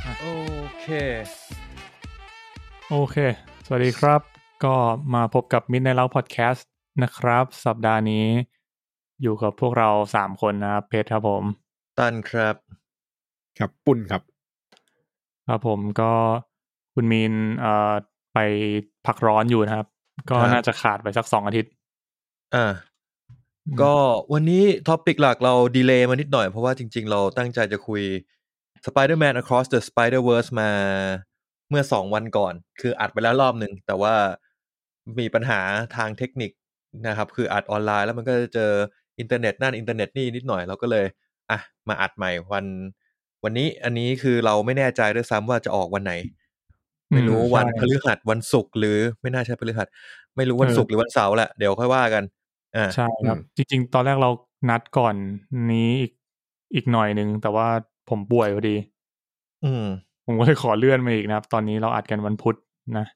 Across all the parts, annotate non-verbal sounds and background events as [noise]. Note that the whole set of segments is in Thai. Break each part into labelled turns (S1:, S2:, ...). S1: เค
S2: โอเค สวัสดีครับ ก็มาพบกับ Midnight Love Podcast นะครับ สัปดาห์นี้ อยู่กับพวกเราสามคนนะครับเพชรครับผม
S1: ตันครับ
S3: ครับปุ่นครับ
S2: ครับผมก็คุณมีนเอ่อไปพักร้อนอยู่นะครับ ก็
S1: ครับ
S2: น่าจะขาดไปสักสองอาทิตย์
S1: อ่า ก็วันนี้ท็อปิกหลักเราดีเลย์มานิดหน่อยเพราะว่าจริงๆ เราตั้งใจจะคุย Spider-Man Across the Spider-Verse มาเมื่อสองวันก่อน คืออัดไปแล้วรอบหนึ่ง แต่ว่ามีปัญหาทางเทคนิคนะครับ คืออัดออนไลน์แล้วมันก็จะเจออินเทอร์เน็ตนั่นอินเทอร์เน็ตนี่นิดหน่อยเราก็เลย อ่ะ มาอัดใหม่วัน วันนี้อันนี้คือเราไม่แน่ใจด้วยซ้ำว่าจะออกวันไหน ไม่รู้
S2: อืม
S1: วัน
S2: ใช่
S1: พฤหัสวันศุกร์หรือไม่น่าใช่พฤหัส ไม่รู้วันศุกร์หรือวันเสาร์แหละเดี๋ยวค่อยว่ากันอ่า
S2: ใช่ครับ
S3: อืม
S2: จริง ๆ ตอนแรกเรานัดก่อนนี้อีกอีกหน่อยหนึ่งแต่ว่าผมป่วยพอดี
S1: อืม
S2: ผมก็เลยขอเลื่อนมาอีกนะครับ ตอนนี้เราอัดกันวันพุธนะ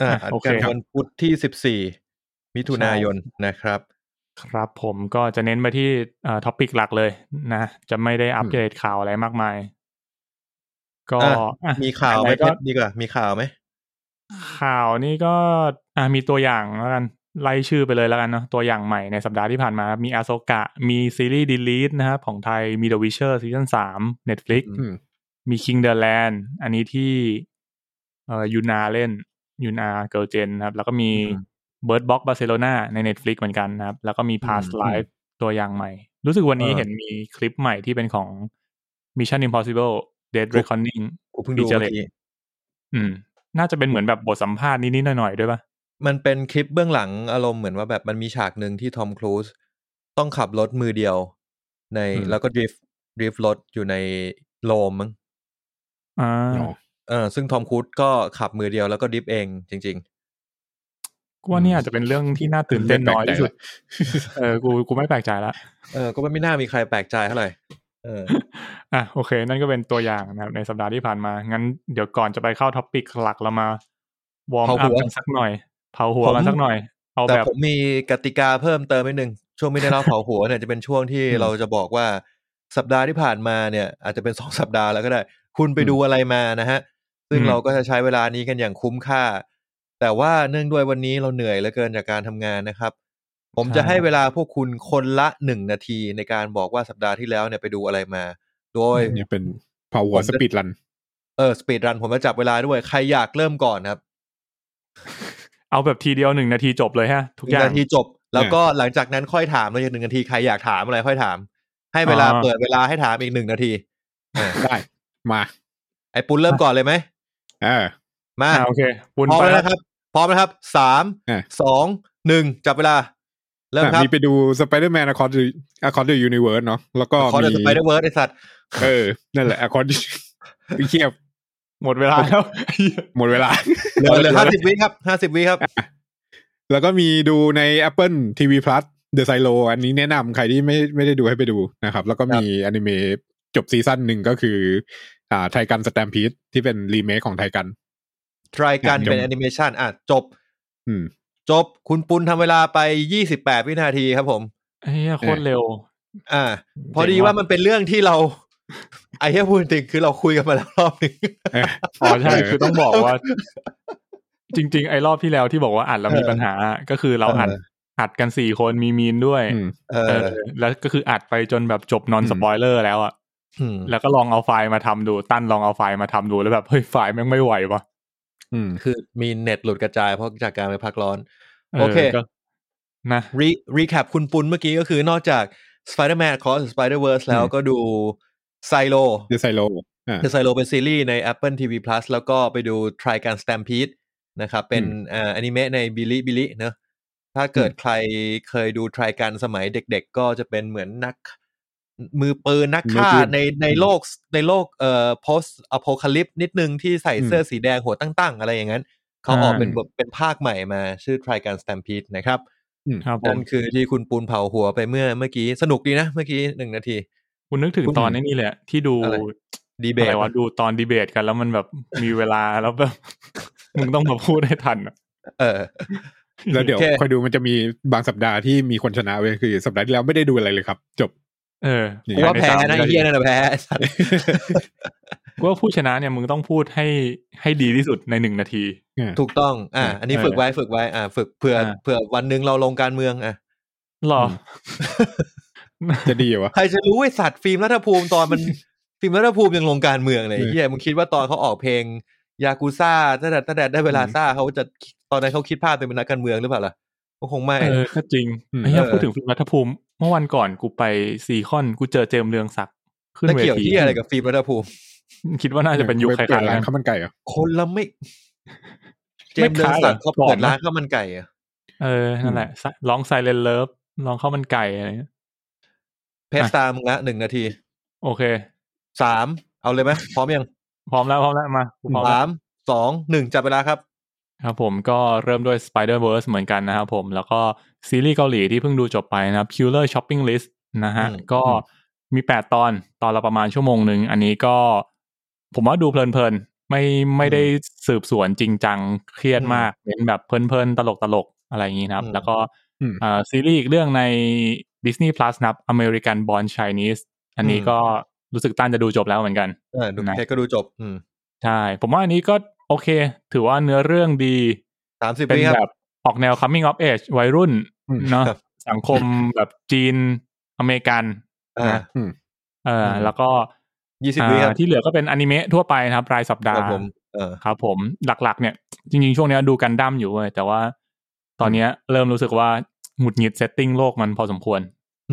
S1: อ่า
S2: อ่ะ
S1: อัด
S2: โอเค
S1: กัน
S2: ครับ
S1: วันพุธที่สิบสี่14 มิถุนายนนะครับ
S2: ครับผมก็จะเน้นไปที่ท็อปิกหลักเลยนะ จะไม่ได้อัปเดตข่าวอะไรมากมาย ก็
S1: อ่ะ
S2: อ่ะ
S1: มีข่าวไหม
S2: นๆ
S1: เพ
S2: ก็
S1: ชรดีกว่า มีข่าวไหม
S2: ข่าวนี่ก็อ่ะมีตัวอย่างแล้วกันไล่ชื่อไปเลยแล้วกันเนาะตัวอย่างใหม่ในสัปดาห์ที่ผ่านมา มีอาโซกะ มีซีรีส์ดีลีทนะครับของไทยมี The Witcher ซีซั่นสาม Netflix
S3: อืม
S2: มี King the Land อันนี้ที่เอ่อยูนาเล่นยูนาเกิลเจนนะครับ แล้วก็มี
S3: อืม
S2: Bird Box Barcelona ใน Netflix เหมือนกันนะครับ แล้วก็มี Past
S1: อืม
S2: Life ตัวอย่างใหม่ รู้สึกวันนี้
S1: เออ
S2: เห็นมีคลิปใหม่ที่เป็นของ Mission Impossible Dead Reckoning
S1: กูเพิ่งดู
S2: ดีเจ
S1: เมื่
S2: เล็ก
S1: อกี้
S2: อืม น่าจะเป็นเหมือนแบบบทสัมภาษณ์นิดๆหน่อยๆด้วยปะ
S1: มันเป็นคลิปเบื้องหลังอารมณ์เหมือนว่าแบบมันมีฉากหนึ่งที่ทอมครูซต้องขับรถมือเดียว ใน
S3: อืม
S1: แล้วก็ดริฟต์ดริฟต์รถอยู่ในโลมมั้ง
S2: อ่า
S3: หรอ
S1: เออซึ่งทอมครูซก็ขับมือเดียวแล้วก็ดริฟต์เองจริง
S2: กูว่าเนี่ยอาจจะเป็นเรื่องที่น่าตื่นเต้นน้อยที่สุด เออกูกูไม่แปลกใจละ
S1: ๆ เออ ก็ไม่น่ามีใครแปลกใจเท่าไหร่เออ
S2: อ่ะโอเค นั่นก็เป็นตัวอย่างนะครับในสัปดาห์ที่ผ่านมา งั้นเดี๋ยวก่อนจะไปเข้าท็อปปิกหลักเรามาวอร์ม
S1: เผาหั
S2: อัพ
S1: ว
S2: กันสักหน่อย เผาหัวกัน
S1: ผม
S2: สักหน่อย เอา
S1: แต่
S2: แบบ
S1: ผมมีกติกาเพิ่มเติมนิดนึงช่วงไม่ได้เล่าเผาหัวเนี่ยจะเป็นช่วงที่
S2: อืม
S1: เราจะบอกว่าสัปดาห์ที่ผ่านมาเนี่ย อาจจะเป็น [laughs] สองสัปดาห์แล้วก็ได้ คุณไปดูอะไรมานะฮะ ซึ่งเราก็จะใช้เวลานี้กันอย่างคุ้มค่า แต่ว่าเนื่องด้วยวันนี้เราเหนื่อยเหลือเกินจากการทำงานนะครับ ผมจะให้เวลาพวกคุณคนละหนึ่งนาทีในการบอกว่าสัปดาห์ที่แล้วเนี่ยไปดูอะไรมา โดย
S3: เนี่ยเป็นพาวเวอร์สปีดรัน
S1: เออสปีดรันผมจะจับเวลาด้วยใครอยากเริ่มก่อนครับ
S2: เอาแบบทีเดียวหนึ่งนาทีจบเลยฮะ ทุก
S1: ห
S2: อ
S1: นึ่
S2: ย่าง ง
S1: นาทีจบ แล้ว
S3: อ่า
S1: ก็หลังจากนั้นค่อยถามเลยหนึ่งนาทีใครอยากถามอะไรค่อยถาม ให้เวลา
S2: อ่า
S1: เปิดเวลาให้ถามอีกหนึ่งนาทีอ่า
S3: ได้มา
S1: ไอ้ปุ้นเริ่มก่อนเลยไหม
S3: เออ
S1: มา
S2: อ่ะโอเคบุญ
S1: พร้อม
S2: ไป
S1: แล้ว
S2: แล้ว
S1: นะครับ พร้อมนะครับสาม
S3: อ่า
S1: สองหนึ่งจับเวลา เริ่มครับ
S3: มีไปดูสไปเดอร์แมนอะคอร์ดอะคอร์ดยูนิเวิร์สเนาะแล้วก็
S1: ขอเด
S3: มี
S1: อะสไปเดอร์เวิร์ไอสัตว์
S3: เออ นั่นแหละอะคอร์ด
S1: [laughs]
S3: เทียบ
S2: หมดเวลาแล้ว
S3: หมดเวลา
S1: เหลือเหลือห้าสิบวิครับห้าสิบวิครับ
S3: แล้วก็มีดูใน Apple TV Plus The Silo อันนี้แนะนำใครที่ไม่ไม่ได้ดูให้ไปดูนะครับ แล้วก็มีอนิเมะจบซีซั่นหนึ่งก็คือ อ่าไทกันสแตมพีดที่เป็นรีเมคของไทกัน
S1: ทรายกัน
S3: อ่ะจบ
S1: เป็นแอนิเมชันอ่ะจบ
S3: อืม
S1: จบคุณปุณทำเวลาไปยี่สิบแปดวินาทีครับผม
S2: เฮ้ยโคตรเร็ว
S1: อ่า พอดีว่ามันเป็นเรื่องที่เรา [laughs] ไอ้ที่พูดจริงคือเราคุยกันมาแล้วรอบหนึง
S3: เอ
S1: [laughs]
S3: อ
S2: อ๋อใช่
S3: เออ
S2: คือต้องบอกว่า จริง ๆ ไอ้รอบที่แล้วที่บอกว่าอัดแล้วมี
S1: เออ
S2: ปัญหา ก็คือเราอัด
S1: เออ
S2: อัดกันสี่คนมีมีนด้วย
S3: อืม
S1: เอ
S2: เอ
S1: อ
S2: อแล้วก็คืออัดไปจนแบบจบนอนสปอยเลอร์แล้วอะ
S1: ม
S2: แล้วก็ลองเอาไฟล์มาทำดู ตั้นลองเอาไฟล์มาทำดูแล้วแบบเฮ้ยไฟล์แม่งไม่ไหววะ
S3: อืม
S1: คือมีเน็ตหลุดกระจายเพราะจากการไปพักร้อน โอเค
S2: ก็นะ
S1: รีรีแคปคุณปุณเมื่อกี้ก็คือนอกจาก Spider-Man Cross Spider-Verse แล้ว
S3: อืม
S1: ก็ดูไซโล
S3: The Silo อ่า
S1: คือไซโลเป็นซีรีส์ใน Apple TV Plus แล้วก็ไปดู Try การ Stampede นะครับ เป็นเอ่ออนิเมะในบิลิบิลิเนอะถ้าเกิดใครเคยดู Try การสมัยเด็กๆ ก็จะเป็นเหมือนนัก มือปืนนักฆ่า
S3: มือปืน
S1: ในในโลกในโลกเอ่อ post apocalypse นิดนึงที่ใส่เสื้อสีแดงหัวตั้ง ๆ อะไรอย่างนั้น เขาออกเป็น
S3: อ่า
S1: แบบเป็นภาคใหม่มาชื่อ Try การ Stampede นะครับ
S2: ครับผ
S1: นั่
S2: ม
S1: นคือที่คุณปูนเผาหัวไปเมื่อเมื่อกี้สนุกดีนะ เมื่อกี้หนึ่งนาที
S2: คุณนึกถึง
S3: คุณ
S2: ตอนนี้นี่แหละ ที่ดู
S1: อะไร ดีเบ
S2: อะไร
S1: ต
S2: วะดูตอนดีเบตกันแล้วมันแบบมีเวลาแล้วแบบ [laughs] มึงต้องมาพูดให้ทันอะ
S1: เออ
S3: แล้วเดี๋ยว
S1: โอเค
S3: คอยดูมันจะมีบางสัปดาห์ที่มีคนชนะเว้ยคือ สัปดาห์ที่แล้วไม่ได้ดูอะไรเลยครับ จบ
S2: เออ
S3: นี่
S2: [laughs]
S1: กูว่าแพ้นะไอ้เฮียนั่นนะแพ้ไอ้สัตว์
S2: ว่าผู้ชนะเนี่ยมึงต้องพูดให้ให้ดีที่สุดในหนึ่งนาที
S1: ถูกต้อง อ่า อันนี้
S2: เออ
S1: ฝึกไว้ฝึกไว้ อ่า ฝึกเผื่อ
S2: อ่า
S1: เผื่อวันหนึ่งเราลงการเมืองอ่ะ
S2: หรอ
S3: จะดีเหรอวะ
S1: ใครจะรู้ไอ้สัตว์ฟิล์มรัฐภูมิตอนมัน
S2: [laughs]
S1: ฟิล์มรัฐภูมิยังลงการเมืองเลย
S3: เออ
S1: เฮียมึงคิดว่าตอนเขาออกเพลงยากูซ่าตั้งแต่ตั้งแต่ได้เวลา
S3: อืม
S1: ซ่าเขาจะตอนนั้นเขาคิดภาพเป็นนักการเมืองหรือเปล่าล่ะก็คงไม่
S2: เออก็จริง
S3: อืม
S2: ไอ้เหี้ย
S1: เออ
S2: พูดถึงฟิล์มรัฐภูมิ เมื่อวันก่อนกูไปซีคอนกูเจอเจมส์เรืองศักดิ์ขึ้น
S1: แล้ว
S2: เว
S1: เกี่ยว
S2: ที
S1: ที่อะไรกับฟิล์มรัฐภูมิ
S2: คิดว่าน่าจะเป็นยุคใคร
S3: เปิด
S2: ๆ
S3: ร้า
S2: กัน น
S3: ข้าวมันไก่เหรอ
S1: คนละไม่ เจมส์
S2: ไม่
S1: เดิน
S2: ขาย
S1: สัตว์
S2: เหรอ
S1: เขาเปิด
S2: ก่อนนะ
S1: ร้านข้าวมันไก่อะ
S2: เออนั่นแหละสะร้องไซเลนเลิฟร้องข้าวมันไก่อะไรเงี้ย
S1: เพสตามมึงละหนึ่งนาที
S2: โอเค
S1: สามเอาเลยไหมพร้อมยัง
S2: พร้อมแล้วพร้อมแล้วมากูพร้อมแล้ว
S1: สามสองหนึ่งจับเวลาครับ
S2: ครับผมก็เริ่มด้วย Spider-Verse เหมือนกันนะครับผม แล้วก็ซีรีส์เกาหลีที่เพิ่งดูจบไปนะครับ Killer Shopping List นะฮะ
S1: อืม
S2: ก็มี 8 ตอนตอนละประมาณชั่วโมงหนึ่ง อันนี้ก็ผมว่าดูเพลินๆ ไม่ไม่ได้สืบสวนจริงจังเครียดมากเป็นแบบเพลินๆ ตลกๆ อะไรอย่างนี้นะครับ แล้วก็
S3: อืม
S2: เอ่อซีรีส์อีกเรื่องใน Disney Plus นะครับ American Born Chinese อันนี้ก็รู้สึกต้านจะดูจบแล้วเหมือนกัน
S1: เออดู
S2: นะ
S1: เพจก็ดูจบ อืม
S2: ใช่ผมว่าอันนี้ก็โอเค ถือว่าเนื้อเรื่องดี
S1: สามสิบ
S2: เป็น
S1: วิครับ
S2: แบบออกแนว coming of age วัยรุ่น
S3: อืม
S2: เนาะ
S1: ครับ
S2: สังคมแบบจีนอเมริกัน
S1: อ่า
S2: นะ
S3: อืม
S2: เอออ
S1: ม
S2: แล้วก็
S1: ยี่สิบ
S2: อ่า
S1: วิครับ
S2: ที่เหลือก็เป็นอนิเมะทั่วไปนะครับ รายสัปดา
S1: ค
S2: ห์
S1: รับผม เออ
S2: ครับผมหลักๆ เนี่ย จริงๆ ช่วงเนี้ยดูกันดั้มอยู่เว้ยแต่ว่าตอนเนี้ยเริ่มรู้สึกว่าหงุดหงิดเซตติ้งโลกมันพอสมควร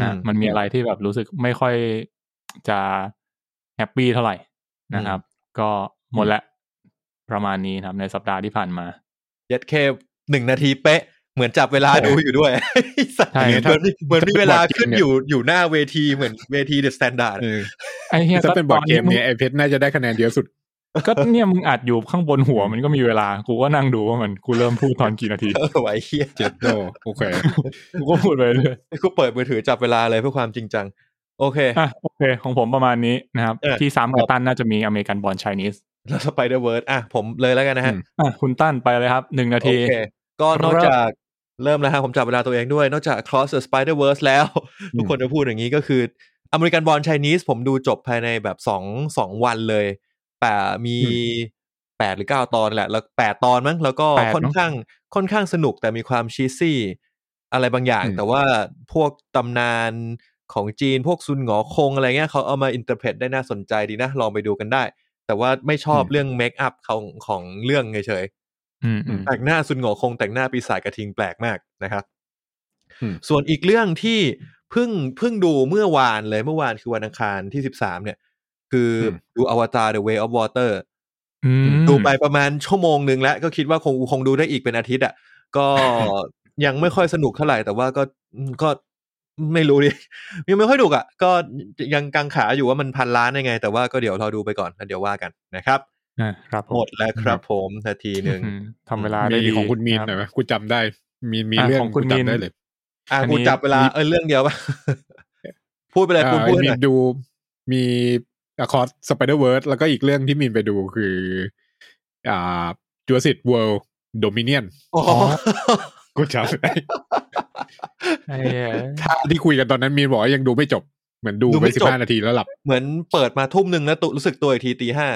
S2: นะ
S1: อืม
S2: มันมีอะไรที่แบบรู้สึกไม่ค่อยจะแฮปปี้เท่าไหร่นะครับ ก็หมดละประมาณนี้นะครับในสัปดาห์ที่ผ่านมา
S1: เย็ดเคหนึ่งนาทีเป๊ะ เหมือนจับเวลาดูอยู่ [laughs] ด้วยสัตว์
S2: ใช่
S1: เหมือน
S3: ถ้า
S1: มีเหมือนมีเวลาขึ้น
S3: ถ้าเป็นบอร์ดเกมเนี่
S1: อ
S3: ย
S1: ยู่อยู่หน้าเวทีเหมือนเวทีเดอะสแตนดาร์ด
S3: เออ
S2: ไอ้เหี้ย
S3: ถ้าเป็นบอร์ด
S2: ต
S3: เกมเนี่ยไอเพชรน่าจะได้คะแนนเยอะสุด
S2: ก็เนี่ยมึงอัดอยู่ข้างบนหัวมันก็มีเวลา กูก็นั่งดูว่ามันกูเริ่มพูดตอนกี่นาที
S1: ไหวเฮีย
S3: เจ็ดโดโอเค
S2: กูก็พูดไปเรื่อย
S1: กูเปิดมือถือจับเวลาเลยเพื่อความจริงจัง โอเค
S2: อ่ะโอเค ของผมประมาณนี้นะครับ
S1: เออ
S2: ที่สามกับตันน่าจะมีอเมริกันบอลไชนีส
S1: แล้วสไปเดอร์เวิร์ดอ่ะผมเลยแล้วกันนะฮะ
S3: อืม
S2: อ่ะคุณตั้นไปเลยครับหนึ่งนา
S1: โอ
S2: ที
S1: เค ก็นอก
S2: เริ่ม
S1: จากเริ่มแล้วฮะผมจับเวลาตัวเองด้วย นอกจาก Cross the Spider-Verse แล้ว ทุกคนจะพูดอย่างนี้ก็คืออเมริกันบอลไชนีสผมดูจบภายในแบบสองสองวันเลยแต่มี
S3: อื
S1: แปดหรือเก้าตอนแหละ แล้วแปดตอนมั้งแล้วก็
S2: แปดเนอะ
S1: ค่อนข้างค่อนข้างสนุกแต่มีความชีสซี่ อะไรบางอย่าง
S3: อืม
S1: แต่ว่าพวกตำนานของจีนพวกซุนหงอคงอะไรเงี้ยเขาเอามาอินเตอร์เพตได้น่าสนใจดีนะ ลองไปดูกันได้ แต่ว่าไม่ชอบเรื่องเมคอัพของของเรื่องเฉยๆ
S2: อืมอืม
S1: แต่งหน้าซุนหงอคงแต่งหน้าปีศาจกระทิงแปลกมากนะครับ
S3: อืม
S1: ส่วนอีกเรื่องที่เพิ่งเพิ่งดูเมื่อวานเลยเมื่อวานคือวันอังคารที่สิบสามเนี่ย คืออดูอวตาร The Way of Water
S2: อืม
S1: ดูไปประมาณชั่วโมงหนึ่งแล้ว ก็คิดว่าคงคงดูได้อีกเป็นอาทิตย์อ่ะก็
S2: [laughs]
S1: ยังไม่ค่อยสนุกเท่าไหร่ แต่ว่าก็ก็ไม่รู้ดิ [laughs] ยังไม่ค่อยดุกอ่ะ ก็ยังกังขาอยู่ว่ามันพันล้านยังไง แต่ว่าก็เดี๋ยวเราดูไปก่อนแล้วเดี๋ยวว่ากันนะครับ
S2: อ่ะครับผ
S1: หมดแล้วครับผมนาทีหนึ่ง
S2: อืมทำเวลาได้
S3: มี
S2: ดี
S3: ของคุณมีนหน่
S2: นะรับ
S3: อยไหมกูจำได้มีนมี
S2: อ่ะ
S3: เรื่อง
S2: ของคุณ
S3: กู
S2: มีน
S3: จำได้เลย
S1: อ่ะ
S2: อันนี้
S1: กูจับเวลา
S2: มี
S1: เออเรื่องเดียวปะ [laughs] พูดไปเลย
S3: อ่า
S1: คุณพูดห
S3: มี
S1: น่อน ย
S3: ดูมีอคอร์สไปเดอร์เวิร์แล้วก็อีกเรื่องที่มีนไปดูคืออ่าจูสิตเวิลด์โดมิเนียน
S1: อ๋อ
S3: กูจำได้
S2: ไอ้เหี้ย
S3: ถ้าที่คุยกันตอนนั้นมีนบอกว่ายังดูไม่จบ เหมือนดูไปสิบห้านาทีแล้วหลับ
S1: [laughs] เหมือนเปิดมาทุ่มหนึ่งแล้วตุรู้สึกตัวอีกทีตีห้า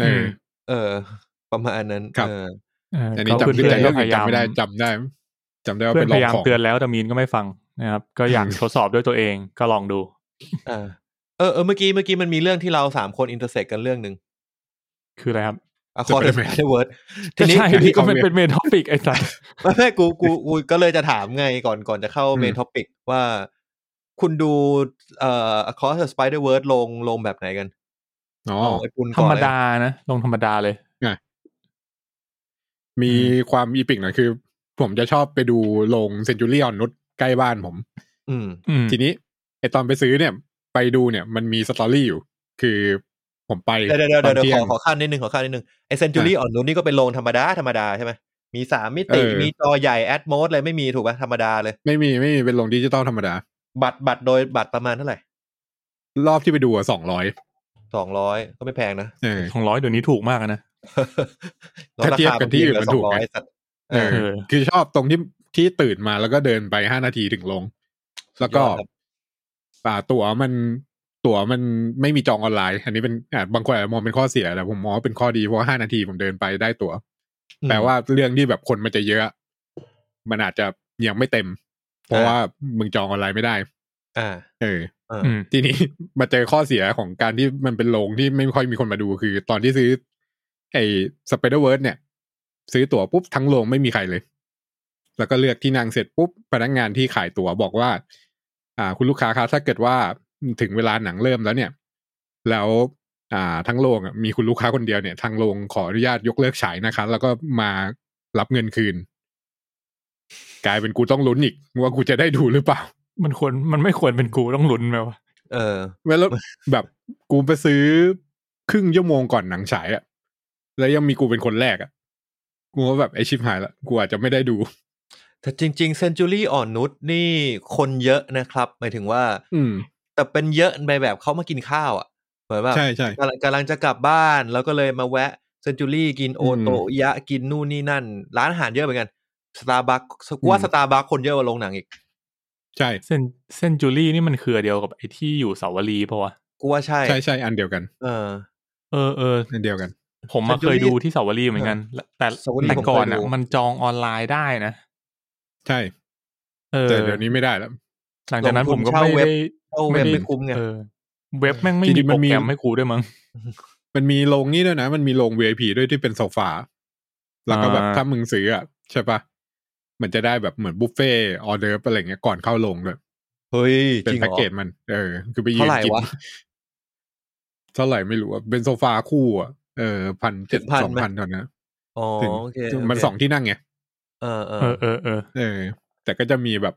S3: เออ
S1: เออ ประมาณนั้น
S3: ครับ
S1: เออ
S2: เ
S3: อันนี้จำ
S2: ก็
S3: ขึ้นใจ
S2: เพื่
S3: เรื่
S2: อ
S3: อ
S2: ก็
S3: นง
S2: พ
S3: อื่น
S2: ยายาม
S3: จำไม่ได้จำได้จำได้ว่า
S2: เพื่อ
S3: เป็น
S2: พ
S3: นลอง
S2: ยายาม
S3: ของ
S2: เตือนแล้วแต่มีนก็ไม่ฟังนะครับ ก็อยาก ทดสอบด้วยตัวเองก็ลองดู
S1: อ่าเออเออเมื่อกี้เมื่อกี้มันมีเรื่องที่เราสามคนอินเตอร์เซ็กกันเรื่องหนึ่ง
S2: คืออะไรครับ
S1: อะคอร์ด
S3: Spider-Man
S1: เวิร์ดทีนี้
S2: ใช่
S1: ทีนี้ [laughs]
S2: ก็เป็นเป็นเมนท็อปิกไอ้สัส
S1: ไม่ไม่กูกูกูก็เลยจะถามไงก่อนก่อนจะเข้า
S3: อืม
S1: เมนท็อปิกว่า คุณดูเอ่อ across the spider verse ลงลงแบบไหนกัน
S3: อ๋อ
S1: เอาไอ้ปุน
S2: ธร
S1: ก่อ
S2: ร
S1: น
S2: ม
S1: เลย
S2: ดานะ ลงธรรมดาเลย
S3: มีความอีปิกหน่อยคือ ผมจะชอบไปดูโรงเซนจูเรียนนุชใกล้บ้านผม
S1: อืม
S2: อืม
S3: ทีนี้ไอตอนไปซื้อเนี่ย ไปดูเนี่ยมันมีสตอรี่อยู่ คือผมไป
S1: เดี๋ยวเดี๋ยว
S3: ตอ
S1: เดี๋ยว
S3: น
S1: เดี๋
S3: เที่
S1: ย
S3: ยง
S1: วขอขอขั้นนิดนึงขอขั้นนิดนึงไอเซนจูรี่อ่อนนุชนี่ก็เป็นโรงธรรมดาธรรมดาใช่ไหมมีสามมิติ
S3: เออ
S1: มีจอใหญ่แอดโมดอะไรไม่มีถูกป่ะธรรมดาเลย
S3: ไม่มีไม่มีเป็นโรงดิจิตอลธรรมดา
S1: บัตรบัตรโดยบัตรประมาณเท่าไหร่
S3: รอบที่ไปดูอ่ะสองร้อย
S1: สองร้อยก็ไม่แพงนะ [laughs]
S3: เออ
S2: ของร้อยเดี๋ยวนี้ถูกมากนะ
S1: ลดร
S3: ถ้าเทียบกับที่อื่นมันถูก
S1: เห
S3: ไง
S1: ลื200สัตว์
S3: เออ
S2: เออ
S3: คือชอบตรงที่ที่ตื่นมาแล้วก็เดินไปห้านาทีถึงลง แล้วก็
S1: ยอดครับ
S3: อ่าตั๋วมัน ตั๋วมันไม่มีจองออนไลน์ อันนี้เป็นอ่ะบางคนอาจจะมองเป็นข้อเสียแต่ผมมองว่าเป็นข้อดีเพราะว่าห้านาทีผมเดินไปได้ตั๋ว
S1: อืม
S3: แต่ว่าเรื่องที่แบบคนมันจะเยอะ มันอาจจะยังไม่เต็ม เพราะ
S1: อ่า
S3: ว่ามึงจองออนไลน์ไม่ได้
S1: อ่า
S3: เออ
S1: อ่า
S2: อืม
S3: ทีนี้ [laughs] มาเจอข้อเสียของการที่มันเป็นโรงที่ไม่ค่อยมีคนมาดูคือ ตอนที่ซื้อ ไอ้สไปเดอร์เวิร์เนี่ย ซื้อตั๋วปุ๊บทั้งโรงไม่มีใครเลย แล้วก็เลือกที่นั่งเสร็จปุ๊บพนักงานที่ขายตั๋วบอกว่า อ่า คุณลูกค้าคะถ้าเกิดว่าถึงเวลาหนังเริ่มแล้วเนี่ย แล้วอ่าทั้งโรงอ่ะมีคุณลูกค้าคนเดียวเนี่ยทางโรงขออนุญาตยกเลิกฉายนะคะ แล้วก็มารับเงินคืน กลายเป็นกูต้องลุ้นอีกว่ากูจะได้ดูหรือเปล่า
S2: มันควรมันไม่ควรเป็นกูต้องลุ้นไหมวะ
S1: เออ
S3: แล้วแบบกูไปซื้อครึ่งชั่วโมงก่อนหนังฉายอะแล้วยังมีกูเป็นคนแรกอะกูว่าแบบไอชิบหายละกูอาจจะไม่ได้ดู
S1: แต่จริงๆเซนจูรี่อ่อนนุชนี่คนเยอะนะครับ หมายถึงว่า
S3: อืม
S1: แต่เป็นเยอะในแบบเขามากินข้าวอ่ะเหมือนแบบ
S3: ใช่ใช่
S1: กำลังกำลังจะกลับบ้านแล้วก็เลยมาแวะเซนจูรี่กินโอ
S3: อืม
S1: โตยะกินนู่นนี่นั่น ร้านอาหารเยอะเหมือนกันสตาร์บัคกู
S3: อื
S1: ว่าม สตาร์บัคคนเยอะกว่าโรงหนังอีก
S3: ใช่
S2: เส้นเส้นจูรี่นี่มันเครือเดียวกับไอ้ที่อยู่เสาวรีปะวะ
S1: กูว่าใช่
S3: ใช่ใช่อันเดียวกัน
S1: เออ
S2: เออเออ
S3: อันเดียวกัน
S2: ผมมา
S1: Century
S2: เคยดูที่เสาวรีเหมือนกัน แต่
S1: เสาวรี
S2: แต่
S1: ผมเคย
S2: ก่อนอ่ะ
S1: ดู
S2: มันจองออนไลน์ได้นะ
S3: ใช่
S2: เออ
S3: แต่เดี๋ยวนี้ไม่ได้แล้ว
S2: หลังจากนั้นผมก็
S1: ลงทุนเช่า
S2: ไม่
S1: เว็บเอาเว็บ
S2: ได้
S1: ไม่คุ้มไง
S2: เออเว็บแม่งไม่
S3: จริ
S2: มี
S3: ง
S2: โปรแก
S3: ๆมันมี
S2: รมให้กูด้วยมั้ง
S3: มันมีโรงนี่ด้วยนะ มันมีโรง VIP ด้วยที่เป็นโซฟา แล้วก็แบบ
S2: อ่า
S3: ถ้ามึงซื้ออะใช่ปะมันจะได้แบบเหมือนบุฟเฟ่ออเดอร์อะไรเงี้ยก่อนเข้าโรงด้วย
S1: เฮ้ย
S3: เป็
S1: จ
S3: น
S1: ริงเห
S3: แพ็
S1: ร
S3: ก
S1: อ
S3: เกจมัน เออ คือไปยื
S1: เท่าน ไหร่
S3: กิน
S1: วะ
S3: เท่าไหร่ไม่รู้อะเป็นโซฟาคู่อะเออพันเจ็ด
S1: 1,000
S3: สอง
S1: ไหม
S3: พันตอนนั้น
S1: อ๋อ
S3: ถึง
S1: โอเค
S3: มัน
S1: โเค
S3: สองที่นั่งไง
S1: เออเอ
S2: เอ
S1: อ
S2: อเออเออ
S3: เออ แต่ก็จะมีแบบ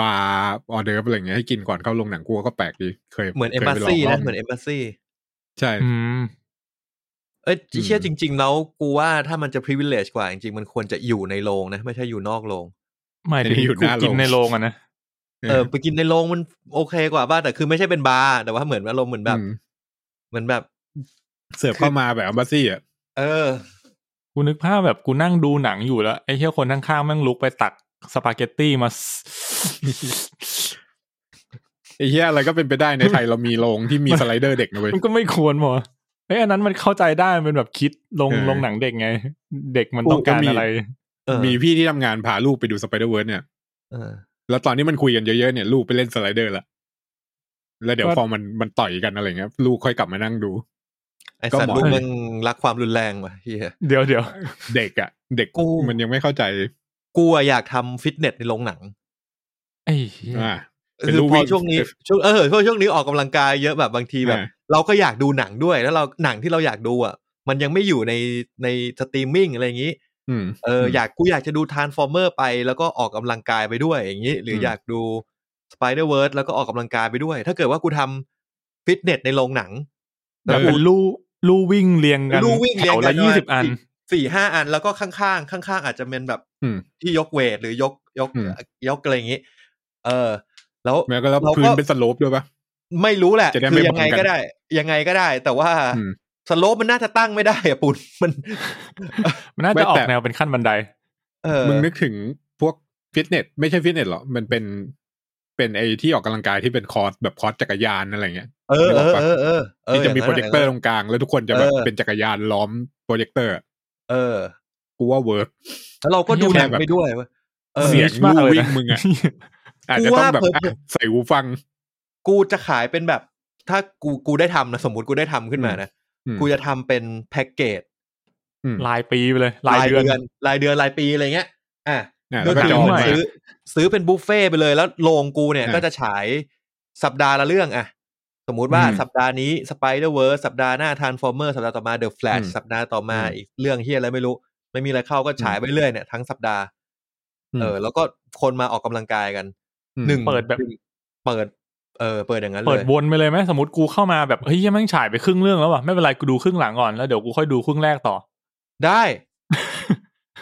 S3: บาร์ออเดอร์อะไรเงี้ยให้กินก่อนเข้าโรงหนังกลัวก็แปลกดี เคย
S1: เหมือน
S3: ค
S1: เอยม
S3: ไป
S1: บาส
S3: ลง
S1: ซี่
S3: ร
S1: นะ
S3: บ
S1: เหมือนเอมบาสซี่
S3: ใช่
S2: อืม
S1: เอ้ยเชื่อ
S3: อืม
S1: จริง ๆ แล้วกูว่าถ้ามันจะ privilege กว่าจริงๆ มันควรจะอยู่ในโรงนะ ไม่ใช่อยู่นอกโรง
S2: หมายถึง
S3: อันนี้อยู่
S2: กู
S3: หน้า
S2: กิน
S3: โรง
S2: ในโรงอะนะ
S1: เออไปกินในโรงมันโอเคกว่าบ้างแต่คือไม่ใช่เป็นบาร์แต่ว่าเหมือนอารมณ์เหมือนแบบ
S3: อืม
S1: เหมือนแบบ
S3: เสิร์ฟเข้ามาแบบเอมบาสซี่อ่ะ
S1: เออ
S2: กูนึกภาพแบบกูนั่งดูหนังอยู่แล้ว ไอ้เหี้ยคนข้างๆแม่งลุกไปตักสปาเกตตี้มา [laughs]
S3: ไอ้เหี้ยอะไรก็เป็นไปได้ในไทยเรามีโรงที่มี
S2: มัน
S3: สไลเดอร์เด็กนะเว้ย
S2: มันก็ไม่ควรหมอเอ้ยอันนั้นมันเข้าใจได้มันเป็นแบบคิดลง
S3: เออ
S2: ลงหนังเด็กไง เด็กมันต้องการ
S3: กูก็มี
S2: อะไร
S1: เออ
S3: มีพี่ที่ทำงานพาลูกไปดูสไปเดอร์เวิร์เนี่ย
S1: เออ
S3: แล้วตอนนี้มันคุยกันเยอะๆเนี่ยลูกไปเล่นสไลเดอร์ละแล้วเดี๋ยว
S2: ก็
S3: พอมันมันต่อยกันอะไรเงี้ยลูกค่อยกลับมานั่งดู
S1: ไอสัตว์
S3: ก็เหมาะ
S1: ลูกมึงรักความรุนแรงว่ะเฮีย
S2: เดี๋ยวเดี๋ยว
S3: เด็กอ่ะ เด็ก
S1: กู
S3: มันยังไม่เข้าใจ
S1: กูอะอยากทำฟิตเนสในโรงหนัง
S2: ไอ้เหี้ย
S3: อ่า เป็น
S1: คือ
S3: ลู่
S1: พ
S3: วิ่
S1: อง ช่วงนี้ช่วงเออพอช่วงนี้ออกกำลังกายเยอะแบบบางทีแบบ
S3: อ่า
S1: เราก็อยากดูหนังด้วยแล้วเราหนังที่เราอยากดูอ่ะ มันยังไม่อยู่ในในสตรีมมิ่งอะไรอย่างนี้
S3: อืม
S1: เออออยากกูอยากจะดูทาร์ฟอร์เมอร์ไปแล้วก็ออกกำลังกายไปด้วยอย่างนี้ หรืออ
S3: ม
S1: อยากดูสไปเดอร์เวิร์แล้วก็ออกกำลังกายไปด้วย ถ้าเกิดว่ากูทำฟิตเนสในโรงหนัง
S2: แบบเป็นลู่ลู่วิ่งเรียงกัน
S1: ลู่วิ่ง
S2: แถ
S1: เรียง
S2: ว
S1: กั
S2: ละ
S1: น
S2: ยี่สิบอัน
S1: สี่ห้าอันแล้วก็ข้างๆ ข้างๆ อาจจะเป็นแบบ
S3: อืม
S1: ที่ยกเวทหรือยกยก
S3: อืม
S1: ยกอะไรอย่างนี้ เออ แล้ว
S3: แม้ก็แล้ว
S1: เรา
S3: พื้น
S1: ก็
S3: เป็นสโลปด้วยปะ
S1: ไม่รู้แหละ
S3: จะได้
S1: คื
S3: ไม่
S1: อยังไง
S3: บังกัน
S1: ก็ได้ ยังไงก็ได้ แต่ว่า
S3: อืม
S1: สโลปมันน่าจะตั้งไม่ได้อะปุ่นมัน
S2: มันน่า
S3: ไม่
S2: จะออ
S3: แต่
S2: กแนวเป็นขั้นบันได
S1: เออ
S3: มึงนึกถึงพวกฟิตเนสไม่ใช่ฟิตเนสหรอกมันเป็นเป็นไอที่ออกกำลังกายที่เป็นคอร์สแบบคอร์สจักรยานอะไรเงี้ย
S1: เออ
S3: นึ
S1: เออ
S3: กออกปะ
S1: เออเออเออ
S3: ที่จะมี
S1: ย่าง
S3: โปร
S1: นั้น
S3: เจคเตอร์
S1: ย่างนั้น
S3: ตรงกลางแล้วทุกคนจะแบบ
S1: เออ
S3: เป็นจักรยานล้อมโปรเจคเตอร์
S1: เออ
S3: กูว่าเวิร์ก
S1: แล้วเราก็ดู
S3: แค่
S1: หนัง
S3: แบบ
S1: ไปด้วยเว้ยเออ
S3: เสียง
S2: niche มากเลย
S3: ลู่วิ่
S2: นะ
S3: งมึ
S2: [laughs]
S3: งอะ อาจจะต้องแบบ
S1: กูว่า
S3: อ่ะใส่หูฟัง
S1: กูจะขายเป็นแบบ ถ้ากูกูได้ทำนะสมมติกูได้ทำขึ้นมานะ
S3: อืม
S1: กูจะทำเป็นแพ็กเกจ
S2: รายปีไปเลยรายเดือน
S1: รายเดือนรายปีอะไรเงี้ย อ่ะ
S3: อ่ะ
S1: ก็
S3: แล้วก็
S1: คื
S3: จ
S1: อ
S3: อง
S2: หน่ย
S1: ซื้อ
S3: มา
S1: ซื้อเป็นบุฟเฟ่ไปเลยแล้วโรงกูเนี่ย
S3: อ่ะ
S1: ก็จะฉายสัปดาห์ละเรื่องอ่ะ สมมุติว่า
S3: อืม
S1: สัปดาห์นี้สไปเดอร์เวิร์สัปดาห์หน้าทานฟอร์เมอร์สัปดาห์ต่อมาเดอะแฟลช
S3: อืม
S1: สัปดาห์ต่อมา
S3: อืม
S1: อีกเรื่องเฮียอะไรไม่รู้ ไม่มีอะไรเข้าก็ฉายไปเรื่อยเนี่ยทั้งสัปดาห์
S3: อืม
S1: เออ แล้วก็คนมาออกกำลังกายกัน
S3: อืม
S1: หนึ่ง
S2: เปิดแบบ
S1: เปิด เออ เปิดอย่างนั้นเลย
S2: เปิดวนไปเลยไหมสมมติกูเข้ามาแบบเฮ้ยยังไม่งฉายไปครึ่งเรื่องแล้วว่ะไม่เป็นไรกูดูครึ่งหลังก่อนแล้วเดี๋ยวกูค่อยดูครึ่งแรกต่อ
S1: ได้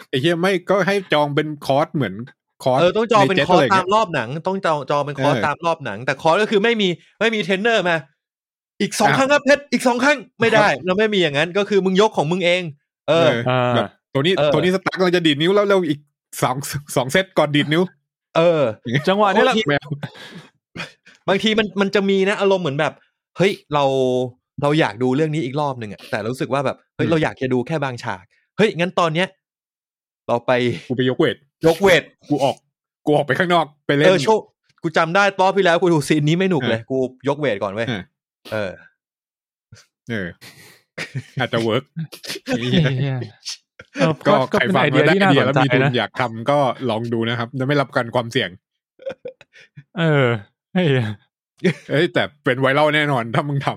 S3: ไอ้เหี้ยไม่ก็ให้จองเป็นคอร์สเหมือนคอร์ส
S1: เออต้องจองเป็น
S3: ใจ็
S1: คอร์ส
S3: ตะไงี้
S1: ตาย มรอบหนัง ต้องจองจองเป็นคอร์ส
S3: เออ
S1: ตามรอบหนัง แต่คอร์สก็คือไม่มีไม่มีเทรนเนอร์มา อีกสอง
S3: อ่ะ
S1: ครั้งครับเพชรอีกสองครั้งไม่
S3: [laughs]
S1: ได้ เราไม่มีอย่างนั้นก็คือมึงยกของมึงเอง เอ
S3: เอ
S1: อ
S3: อแบบตัวนี้
S1: เออ
S3: ตัวนี้สตาร์กเราจะดีดนิ้วแล้วเราอีกสอง [laughs] สองเซตก่อนดีดนิ้ว
S1: เออ
S2: จังหวะนี้แหละ
S1: โอ้ย
S3: แมว
S1: บางทีมันมันจะมีนะอารมณ์เหมือนแบบ เฮ้ยเราเราอยากดูเรื่องนี้อีกรอบหนึ่งอะแต่รู้สึกว่าแบบเฮ้ยเราอยากจะดูแค่บางฉาก เฮ้ยงั้นตอนเนี้ย เราไป
S3: กูไปยกเวท
S1: ยกเวท
S3: กูออกกูออกไปข้างนอกไปเล่น
S1: เออโชคกูจำได้ตอนพี่แล้วกูดูซีนนี้ไม่หนุกเลย กูยกเวทก่อนเว้ย
S3: เออ
S1: เออ
S3: เอออาจจะเวิร์ก
S2: เหี้ยเออ
S3: ก็
S2: ก็ก็
S3: ใคร
S2: เป็น
S3: ฟัง
S2: ไอเดี
S3: แล้
S2: ยวที่น่า
S3: ได้ไอเดี
S2: ส
S3: ย
S2: น
S3: แล้ว
S2: ใจ
S3: มีทุน
S2: นะ
S3: อยากทำก็ลองดูนะครับจะไม่รับประกันความเสี่ยง
S2: เออเฮ้ย
S3: เอ้ยแต่เป็นไวรัลแน่นอนถ้ามึงท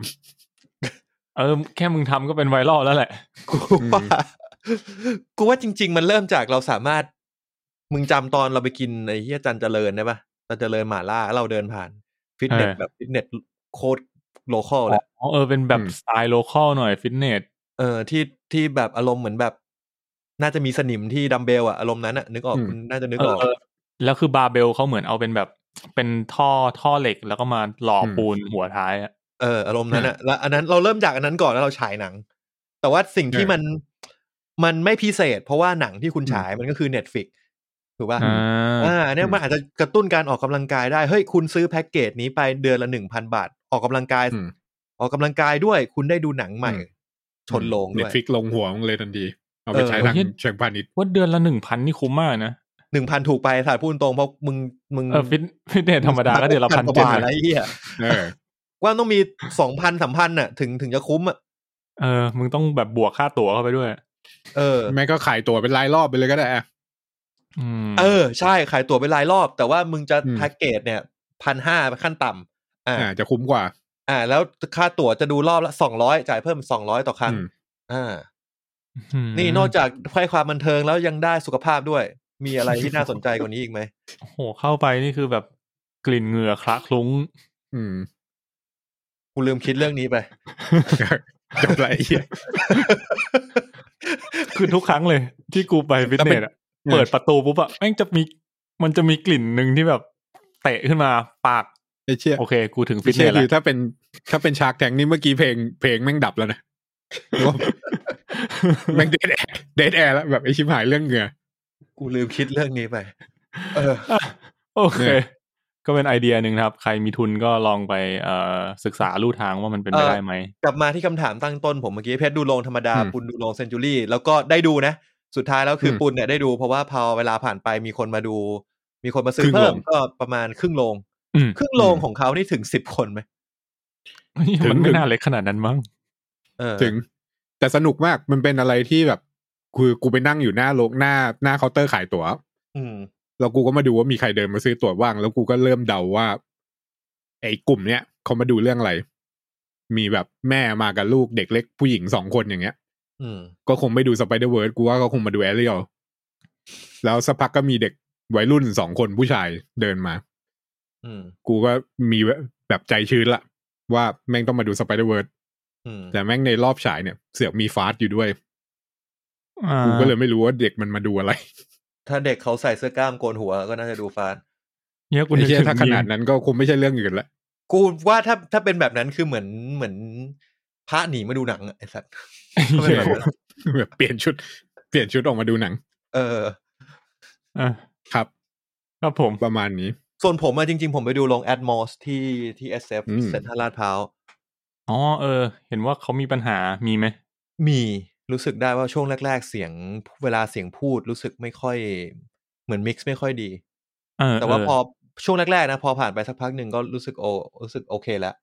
S3: ำ
S2: เออแค่มึงทำก็เป็นไวรัลแล้วแหละ
S1: กูว่า [laughs] กูว่าจริง ๆ มันเริ่มจากเราสามารถ มึงจำตอนเราไปกินไอ้เฮียจันเจริญได้ปะจันเจริญหมาล่าแล้วเราเดินผ่าน ฟิตเนส
S2: เออ
S1: แบบฟิตเนสโค้ดโลคอลแหละ
S2: อ๋อเออเป็นแบบ
S3: อืม
S2: สไตล์โลคอลหน่อยฟิตเนส
S1: เออที่ที่แบบอารมณ์เหมือนแบบ น่าจะมีสนิมที่ดัมเบลอะอารมณ์นั้นอะนึกออก
S3: อืม
S1: คุณน่าจะนึก
S2: เอ
S1: อ
S2: อ
S1: อก
S2: เออแล้วคือบาร์เบลเขาเหมือนเอาเป็นแบบเป็นท่อท่อเหล็กแล้วก็มาหล่ออ
S3: ม
S2: ปูนหัวท้ายอะ
S1: เอออารมณ์นั้นอะแล้วอันนั้นเราเริ่มจากอันนั้นก่อนแล้วเราฉายหนัง แต่ว่าสิ่งที่
S3: เออ
S1: มันมันไม่พิเศษ เพราะว่าหนังที่คุณฉายมันก็คือเน็ตฟิกถูกป่ะ
S2: อ่า
S1: อ่าเนี่ยมันอาจจะกระตุ้นการออกกำลังกายได้ เฮ้ย คุณซื้อแพ็กเกจนี้ไปเดือนละหนึ่งพันบาท ออกกำลังกาย
S3: อืม
S1: ออกกำลังกายด้วย คุณได้ดูหนังใหม่
S3: อืม
S1: ชนโลง
S3: เน็
S1: ด้
S3: ต
S1: วย
S3: ฟิกลงหัวมึงเลยทันที เอาไป
S1: เออ
S3: ใช้ทางเชิงพาณิชย์
S2: ว่าเดือนละหนึ่งพันนี่คุ้มมากนะ
S1: หนึ่งพันถูกไปถ่ายพูดตรงเพราะมึงมึง
S2: เออฟิตฟิตเนสธรรมดาก็เดือนละพัน
S1: กว่า
S2: เจ็ด
S1: บาทแล้วไอ้เหี้ย
S3: เออ
S1: ว่าต้องมีสองพันสามพันน่ะ ถึงถึงจะคุ้มอ่ะ
S2: เออมึงต้องแบบบวกค่าตั๋วเข้าไปด้วย
S1: เออ
S3: แม่งก็ขายตั๋วเป็นรายรอบไปเลยก็ได้อะ
S2: อืม
S1: เออ ใช่ขายตั๋วไปรายรอบ แต่ว่ามึงจะ
S3: อืม
S1: แพ็กเกจเนี่ยพันห้าขั้นต่ำอ่า
S3: อ่าจะคุ้มกว่า
S1: อ่า แล้วค่าตั๋วจะดูรอบละสองร้อยจ่ายเพิ่มสองร้อยต่อครั้ง
S3: อืม
S1: อ่า
S2: ม
S1: นี่นอกจากไพ่ความบันเทิงแล้วยังได้สุขภาพด้วย มีอะไรที่น่าสนใจกว่านี้อีกไหม
S2: โอ้โหเข้าไปนี่คือแบบกลิ่นเหงื่อคละคลุ้ง
S3: อืม [laughs]
S1: กูลืมคิดเรื่องนี้ไป
S3: จบละไอ้เหี้ย
S2: คือทุกครั้งเลย ที่กูไปฟิตเนสอะ
S3: แล้วเป็น
S2: เปิดประตูปุ๊บอะแม่งจะมีมันจะมีกลิ่นหนึ่งที่แบบ เตะขึ้นมาปาก
S3: ไอ้เชี่ย
S2: โอเคกูถึงฟิ
S3: ไอ้
S2: ตเน
S3: เชี่ย
S2: ส
S3: คื
S2: แล้
S3: อ
S2: ว
S3: ถ้าเป็นถ้าเป็นฉากแทงนี่เมื่อกี้เพลงเพลงแม่งดับแล้ว
S1: [laughs]
S3: นะแม่งเดดแอร์เดดแอร์แล้วแบบไอ้ชิมหายเรื่องเหงื่อ
S1: กูลืมคิดเรื่องนี้ไป เออ
S2: อ่ะโอเค
S3: เนี่ย
S2: ก็เป็นไอเดียหนึ่งนะครับ ใครมีทุนก็ลองไปเอ่อศึกษาลู่ทางว่ามันเป็นไป
S1: เออ
S2: ได้ไหม
S1: กลับมาที่คำถามตั้งต้นผมเมื่อกี้เพชรดูโรงธรรมดา
S3: อืม
S1: ปุณดูโรงเซนจูรี่ แล้วก็ได้ดูนะ สุดท้ายแล้วคืออ
S3: ม
S1: ปุณเนี่ยได้ดู เพราะว่าพอเวลาผ่านไปมีคนมาดู มีคนมาซื้
S3: ค
S1: อ
S3: รึ่งโรง
S1: เพิ่มก็ประมาณครึ่งโรง
S2: อืม
S1: ครึ่งโรงของเขานี่ถึงสิบคนไหม
S3: ถึง
S2: มัน
S3: ถึ
S2: ไม่
S3: ง
S2: น่าเล็กขนาดนั้นมั้ง
S1: เออ
S3: ถึง แต่สนุกมากมันเป็นอะไรที่แบบ คือกูไปนั่งอยู่หน้าโรงหน้าหน้าเคาน์เตอร์ขายตั๋ว
S1: อืม
S3: แล้วกูก็มาดูว่ามีใครเดินมาซื้อตั๋วว่าง แล้วกูก็เริ่มเดาว่า ไอ้กลุ่มเนี้ยเขามาดูเรื่องอะไร มีแบบแม่มากับลูกเด็กเล็กผู้หญิงสองคนอย่างเงี้ย
S1: อืม
S3: ก็คงไม่ดูสไปเดอร์เวิร์กูว่าก็คงมาดูแอรียลแล้วสักพักก็มีเด็กวัยรุ่นสองคนผู้ชายเดินมา
S1: อืม
S3: กูก็มีแบบใจชื้นละว่าแม่งต้องมาดูสไปเดอร์เวิร์
S1: อืม
S3: แต่แม่งในรอบฉายเนี่ย เสือกมีฟาสต์อยู่ด้วย
S2: อ่า
S3: กูก็เลยไม่รู้ว่าเด็กมันมาดูอะไร
S1: ถ้าเด็กเขาใส่เสื้อกล้ามโกนหัวก็น่าจะดูฟาส
S2: เนี่ยกู
S3: ไอ้
S2: นึก
S3: เชี่ย
S2: ถึง
S3: ถ้าขนาด
S2: มีม
S3: นั้นก็คงไม่ใช่เรื่องอื่นละ
S1: กูว่าถ้าถ้าเป็นแบบนั้นคือเหมือนเหมือนพระหนีมาดูหนังอะไอ้สัตว์ [laughs] ถ้าเป็นแบบนั้น
S3: แบบเปลี่ยนชุด เปลี่ยนชุดออกมาดูหนัง
S1: เออ
S2: อ่ะ
S3: ครับ
S2: ครับผม
S3: ประมาณนี้
S1: ส่วนผมอะจริงๆ ผมไปดูโรงแอดมอสที่ที่เอสเอฟ
S3: อืม
S1: เซ็นทรัลลาดพร้าว
S2: อ๋อเออ เห็นว่าเขามีปัญหามีไหม
S1: มีรู้สึกได้ว่าช่วงแรกๆ เสียงเวลาเสียงพูดรู้สึกไม่ค่อย เหมือนมิกซ์ไม่ค่อยดี
S2: เออ
S1: แต่ว่า
S2: เ
S1: พอช่วงแรกๆนะ พอผ่านไปสักพักหนึ่งก็รู้สึกโอรู้สึกโอเคแล้ว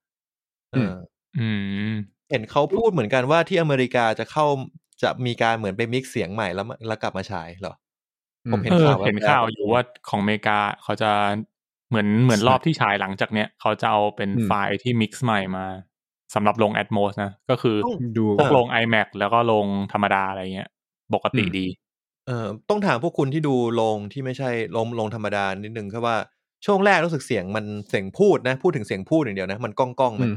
S1: เอออ
S2: อืม
S1: เห็นเขาพูดเหมือนกันว่าที่อเมริกาจะเข้าจะมีการเหมือนไปมิกซ์เสียงใหม่แล้วมาแล้วกลับมาฉายเหรอ ผมเห็น
S2: เออ
S1: ข่าวแบบ
S2: เห็นข่าว
S1: แบบ
S2: อยู่ว่าของอเมริกาเขาจะเหมือนเหมือนรอบที่ฉายหลังจากเนี้ยเขาจะเอาเป็น
S3: อืม
S2: ไฟล์ที่มิกซ์ใหม่มาสำหรับลง Atmos นะ ก็คือ
S1: ต้อง
S3: ดู
S2: พวกลง iMac แล้วก็ลงธรรมดาอะไรเงี้ยปกติ
S3: อืม
S2: ดี
S1: เออต้องถามพวกคุณที่ดูโรงที่ไม่ใช่โรงโรงธรรมดานิดนึงครับว่าช่วงแรกรู้สึกเสียงมันเสียงพูดนะ พูดถึงเสียงพูดอย่างเดียวนะ มันก้องก้องๆไหม
S3: อืม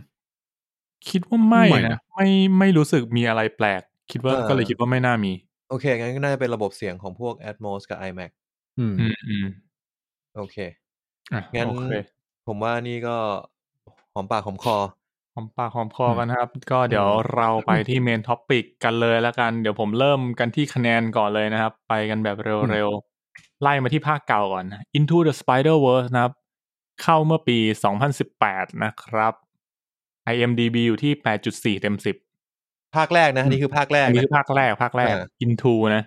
S2: คิดว่าไม่
S3: ไม่
S2: นะ
S3: นะ
S2: ไม่ไม่รู้สึกมีอะไรแปลก คิดว่า
S1: เออ
S2: ก็เลยคิดว่าไม่น่ามี
S1: โอเค งั้นก็น่าจะเป็นระบบเสียงของพวก Atmos กับ iMac
S3: อืม
S2: อืมอืม
S1: โอเค
S2: อ่ะ
S1: งั้น
S2: โอเค
S1: ผมว่านี่ก็หอมปากหอมคอ
S2: หอมปากหอมคอกันนะครับ ก็เดี๋ยวเราไปที่เมนท็อปิกกันเลยแล้วกัน เดี๋ยวผมเริ่มกันที่คะแนนก่อนเลยนะครับ ไปกันแบบเร็วๆ ไล่มาที่ภาคเก่าก่อนนะ Into the Spider Verse นะครับ เข้าเมื่อปี 2018 นะครับ IMDB อยู่ที่แปดจุดสี่เต็มสิบ
S1: ภาคแรกนะอันนี่คือภาคแรก
S2: อันนี้
S1: นะ
S2: คือภาคแรกภาคแรก
S1: อ่า
S2: Into นะ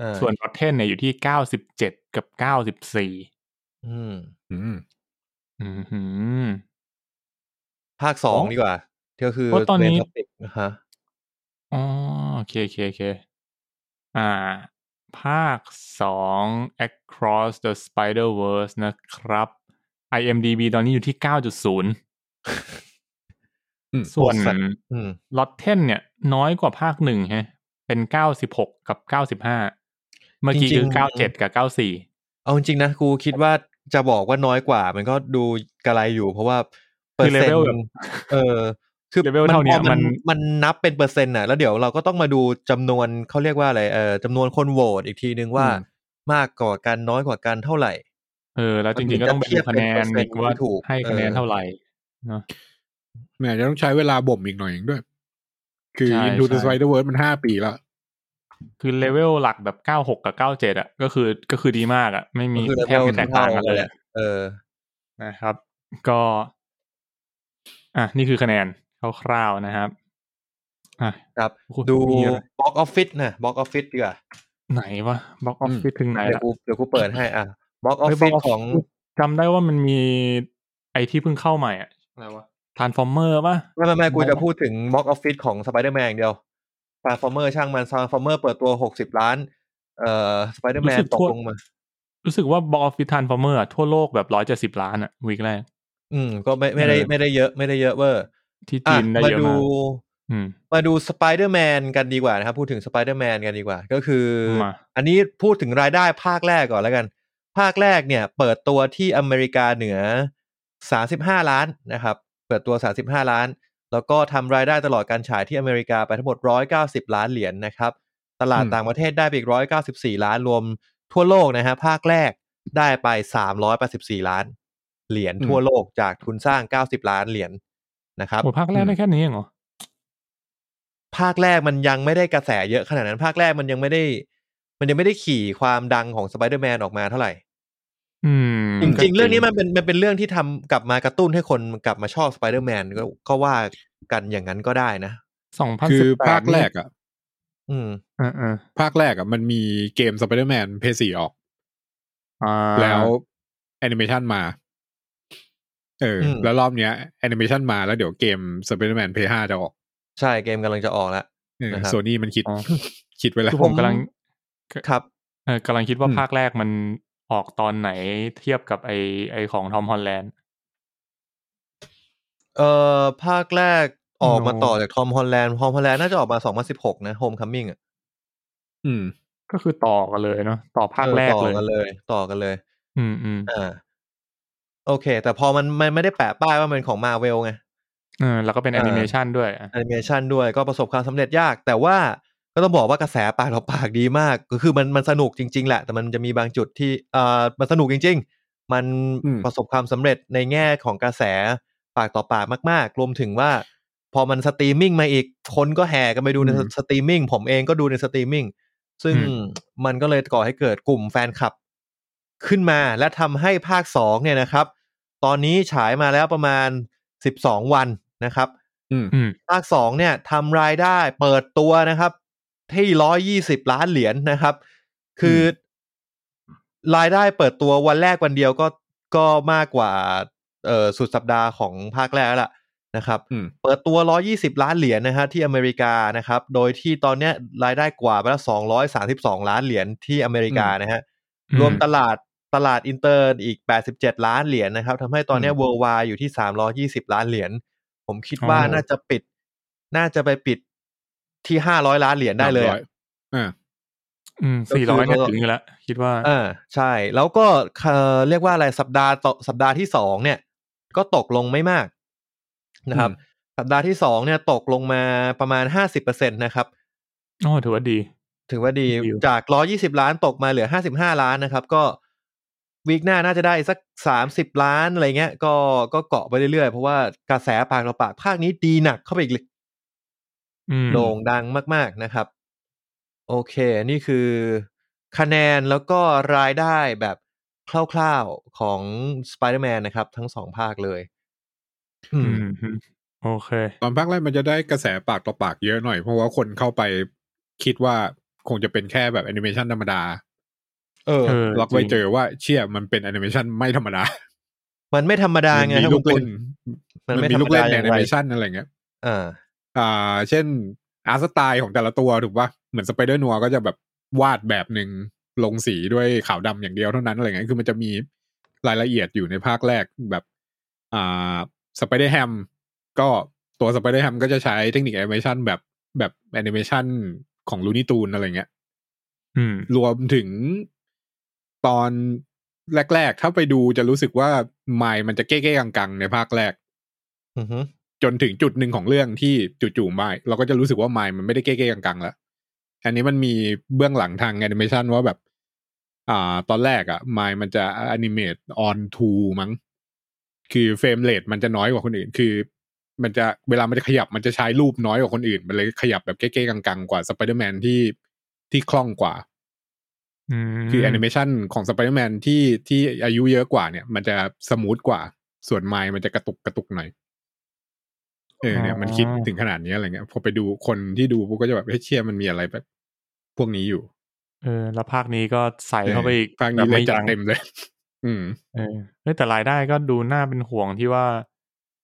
S1: อ่า
S2: ส่วน Rotten เนี่ยอยู่ที่เก้าสิบเจ็ดกับเก้าสิบสี่
S1: อืม
S3: อืม
S2: อือหือ
S1: ภาคสอง
S2: โอ้
S1: ดีกว่าก็คือ
S2: โอ้ตอนนี้
S1: เร Topic นะฮะ
S2: อ๋อโอเคโอเคโอเคอ่า ภาคสอง Across the Spider Verse นะครับ IMDB ตอนนี้อยู่ที่ 9.0
S3: อืม
S2: ส่วน
S1: อืม
S2: Rotten เนี่ย น้อยกว่าภาคหนึ่งฮะเป็น 96 กับ 95 เมื่อกี้
S1: จริ
S2: คื
S1: ง
S2: อ
S1: ๆ
S2: 97 กับ 94
S1: เอาจริงๆนะกูคิดว่าจะบอกว่าน้อยกว่า มันก็ดูกระไรอยู่ เพราะว่าเปอ
S2: คือ
S1: ร์เซ็น
S2: level
S1: ต์
S2: แบบ
S1: เออ คือ
S2: level เท่าเนี้ย
S1: พอ
S2: มัน
S1: มันนับเป็นเปอร์เซ็นต์น่ะ แล้วเดี๋ยวเราก็ต้องมาดูจำนวนเขาเรียกว่าอะไรเออจำนวนคนโหวตอีกทีนึงว่า
S2: อืม
S1: มากกว่ากันน้อยกว่ากันเท่าไหร่
S2: เออ แล้วจ
S1: มันถึ
S2: ริง
S1: ง
S2: ๆ ก็ต้องไป
S1: จะเทีย
S2: ดู
S1: บ
S2: คะแนน
S1: เป็นเปอร์เซ็นต์ที่
S2: ว่า
S1: ถูก
S2: ให้คะแนน
S1: เออ
S2: เท่าไหร่เนอะ
S3: แหมจะต้องใช้เวลาบ่มอีกหน่อยหนึ่งด้วย คือ
S2: ใช่
S3: Into the
S2: ใช่
S3: Spider-Verse มันห้าปีแล้ว
S2: คือเลเวลหลักแบบ 96 กับ 97 อ่ะ ก็คือก็คือดีมากอ่ะ ไม่มี
S1: ก็คือ
S2: แทบไม่แตกต่างกันเลย
S1: เออ
S2: นะครับ ก็ อ่ะ นี่คือคะแนนคร่าวๆนะครับอ่ะ
S1: ครับ
S2: โอ้โห
S1: ดู
S2: มีอะไร
S1: บ็อกออฟฟิศนะบ็อกออฟฟิศดีกว่า
S2: ไหนวะบ็อกออฟฟิศถึงไหน
S1: เดี๋ยว
S2: ละ
S1: กูเดี๋ยวกูเปิดให้อ่ะบ็อกออ
S2: เฮ้
S1: ฟ
S2: ย
S1: ฟิศ
S2: Box Office
S1: ของ
S2: จำได้ว่ามันมีไอที่เพิ่งเข้าใหม่อ่ะอะไรวะทานฟอร์เมอร์ป่ะ
S1: ไม่ไม่ไม่กู
S2: Box
S1: จะพูดถึงบ็อกออฟฟิศของสไปเดอร์แมนเดียวทาร์ฟอร์เมอร์ช่างมันทาร์ฟอร์เมอร์เปิดตัวหกสิบล้าน เอ่อสไปเดอร์แม
S2: รู้
S1: น
S2: สึก
S1: ต
S2: ทั่
S1: ก
S2: ว
S1: ลงมา
S2: รู้สึกว่าบ็อกออฟฟิศทานฟอร์เมอร์ทั่วโลกแบบร้อยเจ็ดสิบ170 ล้านอ่ะวีคแรก
S1: อืม ก็ไม่ไม่ได้
S2: เออ
S1: ไม่ได้เยอะไม่ได้เยอะเวอร์
S2: ที่
S1: อ่ะ
S2: จีนได้
S1: มา
S2: เยอะ
S1: ดู
S2: มากอืม
S1: มาดูสไปเดอร์แมนกันดีกว่านะครับ พูดถึงสไปเดอร์แมนกันดีกว่า ก็คือ
S2: มา
S1: อันนี้พูดถึงรายได้ภาคแรกก่อนแล้วกัน ภาคแรกเนี่ย เปิดตัวที่อเมริกาเหนือ 35 ล้านนะครับ เปิดตัว 35 ล้าน แล้วก็ทำรายได้ตลอดการฉายที่อเมริกาไปทั้งหมด 190 ล้านเหรียญนะครับ ตลาด
S3: อืม
S1: ต่างประเทศได้ไปอีก 194 ล้านรวมทั่วโลกนะฮะภาคแรกได้ไป 384 ล้าน เหรียญทั่วโลกจากทุนสร้าง 90 ล้านเหรียญนะครับ
S2: โอ้ภาคแรกได้แค่นี้เองเหรอ
S1: ภาคแรกมันยังไม่ได้กระแสเยอะขนาดนั้น ภาคแรกมันยังไม่ได้ มันยังไม่ได้ขี่ความดังของสไปเดอร์แมนออกมาเท่าไหร่
S2: อืม
S1: จ
S2: ก็
S1: ริง ๆ เรื่องนี้มันเป็นมันเป็นเรื่องที่ทำกลับมากระตุ้นให้คนกลับมาชอบสไปเดอร์แมนก็ก็ว่ากันอย่างนั้นก็ได้นะ
S2: สองพัน
S3: คื
S2: สิ
S3: อบ
S2: แปด
S3: ภาคแรกอ่ะ
S1: อืม
S2: เออเออ
S3: ภาคแรกอ่ะมันมีเกม Spider-Man เพย์สี่ออก
S2: อ่า
S3: แล้วแอนิเมชันมา เอออ
S1: ม
S3: แล้วรอบเนี้ยแอนิเมชันมาแล้วเดี๋ยวเกม Spider-Man เพย์ห้าจะออก
S1: ใช่เกมกำลังจะออกแล้ว นะครับ
S3: โซนี่มันคิด
S2: อ๋อ
S3: คิดไว้แล้
S2: คื
S3: ว
S2: อผมกำลัง
S1: ครับ
S2: เออกำลังคิดว่า
S3: อืม
S2: ภาคแรกมันออกตอนไหนเทียบกับไอไอของทอมฮอลแลนด์
S1: เอ่อภาคแรกออกมา
S2: โน้
S1: ต่อจากทอมฮอลแลนด์ทอมฮอลแลนด์น่าจะออกมา 2016 นะโฮมคัมมิ่งอ่ะ
S3: อืม
S2: ก็คือต่อกันเลยเนาะต่อภาคแรก
S1: ออต่
S2: เล
S1: อย กันเลย ต่อกันเลย
S2: อืมอืม
S1: อ่าโอเค แต่พอมันมันไม่ได้แปะป้ายว่ามันของมาเวลไง
S2: เออแล้วก็เป็นแอนิเมชันด้วยอ่ะ
S1: แอนิเมชันด้วยก็ประสบความสำเร็จยาก แต่ว่าก็ต้องบอกว่ากระแสปากต่อปากดีมาก ก็คือมันมันสนุกจริง ๆ แหละ แต่มันจะมีบางจุดที่เอ่อมันสนุกจริง ๆ มัน
S3: อืม
S1: ประสบความสำเร็จในแง่ของกระแสปากต่อปากมาก ๆ รวมถึงว่า พอมันสตรีมมิ่งมาอีก คนก็แห่กันไปดูใน
S3: อืม
S1: สตรีมมิ่งผมเองก็ดูในสตรีมมิ่งซึ่งมันก็เลยก่อให้เกิดกลุ่มแฟนคลับ ขึ้นมาและทำให้ภาคสองเนี่ยนะครับ ตอนนี้ฉายมาแล้วประมาณ 12 วันนะครับ
S3: อืม
S2: อืม
S1: ภาคสองเนี่ยทำรายได้เปิดตัวนะครับ ที่ร้อยี่สิบล้านเหรียญนะครับ คืออรายได้เปิดตัววันแรกวันเดียวก็ก็มากกว่าเอ่อสุดสัปดาห์ของภาคแรกแล้วล่ะนะครับ
S3: อืม
S1: เปิดตัว 120 ล้านเหรียญนะฮะที่อเมริกานะครับ โดยที่ตอนเนี้ยรายได้กว่าไปแล้ว 232 ล้านเหรียญที่อเมริกานะฮะ รวมตลาดตลาดอินเตอร์อีก 87 ล้านเหรียญนะครับทำให้ตอนเนี้
S3: อืม
S1: worldwide อยู่ที่ 320 ล้านเหรียญผมคิด
S2: อ๋อ
S1: ว่าน่าจะปิด น่าจะไปปิดที่ 500 ล้านเหรียญได้เลยอะ
S3: อ่า
S2: อืม
S1: ก็
S2: สี่ร้อย
S1: คือ
S2: เนี่ยถึงอยู่แล้ว คิดว่า
S1: อ่าใช่ แล้วก็เอ่อเรียกว่าอะไรสัปดาห์ต่อสัปดาห์ที่สองเนี่ย ก็ตกลงไม่มากนะครับ
S3: อืม
S1: สัปดาห์ที่สองเนี่ยตกลงมาประมาณ 50%นะครับ
S2: อ๋อถือว่าดี
S1: ถือว่าดี
S2: ดีอยู่
S1: จาก 120 ล้านตกมาเหลือ 55 ล้านนะครับ ก็วีคหน้าน่าจะได้สัก 30 ล้านอะไรเงี้ย ก็ก็เกาะไปเรื่อยๆ เพราะว่ากระแสปากต่อปากภาคนี้ดีหนักเข้าไปอีกเลย
S2: อืม
S1: โด่งดังมาก ๆนะครับ โอเค นี่คือคะแนนแล้วก็รายได้แบบคร่าวๆของ Spider-Man นะครับ ทั้งสองภาคเลย อื
S2: อื
S1: ม
S2: มอืม โอเค
S3: ตอนภาคแรกมันจะได้กระแสปากต่อปากเยอะหน่อย เพราะว่าคนเข้าไปคิดว่าคงจะเป็นแค่แบบแอนิเมชันธรรมดา
S1: เออ
S2: เออ
S3: เราไป
S2: จริง
S3: เจอว่าเชี่ยมันเป็นแอนิเมชันไม่ธรรมดา
S1: มันไม่ธรรมดา
S3: มั
S1: ไง
S3: มี
S1: ครับ
S3: ลู
S1: คุ
S3: ก
S1: ณตุ
S3: เล่
S1: ล
S3: น
S1: มัน
S3: มัน
S1: ไม่
S3: มี
S1: ธร
S3: ลู
S1: รม
S3: กเล่
S1: ดาน
S3: ใน
S1: อย่า
S3: แอง นิ
S1: ไร
S3: เมชันอะไรเงี้ย
S1: อ่า
S3: อ่าเช่นอาร์ตสไตล์ของแต่ละตัวถูกปะเหมือนสไปเดอร์นัวก็จะแบบวาดแบบหนึ่งลงสีด้วยขาวดำอย่างเดียวเท่านั้นอะไรเงี้ยคือมันจะมีรายละเอียดอยู่ในภาคแรกแบบอ่าสไปเดอร์แฮมก็ตัวสไปเดอร์แฮมก็จะใช้เทคนิคแอนิเมชันแบบแบบแอนิเมชันของลูนิตูนอะไรเงี้ย
S2: อืม
S3: รวมถึงตอนแรก ๆ ถ้าไปดูจะรู้สึกว่าไมล์มันจะเก้ๆกังๆ ในภาคแรก
S1: อือฮึ
S3: จนถึงจุดหนึ่งของเรื่องที่จู่ๆไม่เราก็จะรู้สึกว่าไม่มันไม่ได้เก้ๆกังๆแล้ว อันนี้มันมีเบื้องหลังทางแอนิเมชันว่าแบบ อ่า ตอนแรกอะไม่มันจะแอนิเมตออนทูมั้ง คือเฟรมเรทมันจะน้อยกว่าคนอื่น คือ มันจะเวลามันจะขยับมันจะใช้รูปน้อยกว่าคนอื่น มันเลยขยับแบบเก้ๆกังๆ กว่าสไปเดอร์แมนที่ที่คล่องกว่า
S2: อืม
S3: คือแอนิเมชันของสไปเดอร์แมนที่ที่อายุเยอะกว่าเนี่ย มันจะสมูทกว่า ส่วนไมล์มันจะกระตุกกระตุกหน่อย เออเนี่ยมันคิดถึงขนาดนี้อะไรเงี้ยพอไปดูคนที่ดูปุ๊บก็จะแบบเฮ้ยเชี่ยมันมีอะไรแบบ พวกนี้อยู่
S2: เออ แล้วภาคนี้ก็ใส่เข้าไปอีก
S3: ฟังนี้
S2: แบบ
S3: เลย
S2: ไม่
S3: จัด
S2: ยั้ง
S3: เต็มเลย [laughs] อืม
S2: เออเฮ้ยแต่รายได้ก็ดูน่าเป็นห่วงที่ว่า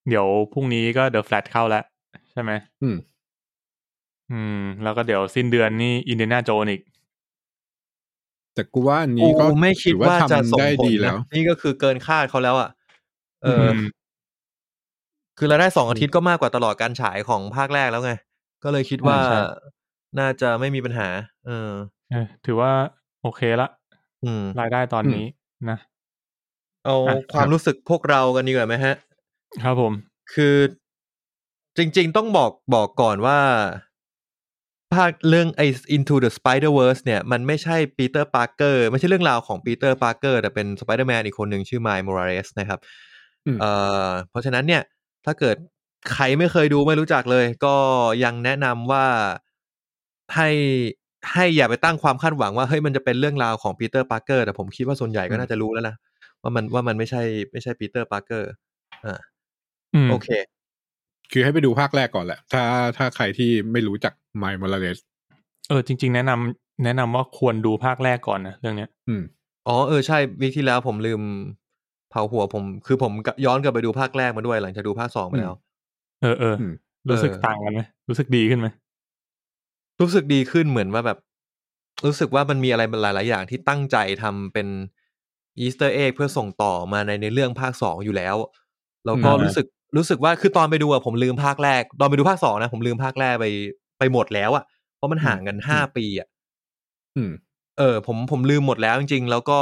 S2: เดี๋ยวพรุ่งนี้ก็เดอะแฟลตเข้าแล้วใช่ไหม
S3: อืม
S2: อืม แล้วก็เดี๋ยวสิ้นเดือนนี่อินเด a นาโจนอีก
S3: แต่กูว่าอันนี้ก็
S1: กูไม่คิด
S3: ถือ
S1: ว่าจะส่
S3: ทำ
S1: ง
S3: ได้
S1: ผล
S3: ดี
S1: นะ
S3: แล้ว
S1: นี่ก็คือเกินคาดเขาแล้วอ่ะ เอออ
S2: ม
S1: คือรายได้สองอาทิตย์ก็มากกว่าตลอดการฉายของภาคแรกแล้วไง ก็เลยคิดว่า
S2: ใช่
S1: น่าจะไม่มีปัญหา เออ
S2: เออ ถือว่าโอเคละ
S1: อืม
S2: รายได้ตอนนี้นะ
S1: เอา
S2: อ่ะ
S1: ความรู้สึกพวกเรากันดีกว่าไหมฮะ
S2: ครับผม
S1: คือจริง ๆ ต้องบอกบอกก่อนว่า ภาคเรื่องไอ้ Into the Spider Verse เนี่ย มันไม่ใช่ปีเตอร์ปาร์เกอร์ไม่ใช่เรื่องราวของปีเตอร์ปาร์เกอร์แต่เป็นสไปเดอร์แมนอีกคนหนึ่งชื่อไมล์ม r ราเรสนะครับ
S3: อืม
S1: เอ่อเพราะฉะนั้นเนี่ย ถ้าเกิดใครไม่เคยดูไม่รู้จักเลย ก็ยังแนะนำว่าให้ให้อย่าไปตั้งความคาดหวังว่าเฮ้ยมันจะเป็นเรื่องราวของปีเตอร์ปาร์เกอร์แต่ผมคิดว่าส่วนใหญ่ก็น่าจะรู้แล้วนะว่ามันว่ามันไม่ใช่ไม่ใช่ปีเตอร์ปาร์เกอร์
S2: อืม
S1: โอเค
S3: คือให้ไปดูภาคแรกก่อนแหละ ถ้าถ้าใครที่ไม่รู้จักไมล์มอลเลส
S2: เออจริง ๆ แนะนำแนะนำว่าควรดูภาคแรกก่อนนะเรื่องเนี้ย
S3: อืม
S1: อ๋อเออใช่วิกที่แล้วผมลืมเผาหัวผม คือผมกะย้อนกลับไปดูภาคแรกมาด้วยหลังจากดูภาคสองไปแล้ว
S2: เออเอออ
S3: ม
S2: รู้สึก
S1: เออ
S2: ต่างกันไหมรู้สึกดีขึ้นไหม
S1: รู้สึกดีขึ้นเหมือนว่าแบบ รู้สึกว่ามันมีอะไรหลาย ๆ อย่างที่ตั้งใจทำเป็นอีสเตอร์เอ็กเพื่อส่งต่อมาในในเรื่องภาคสองอยู่แล้ว แล้วก็
S3: อืม
S1: รู้สึกรู้สึกว่าคือตอนไปดูอะผมลืมภาคแรก ตอนไปดูภาคสองนะผมลืมภาคแรกไปไปหมดแล้วอะเพราะมันห่างกันห้าปีอะ
S3: อืม
S1: เออผมผมลืมหมดแล้วจริงๆ แล้วก็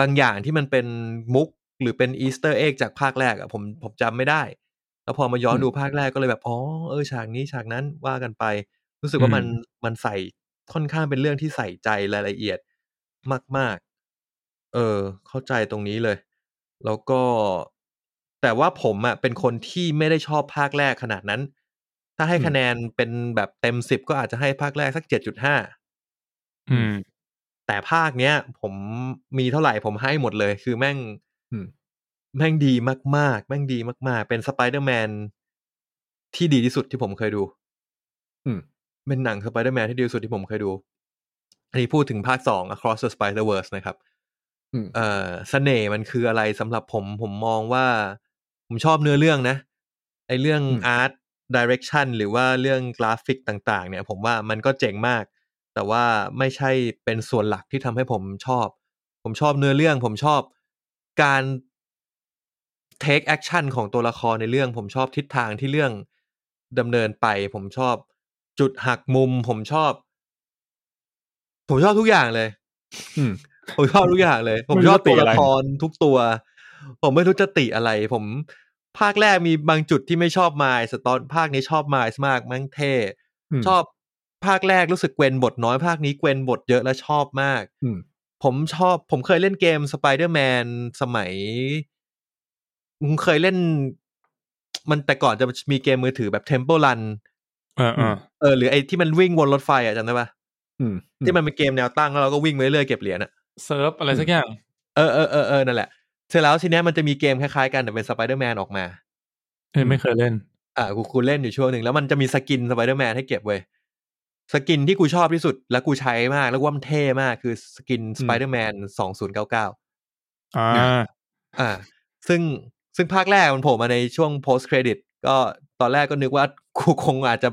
S1: บางอย่างที่มันเป็นมุกหรือเป็นอีสเตอร์เอ็กจากภาคแรกอะผมผมจำไม่ได้ แล้วพอมาย้อน
S3: อืม
S1: ดูภาคแรกก็เลยแบบ อ๋อเออฉากนี้ฉากนั้นว่ากันไป รู้สึกว่ามันมันใส่ค่อนข้างเป็นเรื่องที่ใส่ใจรายละเอียดมาก ๆ เออ เข้าใจตรงนี้เลย แล้วก็แต่ว่าผมอะเป็นคนที่ไม่ได้ชอบภาคแรกขนาดนั้น ถ้าให้คะแนนเป็นแบบเต็มสิบก็อาจจะให้ภาคแรกสักเจ็ดจุดห้า
S2: อืม
S1: แต่ภาคเนี้ย ผมมีเท่าไหร่ผมให้หมดเลย คือแม่ง
S3: อืม
S1: แม่งดีมากๆ แม่งดีมาก ๆ เป็นสไปเดอร์แมนที่ดีที่สุดที่ผมเคยดู
S3: อืม
S1: เป็นหนังสไปเดอร์แมนที่ดีที่สุดที่ผมเคยดู อันนี้พูดถึงภาคสอง Across the Spider-Verse นะครับ
S3: อืม
S1: เอ่อเสน่ห์มันคืออะไรสำหรับผมผมมองว่า ผมชอบเนื้อเรื่องนะ ไอเรื่อง
S3: อืม
S1: อาร์ตดิเรกชันหรือว่าเรื่องกราฟิกต่างๆ เนี่ย ผมว่ามันก็เจ๋งมาก แต่ว่าไม่ใช่เป็นส่วนหลักที่ทำให้ผมชอบ ผมชอบเนื้อเรื่อง ผมชอบการ take action ของตัวละครในเรื่อง ผมชอบทิศทางที่เรื่องดำเนินไป ผมชอบจุดหักมุม ผมชอบ ผมชอบทุกอย่างเลย
S3: อืม
S1: [laughs] ผมชอบทุกอย่างเลย ผม
S2: ไม่รู้
S1: ชอบ
S2: จะติ
S1: ตัว
S2: อะ
S1: ละ
S2: ไร
S1: ครทุกตัว ผมไม่รู้จะติอะไร ผมภาคแรกมีบางจุดที่ไม่ชอบไมล์สตอนภาคนี้ชอบไมล์มากแม่งเท่
S3: อืม
S1: ชอบภาคแรกรู้สึกเกวนบทน้อยภาคนี้เกวนบทเยอะและชอบมาก
S3: อืม
S1: ผมชอบ ผมเคยเล่นเกมสไปเดอร์แมนสมัยผมเคยเล่น มันแต่ก่อนจะมีเกมมือถือแบบเทม p ป e Run
S2: เออเออ
S1: เออหรือไอ้ที่มันวิ่งวนรถไฟอะจำได้ปะ
S3: อืม
S1: ที่มันเป็นเกมแนวตั้งแล้วเราก็วิ่งไปเรื่อยๆเก็บเหรียญอะ
S2: เซิร์ฟอะไรสักอย่าง
S1: เออเออเออเออนั่นแหละ เสร็จแล้วทีเนี้ยมันจะมีเกมคล้ายๆกันแต่เป็นสไปเดอร์แมนออกมา
S2: เออไม่เคยเล่น
S1: อ่ากูกูเล่นอยู่ช่วงหนึ่งแล้วมันจะมีสกินสไปเดอร์แมนให้เก็บเว้ยสกินที่กูชอบที่สุดแล้วกูใช้มากแล้วกูว่ามันเท่มากคือสกินสไปเดอร์แมนสองศูนย์เก้าเก้า
S2: อ่า
S1: อ่าซึ่งซึ่งภาคแรกมันโผล่มาในช่วง post credit ก็ตอนแรกก็นึกว่า [laughs] กูคงอาจจะ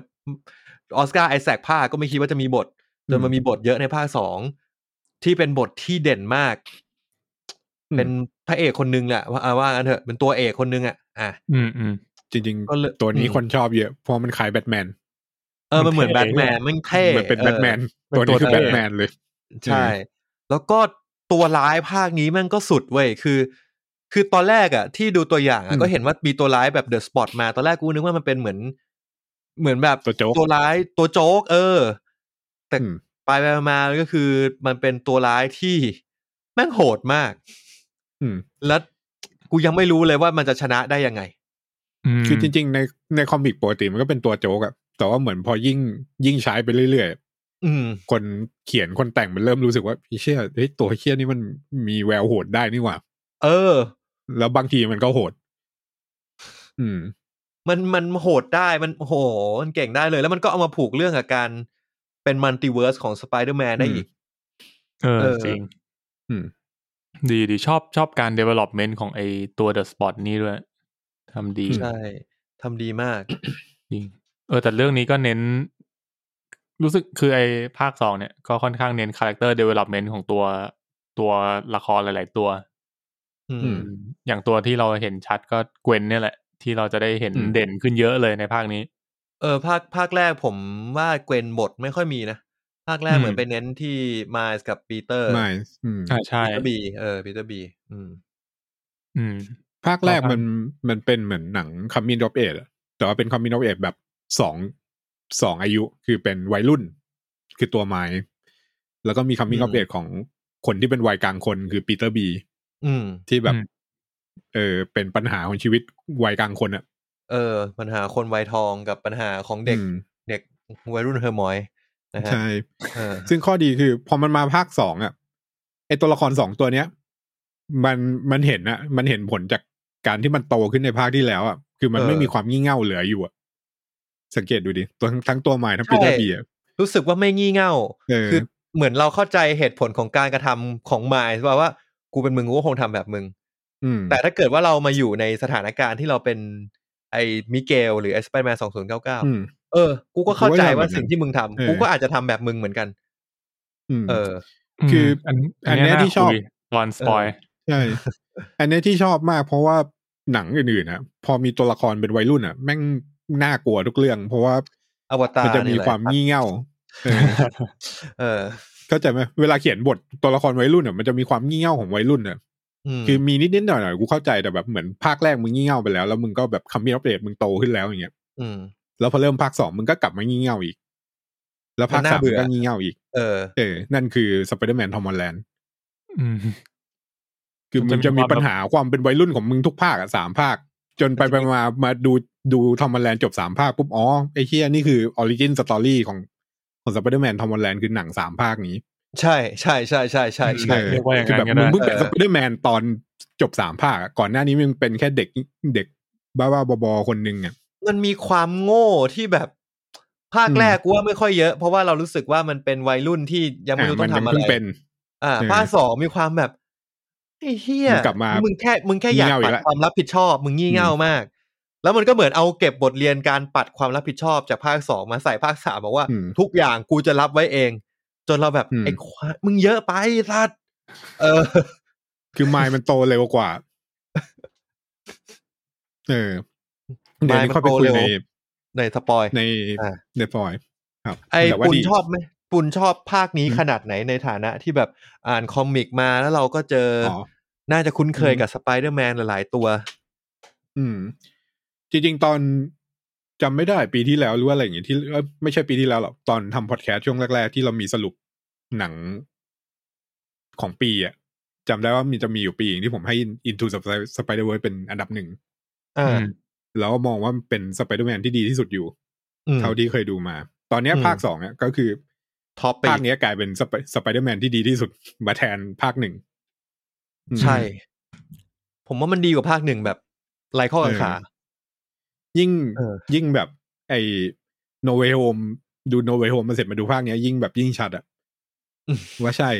S1: ออสการ์ไอแซคภาคก็ไม่คิดว่าจะมีบท จนมันมีบทเยอะในภาคสองที่เป็นบทที่เด่นมาก
S3: อืม
S1: เป็นพระเอกคนนึงแหละว่าอ่าว่ากันเถอะเป็นตัวเอกคนนึงอ่ะอ่ะ
S2: อืมอืม
S3: จริง
S1: ก็เลย
S3: ๆ ตัวนี้
S1: อืม
S3: คนชอบเยอะเพราะมันขายแบทแมน
S1: เออมันเหมือน
S2: มัน
S1: แบ
S2: เท่
S1: ทแมนมันเท่
S3: เหมือนเป็นแบทแมน
S2: เออ
S3: ตัวนี้คือ
S2: เป็น
S3: แบ
S2: ตัวเท่
S3: ทแมนเลย
S1: ใช่ แล้วก็ตัวร้ายภาคนี้แมันก็สุดเว้ยคือ คือตอนแรกอะที่ดูตัวอย่าง
S3: อื
S1: อะ
S3: ม
S1: ก็เห็นว่ามีตัวร้ายแบบเดอะสปอตมา ตอนแรกกูนึกว่ามันเป็นเหมือน เหมือนแบบ
S3: ตัวโจ๊ก
S1: ตัวร้ายตัวโจ๊ก เออ แต่
S3: อืม
S1: ไปไปมามาก็คือมันเป็นตัวร้ายที่แม่งโหดมาก
S3: อืม
S1: แล้วกูยังไม่รู้เลยว่ามันจะชนะได้ยังไง
S2: ม
S3: คือจริงๆ ในในคอมิกปกติมันก็เป็นตัวโจ๊กอะแต่ว่าเหมือนพอยิ่งยิ่งใช้ไปเรื่อย
S1: อืม
S3: ๆ คนเขียนคนแต่งมันเริ่มรู้สึกว่าไอ้เชี่ยเฮ้ยตัวเชี่ยนี่มันมีแววโหดได้นี่หว่า
S1: เออ
S3: แล้วบางทีมันก็โหด อืม
S1: มันมันโหดได้มันโหมันเก่งได้เลย แล้วมันก็เอามาผูกเรื่องกับการเป็นมัลติเวิร์สของสไปเดอร์แมนได้อีก
S2: เออ
S1: เออ
S2: จริง
S3: อืม
S2: ดีดีชอบชอบการ development ของไอตัว The Spot นี้ด้วยทำดี
S1: ใช่ทำดีมาก
S2: จริง เออแต่เรื่องนี้ก็เน้น รู้สึกคือไอภาคสองเนี่ย ก็ค่อนข้างเน้น character development ของตัวตัวละครหลาย ๆ ตัว
S1: อื
S3: อื
S1: ม
S3: ม
S2: อย่างตัวที่เราเห็นชัดก็เกวนเนี่ยแหละ ที่เราจะได้เห็น
S3: อืม
S2: เด่นขึ้นเยอะเลยในภาคนี้
S1: เออ ภาคภาคแรกผมว่าเกวนบทไม่ค่อยมีนะ ภาคแรก
S2: อืม
S1: เหมือนไปเน้นที่ม l สกับปีเตอร์
S3: ไม่อืม
S2: ใช่ใช่
S1: ปีเตอร์บีเออปีเตอร์บีอืม
S2: อืม
S3: ภาคแรกมันมันเป็นเหมือนหนังคัมมินดอปเอทแต่ว่าเป็นคัมมินดอปเอทแบบสองสองอายุคือเป็นวัยรุ่น คือตัวไม้แล้วก็มีคัมมินดอปเอทของคนที่เป็นวัยกลางคนคือปีเตอร์บี
S1: อืม
S3: ที่แบบ
S2: อืม
S3: เออเป็นปัญหาของชีวิตวัยกลางคนอะ
S1: เออ ปัญหาคนวัยทองกับปัญหาของเด็ก
S3: อืม
S1: เด็กวัยรุ่นเฮอร์มอยนะฮะ
S3: ใช่
S1: เออ
S3: ซึ่งข้อดีคือ พอมันมาภาคสองอะไอตัวละครสองตัวเนี้ย มันมันเห็นอะมันเห็นผลจากการที่มันโตขึ้นในภาคที่แล้วอะคือมันไม่มีความงี่เง่าเหลืออยู่อะสังเกตดูดิตัวทั้งทั้งตัวใหม่ทั้งปีเตอร์บีอะ
S1: รู้สึกว่าไม่งี่เง่า
S3: เออ
S1: คือเหมือนเราเข้าใจเหตุผลของการกระทำของม l สว่าว่า กูเป็นมึงกูก็คงทำแบบมึง
S3: อืม
S1: แต่ถ้าเกิดว่าเรามาอยู่ในสถานการณ์ที่เราเป็นไอ้มิเกลหรือไอ้สไปแมนสองศูนย์เก้าเก้า
S3: อืม
S1: เออ กูก็เข้าใจว่าสิ่งที่มึงทำ
S3: เออ
S1: กูก็อาจจะทำแบบมึงเหมือนกัน
S3: อืม
S1: เออ
S3: คืออั
S2: น
S3: อันเนี้ยที่ชอบ
S2: ตอนสปอย
S3: ใช่ อันเนี้ยที่ชอบมากเพราะว่าหนังอื่นๆนะพอมีตัวละครเป็นวัยรุ่นอะแม่งน่ากลัวทุกเรื่อง เพราะว่า
S1: อวตาร
S3: มันจะมี
S1: นี่แหละ
S3: ความงี่เง่าเออ
S1: เออ
S3: เข้าใจไหมเวลาเขียนบทตัวละครวัยรุ่นอ่ะมันจะมีความงี่เง่าของวัยรุ่นอ่ะ
S1: อืม
S3: คือมีนิดนิดๆหน่อยหน่อยๆกูเข้าใจแต่แบบเหมือนภาคแรกมึงงี่เง่าไปแล้วแล้วมึงก็แบบคัมมิ่งอัปเดตมึงโตขึ้นแล้วอย่างเงี้ย
S1: อืม
S3: แล้วพอเริ่มภาคสองมึงก็กลับมางี่เง่าอีก แล้วภาคสาม
S1: มันน่าเบื่อ
S3: มึงก็งี่เง่าอีก
S1: เออ
S3: เออ นั่นคือสไปเดอร์แมนทอม l อนแลนด์
S2: อืม
S3: คือ
S2: มั
S3: มึ
S2: น
S3: ง
S2: จะ
S3: จะ
S2: มี
S3: มี
S2: ความ
S3: ปัญหาความเป็นวัยรุ่นของมึงทุกภาคอะสามภาค จนไปไปมามาดูดูทอม l อนแลนด์จบสามภาคปุ๊บอ๋อไอ้เหี้ยนี่คือออริจินสตอรี่ของของสไปเดอร์แมนทอม l อนแลนด์คือหนังสามภาคนี้
S1: ใช่ ใช่ใช่ใช่ใช่ใช่
S3: เออ
S2: เรียกว่าอย่าง
S3: คือ
S2: นั้น
S3: แบบ
S2: ก็ได้
S3: มึงเพิ่งเป็น
S1: เอ
S3: ส
S1: อ
S3: ไปเดอร์แมนตอนจบสามภาคอะก่อนหน้านี้มึงเป็นแค่เด็กเด็กบ้าๆบอๆคนหนึ่งอ่ะ
S1: มันมีความโง่ที่แบบ ภาค
S3: อืม
S1: แรกกูว่าไม่ค่อยเยอะ เพราะว่าเรารู้สึกว่ามันเป็นวัยรุ่นที่ยังไม่รู้ต้
S3: มั
S1: องทำอะ
S3: เพิ่
S1: ไร
S3: งเป็น
S1: อ่า
S3: เออ
S1: ภาคสองมีความแบบไอ้เฮีย
S3: มึงกลับมามึ
S1: งแค่มึงแค่อยาก
S3: งี่เง่าอี
S1: ปัด
S3: กแล้ว
S1: ความรับผิดชอบ มึงงี่เง่ามาก แล้วมันก็เหมือนเอาเก็บบทเรียนการปัดความรับผิดชอบจากภาคสองมาใส่ภาคสามบอกว่า
S3: อืม
S1: ทุกอย่างกูจะรับไว้เอง จนเราแบบ
S3: อืม
S1: ไอ้ควายมึงเยอะไปสัตว์เออ
S3: คือไมล์มันโตเร็วกว่า เออเดี๋ยวนี้เข้าไปคุยใน
S1: ในสปอย
S3: ใน
S1: อ่า
S3: ในฟอยครับ
S1: ไอ้
S3: แต่ว่า
S1: ปุณ
S3: ดี
S1: ชอบไหมปุณชอบภาคนี้
S3: อืม
S1: ขนาดไหนในฐานะที่แบบอ่านคอมิกมาแล้วเราก็เจอ
S3: อ๋
S1: อ
S3: อ
S1: น่าจะคุ้นเคย
S3: อืม
S1: กับสไปเดอร์แมนหลายๆตัว
S3: อืม จริงๆตอนจำไม่ได้ปีที่แล้วหรือว่าอะไรอย่างงี้ที่เอ้ยไม่ใช่ปีที่แล้วหรอกตอนทำพอดแคสต์ช่วงแรก ๆ ที่เรามีสรุปหนังของปีอะจำได้ว่ามีจะมีอยู่ปีหนึ่งที่ผมให้ Into Spider- Spider-Verse เป็นอันดับหนึ่ง
S1: อ่า
S3: แล้วก็มองว่ามันเป็นสไปเดอร์แมนที่ดีที่สุดอยู่
S1: อืม
S3: เท่าที่เคยดูมา ตอนเนี้ย
S1: อืม
S3: ภาคสองเนี่ยก็คือ
S1: ท็อปไปอี
S3: ภาค
S1: ก
S3: เนี้ยกลายเป็นสไปเดอร์แมนที่ดีที่สุด มาแทนภาคหนึ่งอืม
S1: ใช่ ผมว่ามันดีกว่าภาคหนึ่งแบบไรข้อกังขา
S3: ยิ่ง
S1: เออ
S3: ยิ่งแบบไอ้โนเวโฮมดูโนเวโฮมมาเสร็จมาดูภาคเนี้ยยิ่งแบบยิ่งชัดอะ
S1: อืม
S3: ว่าใช่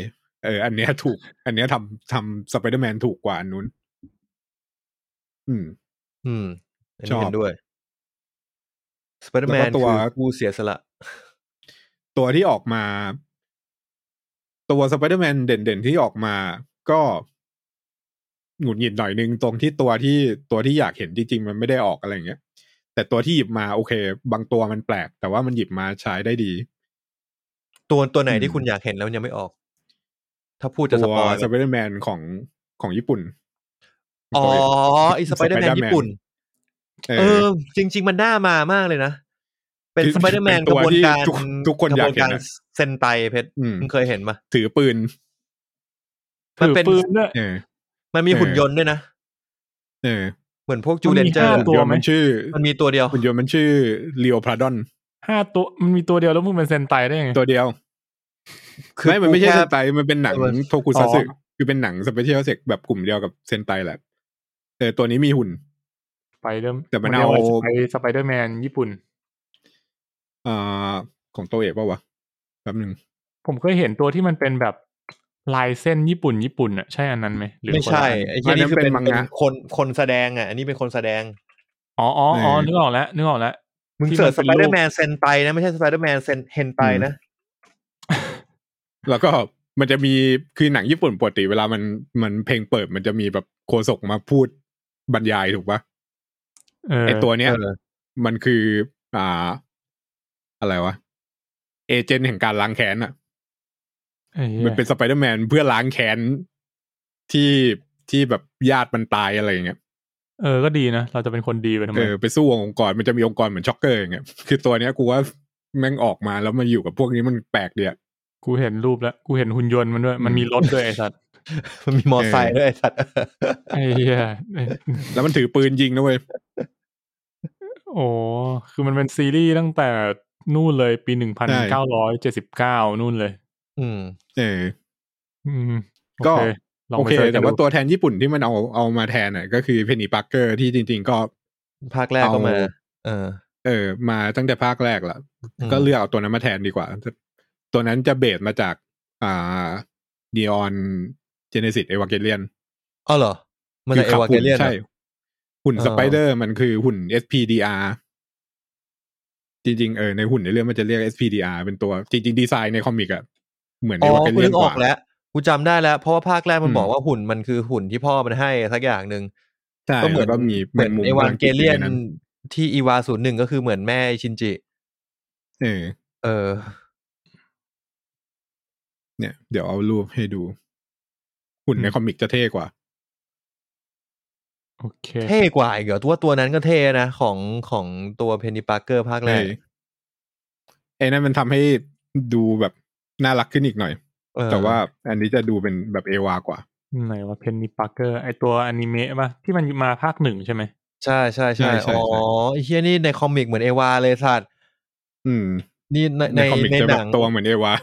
S3: เออ อันเนี้ยถูก อันเนี้ยทำทำสไปเดอร์แมนถูกกว่าอันนู้น อืม
S1: อืมอัน
S3: ช
S1: นี้
S3: อบ
S1: เห็นด้วยสไปเดอร์แม
S3: แล้
S1: น
S3: วก็ตัว
S1: คือผู้เสียสละ
S3: ตัวที่ออกมา ตัวสไปเดอร์แมนเด่นๆ ที่ออกมาก็หงุดหงิดหน่อยนึง ตรงที่ตัวที่ตัวที่อยากเห็นจริงๆ มันไม่ได้ออกอะไรอย่างเงี้ย แต่ตัวที่หยิบมาโอเค บางตัวมันแปลก แต่ว่ามันหยิบมาใช้ได้ดี
S1: ตัวตัวไหน
S3: อืม
S1: ที่คุณอยากเห็นแล้วมันยังไม่ออก ถ้าพูดจะส
S3: ตัว
S1: ปอย
S3: สไปเดอร์แมนของของญี่ปุ่น
S1: อ๋อไอสไปเดอร์แมน
S3: Spider-Man
S1: ญี่ปุ่น เออ จริง ๆ มันน่ามามากเลยนะ เป็น
S3: คือ
S1: สไปเดอร์แมน
S3: เป็
S1: กระ
S3: นตัว
S1: บวน
S3: ที่
S1: การ
S3: ทุกทุกคนอยากเห็น
S1: ระบวร
S3: อะ
S1: เซนไตเพชร
S3: อืม
S1: มึงเคยเห็นปะ
S3: ถือปืน
S1: มั
S2: ถื
S1: น
S2: อ
S1: เป็น
S2: ปืนด้วย
S3: เออ
S1: มันมี
S3: เออ
S1: หุ่นยนต์ด้วยนะ
S3: เออ
S1: เหมือนพวกจู
S2: มัน
S1: เล
S2: มี
S1: นเจอ
S2: ห้า
S1: ร์
S2: ตัว
S3: หุ่นยน
S2: ไหม
S3: ต์มันชื่อ
S1: มันมีตัวเดียว
S3: หุ่นยนต์มันชื่อเรียวพลาดอน
S2: ห้าตัวมันมีตัวเดียวแล้วมึงเป็นเซนไตได้ยังไง
S3: ตัวเดียว
S1: คือ
S3: ไม่มันไม่ใช่
S1: กูแค่
S3: เซนไต มันเป็นหนัง
S1: เออ
S3: โทคุซัตสึคือเป็นหนังสเปเชียลเซกแบบกลุ่มเดียวกับเซนไตแหละเออตัวนี้มีหุ่น
S2: ไปเริ่ม
S3: แต่มันเอา
S2: ไปสไปเดอร์แมนญี่ปุ่น
S3: อ่าของโตเอะป่าวะแป๊บหนึ่ง
S2: ผมเคยเห็นตัวที่มันเป็นแบบลายเส้นญี่ปุ่นญี่ปุ่นอ่ะใช่อันนั้นไหมหรือ
S1: ไม่
S2: คนละ
S1: ใช่
S2: อัน
S1: ไอ้ที่นี่คือเป็นเป็นคนคนแสดงอ่ะ อันนี้เป็นคนแสดง
S2: อ๋ออ๋ออ๋อนึกออกแล้วนึกออกแล้ว
S1: มึง
S2: ที่
S1: เสิ
S2: มัน
S1: ร์ชส
S2: เป็น
S1: ไปเดอ
S2: รู
S1: ร์
S2: ป
S1: แมนเซนไตนะไม่ใช่สไปเดอร์แมนเซนเฮนไตนะ
S3: แล้วก็มันจะมีคือหนังญี่ปุ่นปกติเวลามันมันเพลงเปิดมันจะมีแบบโคศกมาพูดบรรยายถูกปะ
S2: เออ
S3: ไอตัวเนี้ย
S1: เออ
S3: มันคือ อ่า อะไรวะ เอเจนต์แห่งการล้างแค้นอะ
S2: ไอ้เหี้ย
S3: มันเป็นสไปเดอร์แมนเพื่อล้างแค้นที่ที่แบบญาติมันตายอะไรอย่างเงี้ย
S2: เออก็ดีนะ เราจะเป็นคนดีไปทำไม
S3: เออไปสู้องค์กรมันจะมีองค์กรเหมือนช็อกเกอร์อย่างเงี้ยคือตัวเนี้ยกูว่าแม่งออกมาแล้วมาอยู่กับพวกนี้มันแปลกเดีย
S2: กูเห็นรูปแล้ว กูเห็นหุ่นยนต์มันด้วย มันมีรถด้วยไอ้
S3: [laughs]
S2: สัตว์
S1: มันมีมอไซค์ด้วยไอ้สัตว์
S2: ไอ้เหี้ย
S3: แล้วมันถือปืนยิงนะเว้ย
S2: โอ้คือมันเป็นซีรีส์ตั้งแต่นู่นเลยปีหนึ่งพันเก้าร้อยเจ็ดสิบเก้านู่นเลย
S1: อืม
S3: เออ
S2: อืมโอ
S3: ก็
S2: เคลอง
S3: โอ
S2: ไป
S3: เค
S2: สิร์ชกัน
S3: แต่ว่า
S2: ดู
S3: ตัวแทนญี่ปุ่นที่มันเอาเอามาแทนอ่ะก็คือเพนนีปาร์เกอร์ที่จริง ๆ ก็
S1: ภาคแรกก็มา
S3: เอา
S1: เออ
S3: เออ มาตั้งแต่ภาคแรกละ
S1: ม
S3: ก็เลือกเอาตัวนั้นมาแทนดีกว่า ตัวนั้นจะเบสมาจาก อ่าดีออนเจเนซิสเอวาเกเลียน
S1: อ๋อเหรอ มันจะเอ
S3: คืขับ
S1: วาเก
S3: หุ่
S1: เลียน
S3: ใช่ หุ่น
S1: เออ
S3: สไปเดอร์มันคือหุ่น SPDR จริงๆ เออในหุ่นในเรื่องมันจะเรียก SPDR เป็นตัวจริง ๆ ดีไซน์ในคอมิกอะเหมือน
S1: อ๋อ
S3: ในวาเก
S1: กู
S3: เลีย
S1: นึ
S3: น
S1: ก
S3: ก
S1: ออ
S3: ว่าก
S1: แล้วกูจำได้แล้ว เพราะว่าภาคแรกมันบอกว่าหุ่นมันคือหุ่นที่พ่อมันให้สักอย่างหนึ่ง
S3: ใช่
S1: ก็เหมือน
S3: แล้วก็มี
S1: เหมือน
S3: แมงมุม
S1: เอวานเกเลียน
S3: พลังจิตอใ
S1: ที่อีวาศูนย์หนึ่งก็คือเหมือนแม่ชินจิ
S3: เออ
S1: เออ
S3: เนี่ย เดี๋ยวเอารูปให้ดู หุ่นใน
S2: อืม
S3: คอมิกจะเท่กว่า
S2: โอเค
S1: เท่กว่าอีกเหรอตัวตัวนั้นก็เท่นะ ของของตัวเพนนีปาร์เกอร์ภาคแร
S3: ใช่
S1: ก
S3: ไอ้นั่นมันทำให้ดูแบบน่ารักขึ้นอีกหน่อย
S1: เออ
S3: แต่ว่าอันนี้จะดูเป็นแบบเอวากว่า
S2: ไหนว่าเพนนีปาร์เกอร์ไอตัวอนิเมะป่ะ ที่มันมาภาคหนึ่งใช่ไหม
S1: ใช่ใช่ใช่
S3: ใช่ใช่
S1: อ๋อ
S3: ใช่
S1: ไอ้เฮียนี่ในคอมิกเหมือนเอวาเลยสัตว์
S3: อืม
S1: นี่ใน
S3: ใน
S1: ใน
S3: คอมิก
S1: ในห
S3: จะแบ
S1: นั
S3: บ
S1: ง
S3: ตัวเหมือนเอวา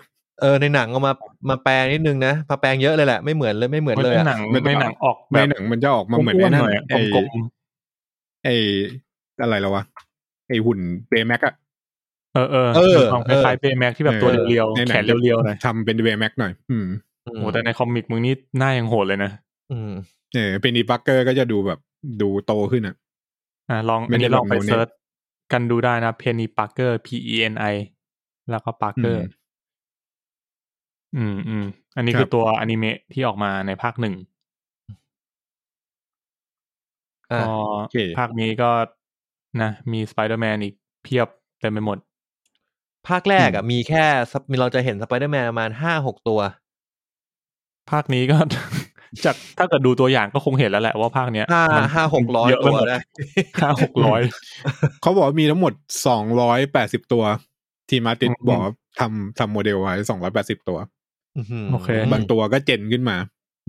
S1: เออในหนังเอามามาแปลงนิดนึงนะมาแปลงเยอะเลยแหละไม่เหมือนเลยไม่เหมือนเลย
S2: ใน
S1: อะ
S2: หนัง
S3: มันจะ
S2: ในหนังออกแบ
S3: ใน
S2: บ
S3: หนังมันจะออกมาเหมือนไอ้
S2: วๆ
S3: นั่น
S2: ยะ
S3: ไอ้
S2: กลม
S3: ไออะไรแล้ววะไอหุ่นเบแม็กอะ
S2: ๆเออเออ
S1: เออ
S2: คล้ายๆเบแม็กที่แบบตัว
S3: เออ
S2: เรียว
S3: ใน
S2: ๆ
S3: หนั
S2: แข
S3: ง
S2: นเรียวๆหน่อย
S3: ทำเป็นเบแม็กหน่อย อืม
S1: อืม
S2: โอ้แต่ในคอมิกมึงนี่หน้ายังโหดเลยนะ
S1: อืม
S3: เออเป็นอีบักเกอร์ก็จะดูแบบดูโตขึ้นอะ
S2: อ่ะลอง
S3: ไม่
S2: อัน
S3: ได้
S2: นี้ลองไป
S3: แบบโดเนท
S2: เซิร์ชกันดูได้นะเพนนีปาร์เกอร์ P E N I แล้วก็ปาร์เกอร์
S3: อื
S2: อืม
S3: ม
S2: อืมอันนี้
S3: ครับ
S2: คือตัวอนิเมะที่ออกมาในภาคหนึ่ง
S1: อ่ะ
S2: ก็
S3: โอเค
S2: ภาคนี้ก็นะมีสไปเดอร์แมนอีกเพียบเต็มไปหมด
S1: ภาคแรกอ่ะมีแค่สักมีเราจะเห็นสไปเดอร์แมนประมาณห้าหกตัว
S2: ภาคนี้ก็ [laughs] จากถ้าเกิดดูตัวอย่างก็คงเห็นแล้วแหละว่าภาคเนี้ย
S1: ห้า
S2: มัน
S1: ห้าหกร้อย
S2: เะไป
S1: ตัว
S2: หมด
S1: ได้
S2: ห้าหกร้อย
S3: เขาบอกว่ามีทั้งหมดสองร้อยแปดสิบตัว ทีมาร์ติน
S2: อืม
S3: บอกว่าทำทำโมเดลไว้สองร้อยแปดสิบตัว
S1: หื
S2: โอเค
S3: บางตัวก็เจนขึ้นมา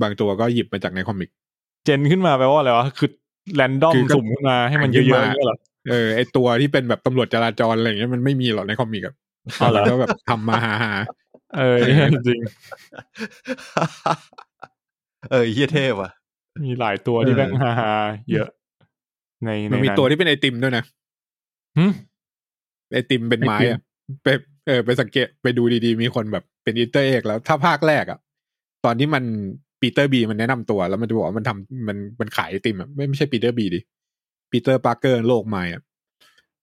S3: บางตัวก็หยิบมาจากในคอมิก
S2: เจนขึ้นมาแปลว่าอะไรวะ คือแรนดอม
S3: คือก็
S2: สุ่มขึ้นมาให้มัน
S3: ขึ้
S2: เยอะ
S3: น
S2: ๆอ
S3: มา
S2: ย่างเงี้ยเหรอ
S3: เออไอตัวที่เป็นแบบตำรวจจราจรอะไรอย่างเงี้ยมันไม่มีหรอกในคอมิกอะ
S2: อ๋อเหรอ
S3: ก็แบบทำมาฮา
S2: เออเนี่ยจริง
S1: เออเฮียเท่ว่ะ
S2: มีหลายตัวที่แบงฮ่าๆเยอะ ใน
S3: ๆ
S2: ใน
S3: มันมี
S2: นั้น
S3: ตัวที่เป็นไอติมด้วยนะ
S2: หึ
S3: ไอติมเป็นไม้อะไปเออไปสังเกตไปดูดีๆ มีคนแบบเป็นอินเตอร์เอกแล้วถ้าภาคแรกอะตอนที่มันปีเตอร์บีมันแนะนำตัวแล้วมันจะบอกว่ามันทำมันมันขายไอติมอะไม่ไม่ใช่ปีเตอร์บีดิปีเตอร์ปาร์เกอร์โลกไม้อะ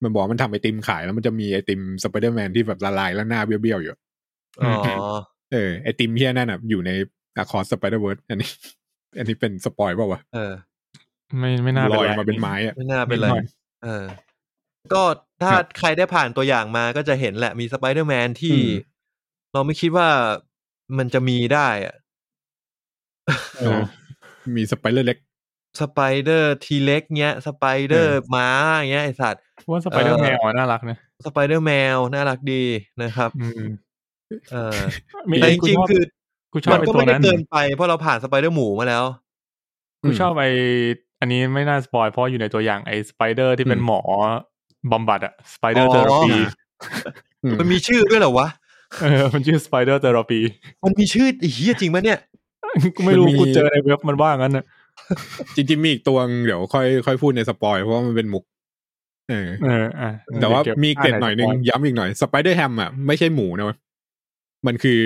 S3: มันบอกว่ามันทำไอติมขายแล้วมันจะมีไอติมสไปเดอร์แมนที่แบบละลายแล้วหน้าเบี้ยวๆอยู่
S1: อ๋อ
S3: เออไอติมเฮียนั่นอ่ะอยู่ในอคอสสไปเดอร์เวิร์ดอันนี้ อันนี้เป็นสปอยเปล่าวะ
S1: เออ
S2: ไม่ไม่น่า
S3: ล
S2: ป็
S3: อย
S2: ไร
S3: มาเป็นไม้อ่ะ
S1: ไม่น่าเป็นไร
S2: นิดหน่อย
S1: เออ ก็ถ้า
S3: ครับ
S1: ใครได้ผ่านตัวอย่างมาก็จะเห็นแหละมีสไปเดอร์แมนที่
S3: อืม
S1: เราไม่คิดว่ามันจะมีได้อะ
S3: เออมีสไปเดอร์เล็ก
S1: สไปเดอร์ทีเล็กเนี้ยสไปเดอร์ม้าเงี้ยไอสัตว์
S2: ว่าสไปเดอร์แมวน่ารักนะ
S1: สไปเดอร์แมวน่ารักดีนะครับ
S2: อืม
S1: เออ
S2: มี
S1: แต่จริง
S2: กูชบ
S1: ๆคือ
S2: กูชอ
S1: มันก็
S2: บไอตัว
S1: ไม่ได้
S2: นั้น
S1: เกินไปเพราะเราผ่านสไปเดอร์หมูมาแล้ว
S2: กูชอบไออันนี้ไม่น่าสปอยเพราะอยู่ในตัวอย่างไอสไปเดอร์ที่เป็น
S3: อืม
S2: หมอบำบัดอะสไปเดอร์เทอราปี
S1: อ๋อ
S3: อืม
S1: มันมีชื่อด้วยเหรอวะ
S2: เออมันชื่อสไปเดอร์เทอราปี
S1: มันมีชื่อไอ้เฮียจริงปะเนี่ย
S2: [laughs] กูไม่รู้กูเจอในเว็บมันว่างั้นอะ
S3: จริงๆมีอีกตัวหนึ่งเดี๋ยวค่อยค่อยพูดในสปอยเพราะว่ามันเป็นมุกเออ
S2: เอออ่ะ
S3: แต่ว่ามีเกร็ด
S2: าไห
S3: น่อยนึง
S2: สป
S3: ย้ำอีกหน่อยสไปเดอร์แฮมอ่ะไม่ใช่หมูนะเว้ยมันคือ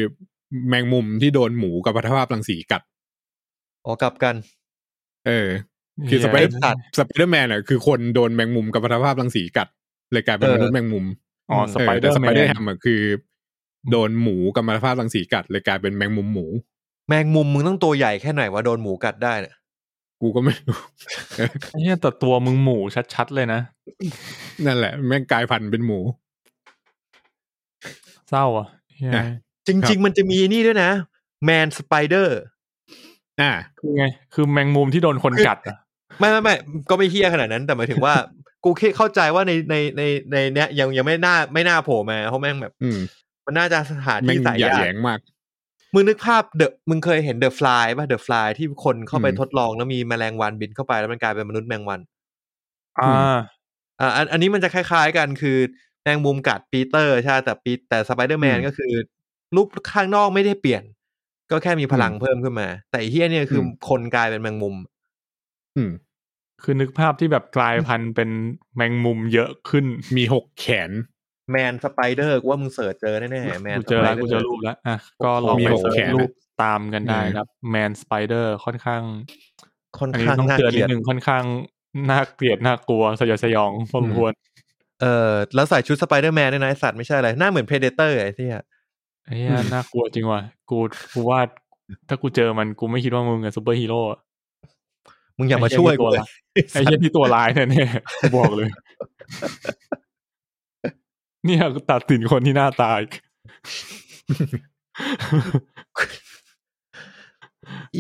S3: แมงมุมที่โดนหมูกับพัทภาพรังสีกัด
S1: อ๋อกลับกัน
S3: เออ
S2: ย
S3: คือสไปเดอร์
S1: สัตว์
S3: สไปเดอร์แมนอ่ะคือคนโดนแมงมุมกับพัทภาพรังสีกัดเลยกลายเป็น
S1: เออ
S3: มนุษย์แมงมุม
S2: อ๋อสไปเดอร์
S3: แต่ส
S2: แม
S3: ไปเดอร์
S2: น
S3: แฮมอะคือ โดนหมูกัมมันตภาพรังสีกัดเลยกลายเป็นแมงมุมหมู
S1: แมงมุมมึงต้องตัวใหญ่แค่ไหนวะโดนหมูกัดได้เนี่ย
S3: กูก็ไม่รู้
S2: เนี่ยแต่ตัวมึงหมูชัดๆเลยนะ
S3: นั่นแหละ แม่งกลายพันธุ์เป็นหมู
S2: เศร้าอ่ะเหี้ย
S3: อ่ะ
S1: จริง ๆ มันจะมีนี่ด้วยนะแมนสไปเดอร์
S3: อ่า
S2: คือไงคือแมงมุมที่โดนคนกัดอะ
S1: ไม่ไม่ไม่ก็ไม่เฮี้ยขนาดนั้นแต่หมายถึงว่า [laughs] กูแค่เข้าใจว่าในในในในเนี้ยยังยังไม่น่าไม่น่าโผล่มาเพราะแม่งแบบ
S3: อืม
S1: มันน่าจะสถาน
S3: แม่ง
S1: ที่สาย
S3: หยาย
S1: า
S3: แหย
S1: ก
S3: งมาก
S1: มึงนึกภาพเดอะมึงเคยเห็นเดอะฟลายป่ะเดอะฟลายที่คนเข้าไป
S3: อืม
S1: ทดลองแล้วมีแมลงวันบินเข้าไปแล้วมันกลายเป็นมนุษย์แมงวัน
S2: อ่า
S1: อ่าอันอันนี้มันจะคล้าย ๆ กันคือแมงมุมกัดปีเตอร์ใช่แต่ปีแต่สไปเดอร์แมน
S3: อืม
S1: ก็คือรูปข้างนอกไม่ได้เปลี่ยน ก็แค่มีพลัง
S3: อืม
S1: เพิ่มขึ้นมา แต่ไอ้เฮี้ยเนี่ยคืออ
S3: ม
S1: คนกลายเป็นแมงมุม
S3: อืม
S2: คือนึกภาพที่แบบกลายพันธุ์เป็นแมงมุมเยอะขึ้น
S3: มีหกแขน
S1: แมนสไปเดอร์กูว่ามึงเสิร์ชเจอแน่ๆแมน
S2: กูเจอแล้ว
S1: สไปดร์
S2: กูเจอรูปแล้วอ่ะก็ลอง
S3: มี
S2: ไป
S3: หก
S2: เสิร์
S3: แข
S2: ช
S3: น
S2: รูปตามกันได้
S3: อืม
S2: ครับแมนสไปเดอร์ค่อนข้าง
S1: ค่อน
S2: อันนี้
S1: ข้าง
S2: ต้อง
S1: น่า
S2: เตือน
S1: เก
S2: นิ
S1: ลี
S2: ด
S1: ยด
S2: นึงค่อนข้างน่าเกลียดน่ากลัวสยดสยองพอสมควร
S1: เออแล้วใส่ชุดสไปเดอร์แมนด้วยนะไอสัตว์ไม่ใช่อะไร หน้าเหมือนเพเดเตอร์ไอ้ที่
S2: ไอ้เหี้ยน่ากลัวจริงว่ะกูกูว่าถ้ากูเจอมันกูไม่คิดว่ามึงกับซูเปอร์ฮีโร่อะ
S1: มึงอย่ามาช่วยกูเลย
S2: ไอ้เหี้ยที่ตัวร้ายเนี่ยเนี่ยกูบอกเลย [laughs] เนี่ยกูตัดสินคนที่หน้าตาย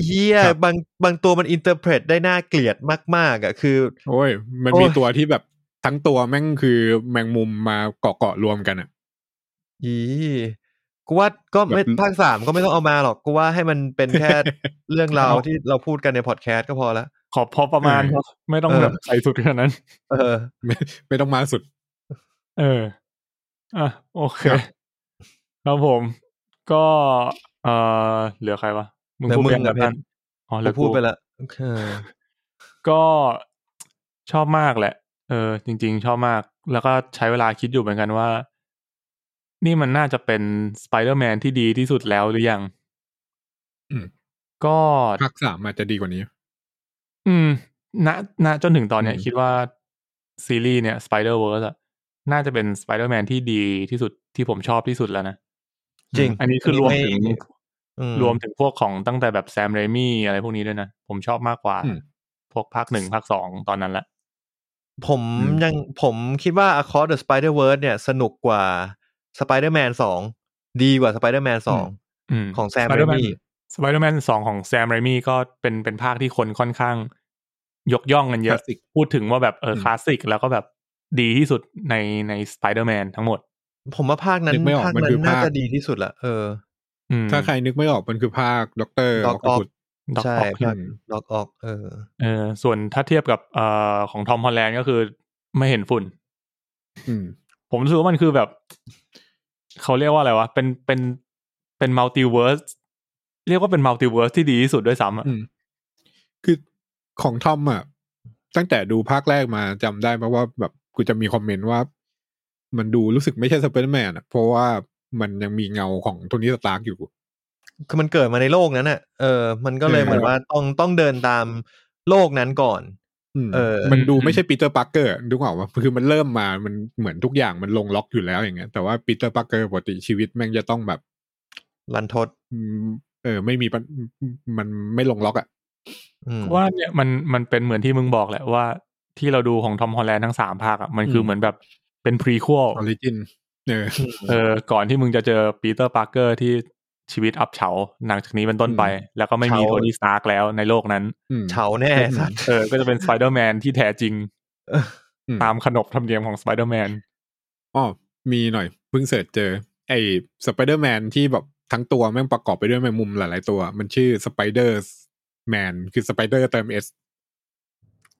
S1: เฮีย
S3: ครับ
S1: บางบางตัวมันอินเตอร์เพรตได้น่าเกลียดมาก ๆ อ่ะ คือ
S3: โอ้ย มัน
S1: โอ้ย
S3: มีตัวที่แบบทั้งตัวแม่งคือแมงมุมมาเกาะๆรวมกันอ่ะ
S1: อีกูว่าก็ไม่
S3: แบบ
S1: ภาคสามก็ไม่ต้องเอามาหรอกกูว่าให้มันเป็นแค่ เรื่องราวที่เราพูดกันในพอดแคสต์ก็พอละ
S2: ขอพอประมาณ
S3: เออ
S2: ไม่ต้อง
S1: เออ
S2: แบบใส่สุดขนาดนั้น
S1: เออ
S3: ไม่ไม่ต้องมาสุด
S2: เออ อ่ะ โอเค
S3: ครับ
S2: ครับผม ก็ เออเหลือใครวะ มึง
S1: เหลือ
S2: พูด
S1: มึงกั
S2: ไปแล้
S1: บ
S2: ว
S1: เพ
S2: กัน นอ๋อเหลื
S1: เรา
S2: อ
S1: พู
S2: พู
S1: ด
S2: ด
S1: ไป
S2: ไปแล้ว
S1: ละเออ
S2: ก็ชอบมากแหละ เออ จริง ๆ ชอบมาก แล้วก็ใช้เวลาคิดอยู่เหมือนกันว่า นี่มันน่าจะเป็นสไปเดอร์แมนที่ดีที่สุดแล้วหรือยัง
S3: อืม
S2: ก็
S3: ภาคสามอาจจะดีกว่านี้
S2: อืม ณ ณ จนถึงตอนเนี้ย
S3: อืม
S2: คิดว่าซีรีส์เนี่ย Spider-Verse อะน่าจะเป็น Spider-Man ที่ดีที่สุดที่ผมชอบที่สุดแล้วนะ
S1: จริง
S2: อันนี้คือรวมถึง
S1: ไอื
S2: รวมถึงพวกของตั้งแต่แบบแซมเรมี่อะไรพวกนี้ด้วยนะ ผมชอบมากกว่า
S3: อืม
S2: พวกภาคหนึ่งภาคสองตอนนั้นละ
S1: ผม
S3: อืม
S1: ยังผมคิดว่า Across the Spider-Verse เนี่ย สนุกกว่า Spider-Man สองดีกว่า Spider-Man สอง
S2: อืม
S1: ของแซมเร
S2: Spider-Man
S1: มี่
S2: Spider-Man สองของแซมเรมี่ก็เป็นเป็นภาคที่คนค่อนข้าง ยกย่องกันเย
S3: คลา
S2: อะ
S3: สสิก
S2: พูดถึงว่าแบบเออ
S3: อืม
S2: คลาสสิกแล้วก็แบบดีที่สุดในใน Spider-Man ทั้งหมด
S1: ผมว่าภาคนั้
S3: นึ
S1: น
S3: กไม่ออก
S1: ภาค
S3: มัน
S1: นั้น
S3: คือ
S1: น่า
S3: ภาค
S1: จะดีที่สุดละเออ
S2: อืม
S3: ถ้าใครนึกไม่ออกมันคือภาคด็อกเตอร์
S1: Doc
S3: ออกกุด
S2: ด็อก
S1: ใช่
S2: ออก
S1: ภาคล็อกออก เออ
S2: เออส่วนถ้าเทียบกับเอ่อของทอมฮอลแลนด์ก็คือไม่เห็นฝุ่น
S3: อืม
S2: ผมรู้สึกว่ามันคือแบบ เขาเรียกว่าอะไรวะ เป็นเป็นเป็นมัลติเวิร์สเรียกว่าเป็นมัลติเวิร์สที่ดีที่สุดด้วยซ้ำอะ
S3: อืมคือของทอมอ่ะ ตั้งแต่ดูภาคแรกมาจำได้ปะว่าแบบกูจะมีคอมเมนต์ว่า มันดูรู้สึกไม่ใช่สไปเดอร์แมนอะเพราะว่ามันยังมีเงาของโทนี่สตาร์กอยู่
S1: คือมันเกิดมาในโลกนั้นน่ะเออมันก็เลย
S3: เออ
S1: เหมือนว่าต้องต้องเดินตามโลกนั้นก่อน
S3: ม
S1: เออ
S3: มันดูไม่ใช่ปีเตอร์ปาร์เกอร์ดูออกว่าคือมันเริ่มมามันเหมือนทุกอย่างมันลงล็อกอยู่แล้วอย่างเงี้ยแต่ว่าปีเตอร์ปาร์เกอร์ปกติชีวิตแม่งจะต้องแบบ
S1: ลันทด
S3: อืมเออ ไม่มีปัญมันไม่ลงล็อกอะ
S1: อืม
S2: ว่าเนี่ยมันมันเป็นเหมือนที่มึงบอกแหละว่าที่เราดูของทอมฮอลแลนด์ทั้งสามภาคอะมันคือ
S1: ม
S2: เหมือนแบบเป็นพรีควอล
S3: ออริจินเออ
S2: เออก่อนที่มึงจะเจอปีเตอร์ปาร์เกอร์ที่ชีวิตอับเฉาหลังจากนี้เป็นต้นไป
S3: อืม
S2: แล้วก็ไม่มี
S1: เฉา
S2: โทนี่สตาร์กแล้วในโลกนั้น
S3: อืม
S1: เฉา
S2: [laughs]
S1: แน่
S3: อืม
S1: สัตว์
S2: เออ ก็จะเป็นสไปเดอร์แมนที่แท้จริง
S1: เออ
S3: อืม
S2: ตามขนบธรรมเนียมของสไปเดอร์แมน
S3: อ๋อมีหน่อยเพิ่งเสิร์ชเจอ ไอ้สไปเดอร์แมนที่แบบทั้งตัวแม่งประกอบไปด้วยแมงมุมหลาย ๆ ตัว มันชื่อสไปเดอร์แมนคือสไปเดอร์เติมเอส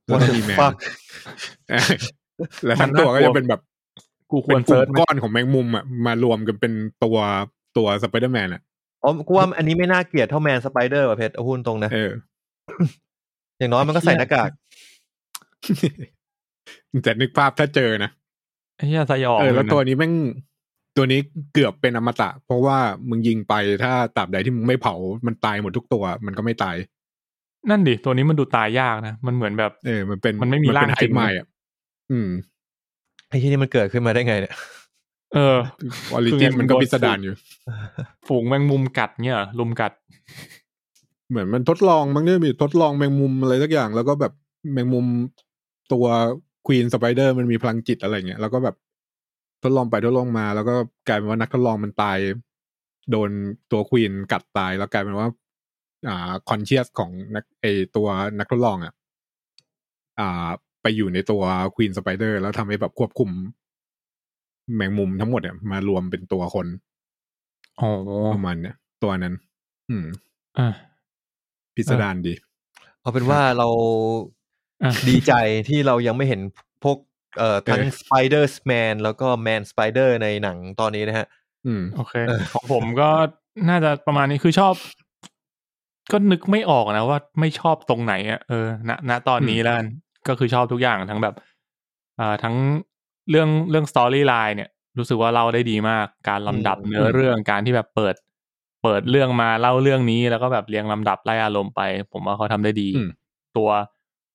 S3: แล้
S1: [laughs]
S3: ว
S1: ว่า
S3: ก็
S1: จะ
S3: มีแมน
S1: ฟัก
S3: [laughs] และทั้งตัวก็จะเป็นแบบ
S2: กูค
S3: เป็
S2: วร
S3: นก
S2: เซิร์ช
S3: ลุ่ม
S2: ไหม
S3: ก้อนของแมงมุมอ่ะมารวมกันเป็นตัวตัวสไปเดอร์แมนอ่ะ
S1: อ๋อกูว่าอันนี้ไม่น่าเกลียดเท่าแมนสไปเดอร์ว่ะเพชรเอาพูดตรงนะ
S3: เออ
S1: อย่างน้อยมันก็ใส่หน้ากาก
S3: แต่นึกภาพถ้าเจอนะ
S2: ไอ้เฮียสยอง
S3: เออแล้ว
S2: ยนะ
S3: ตัวนี้แม่งตัวนี้เกือบเป็นอมตะ เพราะว่ามึงยิงไปถ้าตราบใดที่มึงไม่เผามันตายหมดทุกตัว มันก็ไม่ตาย
S2: นั่นดิ ตัวนี้มันดูตายยากนะ มันเหมือนแบบ
S3: เออ มันเป็น
S2: มันไม่มีร่าง
S3: เป็น
S2: จริ
S3: ไฮ
S2: ง
S3: ไมล์อ่ะอืม
S1: ไอ้ที่นี่มันเกิดขึ้นมาได้ไงเนี่ย
S2: เออ
S3: ออริ
S2: คือ
S3: จิ
S2: ไง
S3: นมันก็
S2: มัน
S3: พิสดารอยู่
S2: ฝูงแมงมุมกัดเนี่ยเหรอลุมกัด
S3: เหมือนมันทดลองมั้งเนี่ยมีทดลองแมงมุมอะไรสักอย่าง แล้วก็แบบแมงมุมตัวควีนสไปเดอร์มันมีพลังจิตอะไรเงี้ยแล้วก็แบบทดลองไปทดลองมา แล้วก็กลายเป็นว่านักทดลองมันตาย โดนตัวควีนกัดตายแล้วกลายเป็นว่า อ่าคอนเชียสของนักไอตัวนักทดลองอ่ะอ่า ไปอยู่ในตัวควีนสไปเดอร์แล้วทำให้แบบควบคุม แมงมุมทั้งหมดเนี่ยมารวมเป็นตัวคน
S2: โอ้
S3: ประมาณเนี่ยตัวนั้น อืม
S2: อ่ะ
S3: พิสดารดี
S1: เอาเป็นว่าเรา
S2: อ่ะ
S1: ดีใจที่เรายังไม่เห็นพวกเอ่อทั้ง
S3: เออ
S1: สไปเดอร์แมนแล้วก็แมนสไปเดอร์ในหนังตอนนี้นะฮะ
S3: อืม
S2: โอเค
S1: เออ
S2: ของผมก็น่าจะประมาณนี้คือชอบ ก็นึกไม่ออกนะว่าไม่ชอบตรงไหนอะเออณณตอนนี้แล้วกันก็คือชอบทุกอย่างทั้งแบบ อ่าทั้งเรื่องเรื่องสตอรี่ไลน์เนี่ย รู้สึกว่าเล่าได้ดีมาก การลำดับ
S1: อืม
S2: เนื้อเรื่องการที่แบบเปิด เปิดเรื่องมาเล่าเรื่องนี้แล้วก็แบบเรียงลำดับไล่อารมณ์ไป ผมว่าเขาทำได้ดี
S3: อืม
S2: ตัว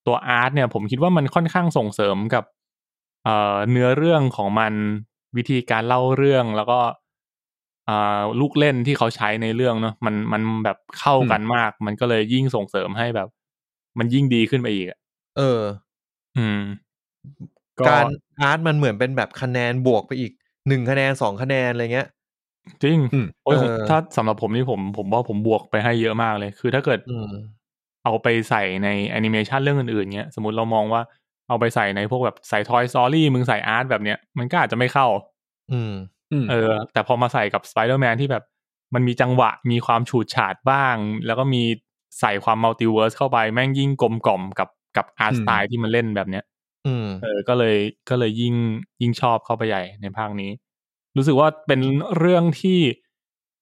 S2: ตัวอาร์ตเนี่ย ผมคิดว่ามันค่อนข้างส่งเสริมกับเอ่อเนื้อเรื่องของมันวิธีการเล่าเรื่องแล้วก็อ่าลูกเล่นที่เขาใช้ในเรื่องเนาะมันมันแบบเข้ากันมาก มันก็เลยยิ่งส่งเสริมให้แบบ มันยิ่งดีขึ้นไปอีกอะ
S1: เออ
S2: อืม
S1: การอาร์ตมันเหมือนเป็นแบบคะแนนบวกไปอีกหนึ่งคะแนนสองคะแนนอะไรเงี้ย
S2: จริง
S3: อืม
S2: โอ้ย
S1: เออ
S2: ผมถ้าสำหรับผมนี่ผมผมว่าผมบวกไปให้เยอะมากเลย คือถ้าเกิด
S1: อืม
S2: เอาไปใส่ในแอนิเมชันเรื่องอื่นๆเนี้ย สมมติเรามองว่าเอาไปใส่ในพวกแบบใส่ทอยสอรี่มึงใส่อาร์ตแบบเนี้ยมันก็อาจจะไม่เข้า
S1: อืม
S3: อืม
S2: เออ แต่พอมาใส่กับสไปเดอร์แมนที่แบบมันมีจังหวะมีความฉูดฉาดบ้าง แล้วก็มีใส่ความมัลติเวิร์สเข้าไปแม่งยิ่งกลมกล่อมกับกับอาร์ต
S3: อืม
S2: สไตล์ที่มันเล่นแบบเนี้ย
S1: อืม
S2: เออ ก็เลย ก็เลยยิ่ง ยิ่งชอบเข้าไปใหญ่ในภาคนี้ รู้สึกว่าเป็นเรื่องที่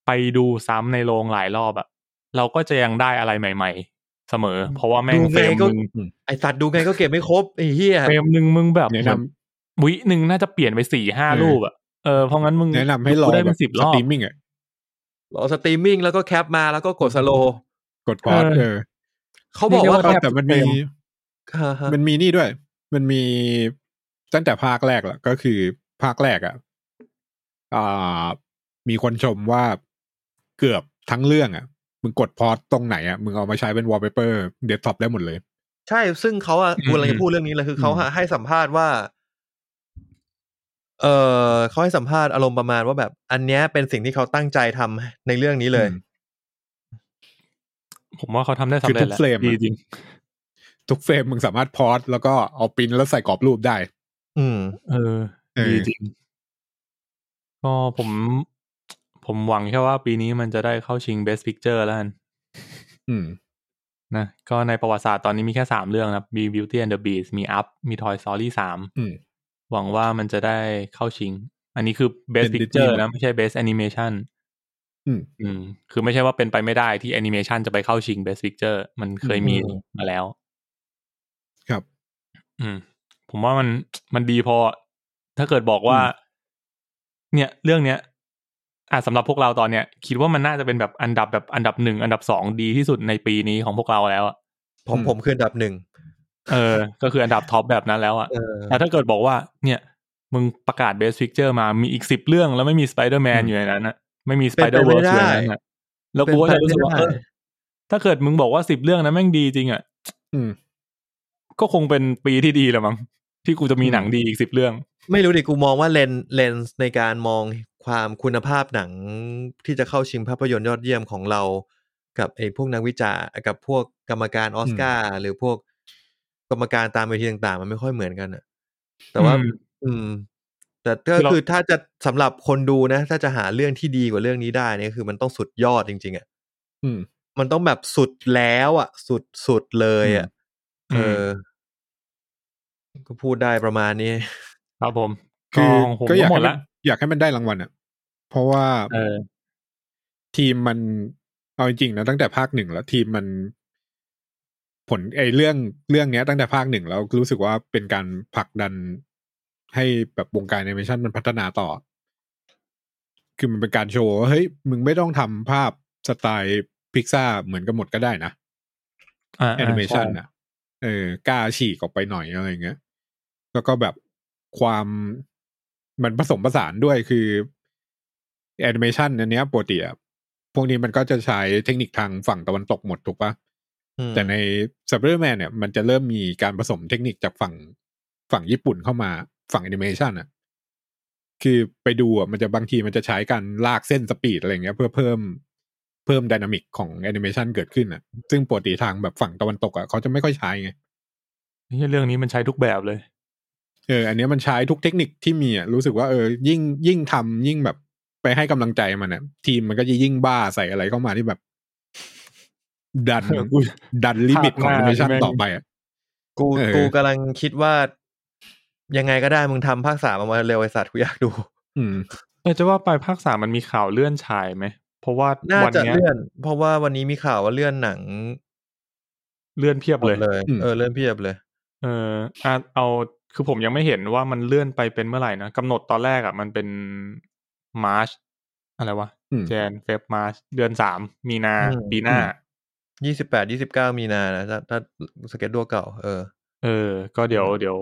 S2: ไปดูซ้ำในโรงหลายรอบอะเราก็จะยังได้อะไรใหม่ ๆ เสมอ เพราะว่าแม่ง
S1: ดู
S2: เฟ
S1: ไง
S2: รม
S1: ก็
S2: หนึ่ง
S1: ไอสัตว์ดูไงก็เก็บไม่ครบไอ้เหี้ย
S2: เฟรมหนึ่งมึงแบบ
S3: แนะ
S2: เห
S3: นำ
S2: มือนวิหนึ่งน่าจะเปลี่ยนไปสี่ห้า
S3: เออ
S2: รูปอะเออ เพราะงั้นมึง
S3: แนะนำให้รอ
S2: ดูได้
S3: แบ
S2: เป็น
S3: บ
S2: สิบ
S3: ส
S2: รอบ
S3: ตรีมมิ่งอ่ะ
S1: รอสตรีมมิ่งแล้วก็แคปมาแล้วก็กดสโลว์
S3: กดพอด
S2: เออ
S3: เออ
S1: เขาบอกว่า
S3: เออแต่มันมี
S1: ฮะฮะ
S3: มันมีนี่ด้วย มันมีตั้งแต่ภาคแรกละก็คือภาคแรกอ่ะอ่า มีคนชมว่าเกือบทั้งเรื่องอ่ะ มึงกดพอดตรงไหนอ่ะ มึงเอามาใช้เป็นวอลเปเปอร์เดสก์ท็อปได้หมดเลย
S1: ใช่ ซึ่งเขาอ่ะกูกำลังจะพูดเรื่องนี้เลยคือเขาอะให้สัมภาษณ์ว่า เออเขาให้สัมภาษณ์อารมณ์ประมาณว่าแบบ อันเนี้ยเป็นสิ่งที่เขาตั้งใจทำในเรื่องนี้เลย
S3: อืม
S2: ผมว่าเขาทำได้สำเร็จแห
S3: คือทุ
S2: ละ
S3: กเฟรมอะ
S2: ดีจริง
S3: ทุกเฟรมมึงสามารถพอดแล้วก็เอาปริ้นแล้วใส่กรอบรูปได้
S1: อืม
S2: เออ
S3: เออ
S2: ดีจริง ก็ผม ผมหวังแค่ว่าปีนี้มันจะได้เข้าชิง Best Picture แล้วกัน
S3: อืม
S2: นะก็ในประวัติศาสตร์ตอนนี้มีแค่สามเรื่องนะครับ มี Beauty and the Beast มี Up มี Toy Story สาม
S3: อืม
S2: หวังว่ามันจะได้เข้าชิง อันนี้คือ
S3: เป็
S2: Best
S3: น
S2: Picture
S3: Disney
S2: นะ ไม่ใช่ Best Animation
S3: อืม
S2: อืม คือไม่ใช่ว่าเป็นไปไม่ได้ที่ Animation จะไปเข้าชิง Best Picture มันเคยมี
S1: อืม
S2: มาแล้ว
S3: ครับ
S2: อืม ผมว่ามันมันดีพอ ถ้าเกิดบอกว่า เนี่ยเรื่องเนี้ยอ่ะสำหรับพวกเราตอนเนี้ย คิดว่ามันน่าจะเป็นแบบอันดับแบบอันดับหนึ่งอันดับสองดีที่สุดในปีนี้ของพวกเราแล้วอะ
S1: ผมผมคืออันดับหนึ่ง
S2: เออ ก็คืออันดับท็อปแบบนั้นแล้วอะ
S1: เออ
S2: แต่ถ้าเกิดบอกว่า เนี่ย มึงประกาศเบสฟิกเจอร์มามีอีกสิบเรื่องแล้วไม่มีสไปเดอร์แมน
S3: อืม
S2: อยู่ในนั้นนะไม่มีส
S1: เป็
S2: ไป
S1: น
S2: เดอ
S1: ไป
S2: ร์
S1: ไม่
S2: เวิร์ส
S1: ได้
S2: อยู่ในนั้นนะแล้วกูก็จะรู้สึกว่าเออถ้าเกิดมึงบอกว่าสิบเรื่องนั้นแม่งดีจริงอ่ะ
S3: อืม
S2: ก็คงเป็นปีที่ดีแหละมั้งที่กูจะมีหนังดีอีกสิบเรื่อง
S1: ไม่รู้ดิกูมองว่าเลนเลนส์ในการมองความคุณภาพหนังที่จะเข้าชิงภาพยนตร์ยอดเยี่ยมของเรา กับไอ้พวกนักวิจารณ์กับพวกกรรมการออสการ์หรือพวกกรรมการตามเวทีต่างๆ มันไม่ค่อยเหมือนกันอะแต่ว่า
S2: อืม
S1: อืม แต่ก็
S2: คือเรา
S1: คือถ้าจะสำหรับคนดูนะ ถ้าจะหาเรื่องที่ดีกว่าเรื่องนี้ได้เนี่ยคือมันต้องสุดยอดจริง ๆอ่ะ
S3: อืม
S1: มันต้องแบบสุดแล้วอ่ะ สุดสุดเลยอ่ะเอออก็พูดได้ประมาณนี้
S2: ครับผม
S3: คือ
S2: ของผม
S3: ก็อ
S2: ก็
S3: ยาก
S2: หมด
S3: ให้มั
S2: ละ
S3: นอยากให้มันได้รางวัลอ่ะ เพราะว่า
S2: เออ
S3: ทีมมันเอาจริงๆนะตั้งแต่ภาคหนึ่งแล้วทีมมัน ผลไอ้เรื่องเรื่องเนี้ย ตั้งแต่ภาคหนึ่งแล้วรู้สึกว่าเป็นการผลักดันให้แบบวงการแอนิเมชันมันพัฒนาต่อ คือมันเป็นการโชว์ว่าเฮ้ย มึงไม่ต้องทำภาพสไตล์พิกซ่าเหมือนกันหมดก็ได้นะ
S2: อ่า
S3: แอนิเมชัน
S2: ใ
S3: อ่ะ เออกล้าฉีกออกไปหน่อยอะไรเงี้ย แล้วก็แบบความมันผสมผสานด้วยคือแอนิเมชันอันเนี้ยปกติอะพวกนี้มันก็จะใช้เทคนิคทางฝั่งตะวันตกหมดถูกปะ
S1: อืม
S3: แต่ในซับเ e อร์แมนเนี่ย มันจะเริ่มมีการผสมเทคนิคจากฝั่งฝั่งญี่ปุ่นเข้ามาฝั่งแอนิเมชันอ่ะ คือไปดูอ่ะมันจะบางทีมันจะใช้การลากเส้นสปีดอะไรเงี้ย เพื่อเพิ่มเพิ่มดินามิกของแอนิเมชันเกิดขึ้นอ่ะ ซึ่งปกติทางแบบฝั่งตะวันตกอ่ะเขาจะไม่ค่อยใช้ไง
S2: ช่เรื่องนี้มันใช้ทุกแบบเลย
S3: เออ อันเนี้ยมันใช้ทุกเทคนิคที่มีอ่ะ รู้สึกว่าเออ ยิ่งยิ่งทำยิ่งแบบไปให้กำลังใจมันอ่ะ ทีมมันก็จะยิ่งบ้าใส่อะไรเข้ามาที่แบบ ดัน ดันลิมิตของ
S2: ภาคหน้า
S3: แอนิเมชัน
S2: ใช่ไหม
S3: ต่อไปอ่ะ
S1: กู
S3: เออ
S1: กูกำลังคิดว่ายังไงก็ได้มึงทำภาคสามออกมาเร็วไอสัตว์กูอยากดู [laughs]
S3: อืม
S2: แต่จะว่าไปภาคสามมันมีข่าวเลื่อนฉายไหมเพราะว่า
S1: น่า
S2: วัน
S1: จะ
S2: เนี้ย
S1: เลื่อน เพราะว่าวันนี้มีข่าวว่าเลื่อนหนัง
S2: เลื่อนเพียบ
S1: หม
S2: เล
S1: ด
S2: ย
S1: เลย
S3: อืม
S1: เออเลื่อนเพียบเลย
S2: เอออ่ะเอาคือผมยังไม่เห็นว่ามันเลื่อนไปเป็นเมื่อไหร่นะกำหนดตอนแรกอะ่ะมันเป็นมาร์ชอะไรวะ
S3: อืม
S2: เจนเฟบมาร์ชเดือนสามมีนาปีหน้า
S3: อืม
S1: ยี่สิบแปดยี่สิบเก้ามีนานะถ้าถ้าสเก็ตดัวเก่า เออ
S2: เออ ก็เดี๋ยวเดี๋ยว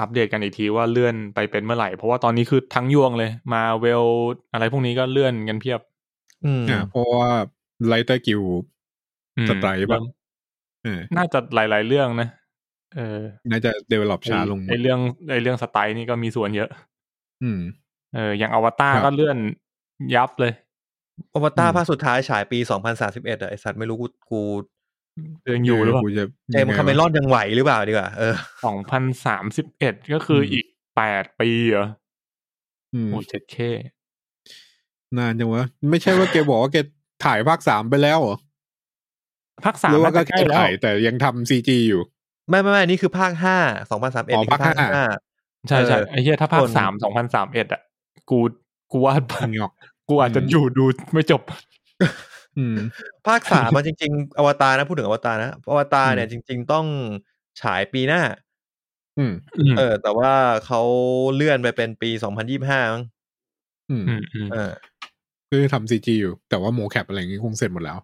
S2: อัปเดตกันอีกทีว่าเลื่อนไปเป็นเมื่อไหร่เพราะว่าตอนนี้คือทั้งยวงเลยมาเวลอะไรพวกนี้ก็เลื่อนกันเพียบ
S1: อืม
S3: อ่าเพราะว่าไลเตอร์กิว
S2: อืม
S3: สไตรค์ปะ
S2: เริ่ม
S3: เออ
S2: น่าจะหลาย ๆ เรื่องนะเออ
S3: น่าจะเดเวล็อปช้าลงหม
S2: ไอ
S3: ด
S2: เรื่องไอเรื่องสไตล์นี่ก็มีส่วนเยอะ
S3: อืม
S2: เอออย่างอวตาร
S3: ครับ
S2: ก็เลื่อนยับเลย
S1: อวตาร
S3: อืม
S1: ภาคสุดท้ายฉายปีสองพันสาสิบเอ็ดอะไอสัตว์ไม่รู้กูกู
S2: ยังอยู่หรือเปล่า
S3: กูจะ
S1: เจมส์
S3: ยังไงวะ
S1: คาเมรอนยังไหวหรือเปล่าดีกว่าเออ
S2: สองพันสามสิบเอ็ดก็คือ
S3: ม
S2: อีกแปดปีเหรอ
S3: อืม
S2: โอ้เจ็ดเค
S3: นานจังวะไม่ใช่ว่าแกบอกว่าแกถ่ายภาคสามไปแล้วเหรอ
S2: ภาคสา
S3: ห
S2: ม
S3: รือว่า
S2: น่า
S3: ก็
S2: จะใก
S3: แค่
S2: ล้แล้ว
S3: ถ่ายแต่ยังทำซีจีอยู่
S1: ไม่ไม่ไม่นี่คือภาคห้าสองพันสามเอ็ด
S3: อ๋อภาค
S1: ภาค
S3: ห้า
S1: ห้า
S2: ใช่ใช่
S1: เออ
S2: ไอ้เหี้ยถ้าภา
S1: ค
S2: คน สามสองพันสามเอ็ดอ่ะ กูกูว่า
S3: หงอก
S2: กูอาจจะ
S3: อืม
S2: อยู่ดูไม่จบ
S3: อืม
S1: ภาคสามอะจริง ๆ อวตารนะพูดถึงอวตารนะอวตารเนี่ยจริง ๆ ต้องฉายปีหน้า
S3: อืม
S2: อืม
S3: [laughs]
S1: เออแต่ว่าเขาเลื่อนไปเป็นปีสองพันยี่ห้ามั้ง
S3: อืม
S2: อืมอืม
S1: เออ
S3: คือทำซีจีอยู่ แต่ว่าโมแคปอะไรอย่างงี้คงเสร็จหมดแล้ว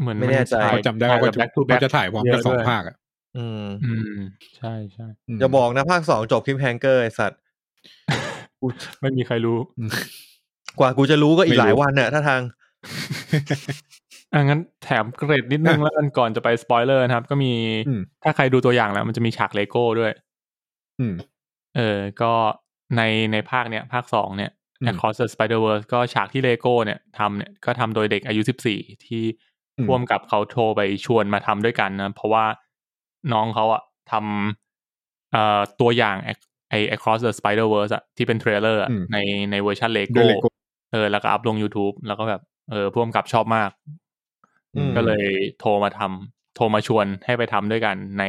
S2: เหมือน
S1: ไม่แน่ใจ
S2: ถ่าย
S3: เขาะจำได้ว่า
S2: ถ่ยแบบ
S3: เขาจะ
S2: back to
S3: เขา
S2: back
S3: จะถ่ายพร้อมกัน
S2: เยะ
S3: สอง
S2: ด้วย
S3: ภาคอ่ะ
S1: อืม
S2: อืม ใช่ใช่
S3: ม
S1: อย่าบอกนะภาคสองจบคลิปแฮงเกอร์ไอสัตว์
S2: ไม่มีใครรู้
S3: อืม
S1: กว่ากูจะรู้ก็อี
S3: ไม่
S1: ก
S3: รู้
S1: หลายวันเนี่ยถ้าทาง
S2: อ่ะงั้นแถมเกรดนิดนึงแล้วกันก่อนจะไปสปอยเลอร์นะครับ ก็มี
S3: อืม
S2: ถ้าใครดูตัวอย่างแล้ว มันจะมีฉากเลโก้ด้วย
S3: [laughs] อืม
S2: เออ ก็ในในภาคเนี้ยภาคสองเนี่ย
S3: อืม
S2: Across the Spider-Verse ก็ฉากที่เลโก้เนี่ยทำเนี่ยก็ทำโดยเด็กอายุ 14 ที่
S3: อืม
S2: พ่วมกับเขาโทรไปชวนมาทำด้วยกันนะ เพราะว่าน้องเขาอะทำเอ่อตัวอย่างไอ Across the Spider-Verse อะที่เป็นเทรลเลอร์อะ
S3: อืม
S2: ในในเวอร์ชันเล
S3: ด้
S2: โก้
S3: วยเลโก้
S2: เออแล้วก็อัพลง YouTube แล้วก็แบบเออพ่วมกับชอบมาก
S1: อืม
S2: ก็เลยโทรมาทำโทรมาชวนให้ไปทำด้วยกันใน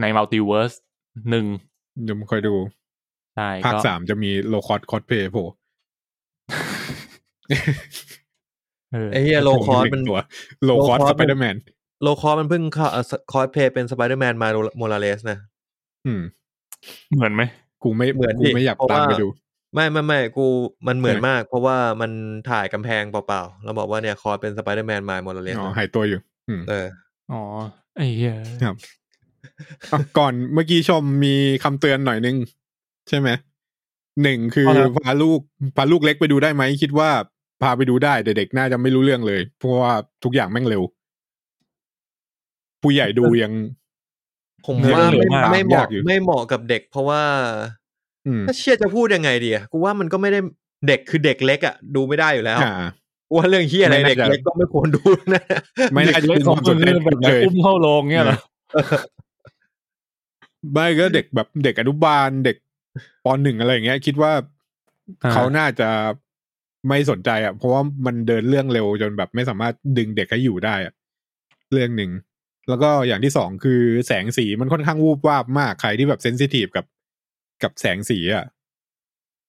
S2: ในมัลติเวิร์สหนึ่ง
S3: เดี๋ยวผมคอยดู
S2: ใช่
S3: ภาค
S2: ก็
S3: สามจะมีโลคอสคอสเพย์โผล่
S2: เออ
S1: ไอ้เฮียโลคอส
S3: เป็
S1: มัน น
S3: ตัวโลคอ
S1: Low
S3: ส
S1: Cost
S3: สไปเดอร์แมน
S1: โลคอสมันเพิ่งเข้าเอ่อคอสเพลย์เป็นสไปเดอร์แมนมาโมราเลสนะ
S3: อืม
S2: เหมือนไหม
S3: กูไม่
S1: เหมือนดิ
S3: กูไม่อยาก
S1: เพราะ
S3: ตาม
S1: ว่า
S3: ไปดู
S1: ไม่ไม่ไม่กูมันเหมือน
S3: ใช่ไหม
S1: มาก เพราะว่ามันถ่ายกำแพงเปล่าๆแล้วบอกว่าเนี่ยคอยเป็นสไปเดอร์แมนมาโมโนเลส
S3: อ๋อหายตัวอยู่ อืม
S1: เออ
S2: อ๋อไอ้เหี้ย
S3: อ่ะก่อนเมื่อกี้ชมมีคำเตือนหน่อยนึง ใช่ไหมหนึ่งคือ
S1: เอาละ
S3: พาลูกพาลูกเล็กไปดูได้ไหมคิดว่าพาไปดูได้แต่เด็กน่าจะไม่รู้เรื่องเลย เพราะว่าทุกอย่างแม่งเร็ว ผู้ใหญ่ดูยัง
S1: ผม
S3: เนื้อ
S1: ว่า
S3: เรื่อง
S1: ไม่
S3: มาก
S1: ไม่เห
S3: ยา
S1: มาะ
S3: กอยู่
S1: ไม่เหมาะกับเด็ก เพราะว่า
S3: อืม
S1: ถ้าเชียจะพูดยังไงดีอะกูว่ามันก็ไม่ได้เด็กคือเด็กเล็กอ่ะดูไม่ได้อยู่แล้ว
S3: อ่า
S1: ว่าเรื่องเฮียอะไร
S3: ไม่น่า
S1: เด็ก
S3: จะ
S1: เล็กก็ไม่ควรดูนะ
S3: ไม่น่าจะ
S2: เล็ก
S3: เป็น
S2: ข
S3: ค
S2: อง
S3: วาม
S2: มึ
S3: ส
S2: ง
S3: นใจ
S2: นี่แบบ
S3: เลย
S2: อุ้มเข้าโรงเงี้ยเหรอ
S3: ไม่ก็เด็กแบบเด็กอนุบาลเด็กปหนึ่งอะไรอย่างเงี้ย คิดว่าเขาน่าจะไม่สนใจอ่ะ เพราะว่ามันเดินเรื่องเร็วจนแบบไม่สามารถดึงเด็กให้อยู่ได้อ่ะเรื่องหนึ่ง แล้วก็อย่างที่สองคือแสงสีมันค่อนข้างวูบวาบมากใครที่แบบเซนซิทีฟกับกับแสงสีอ่ะ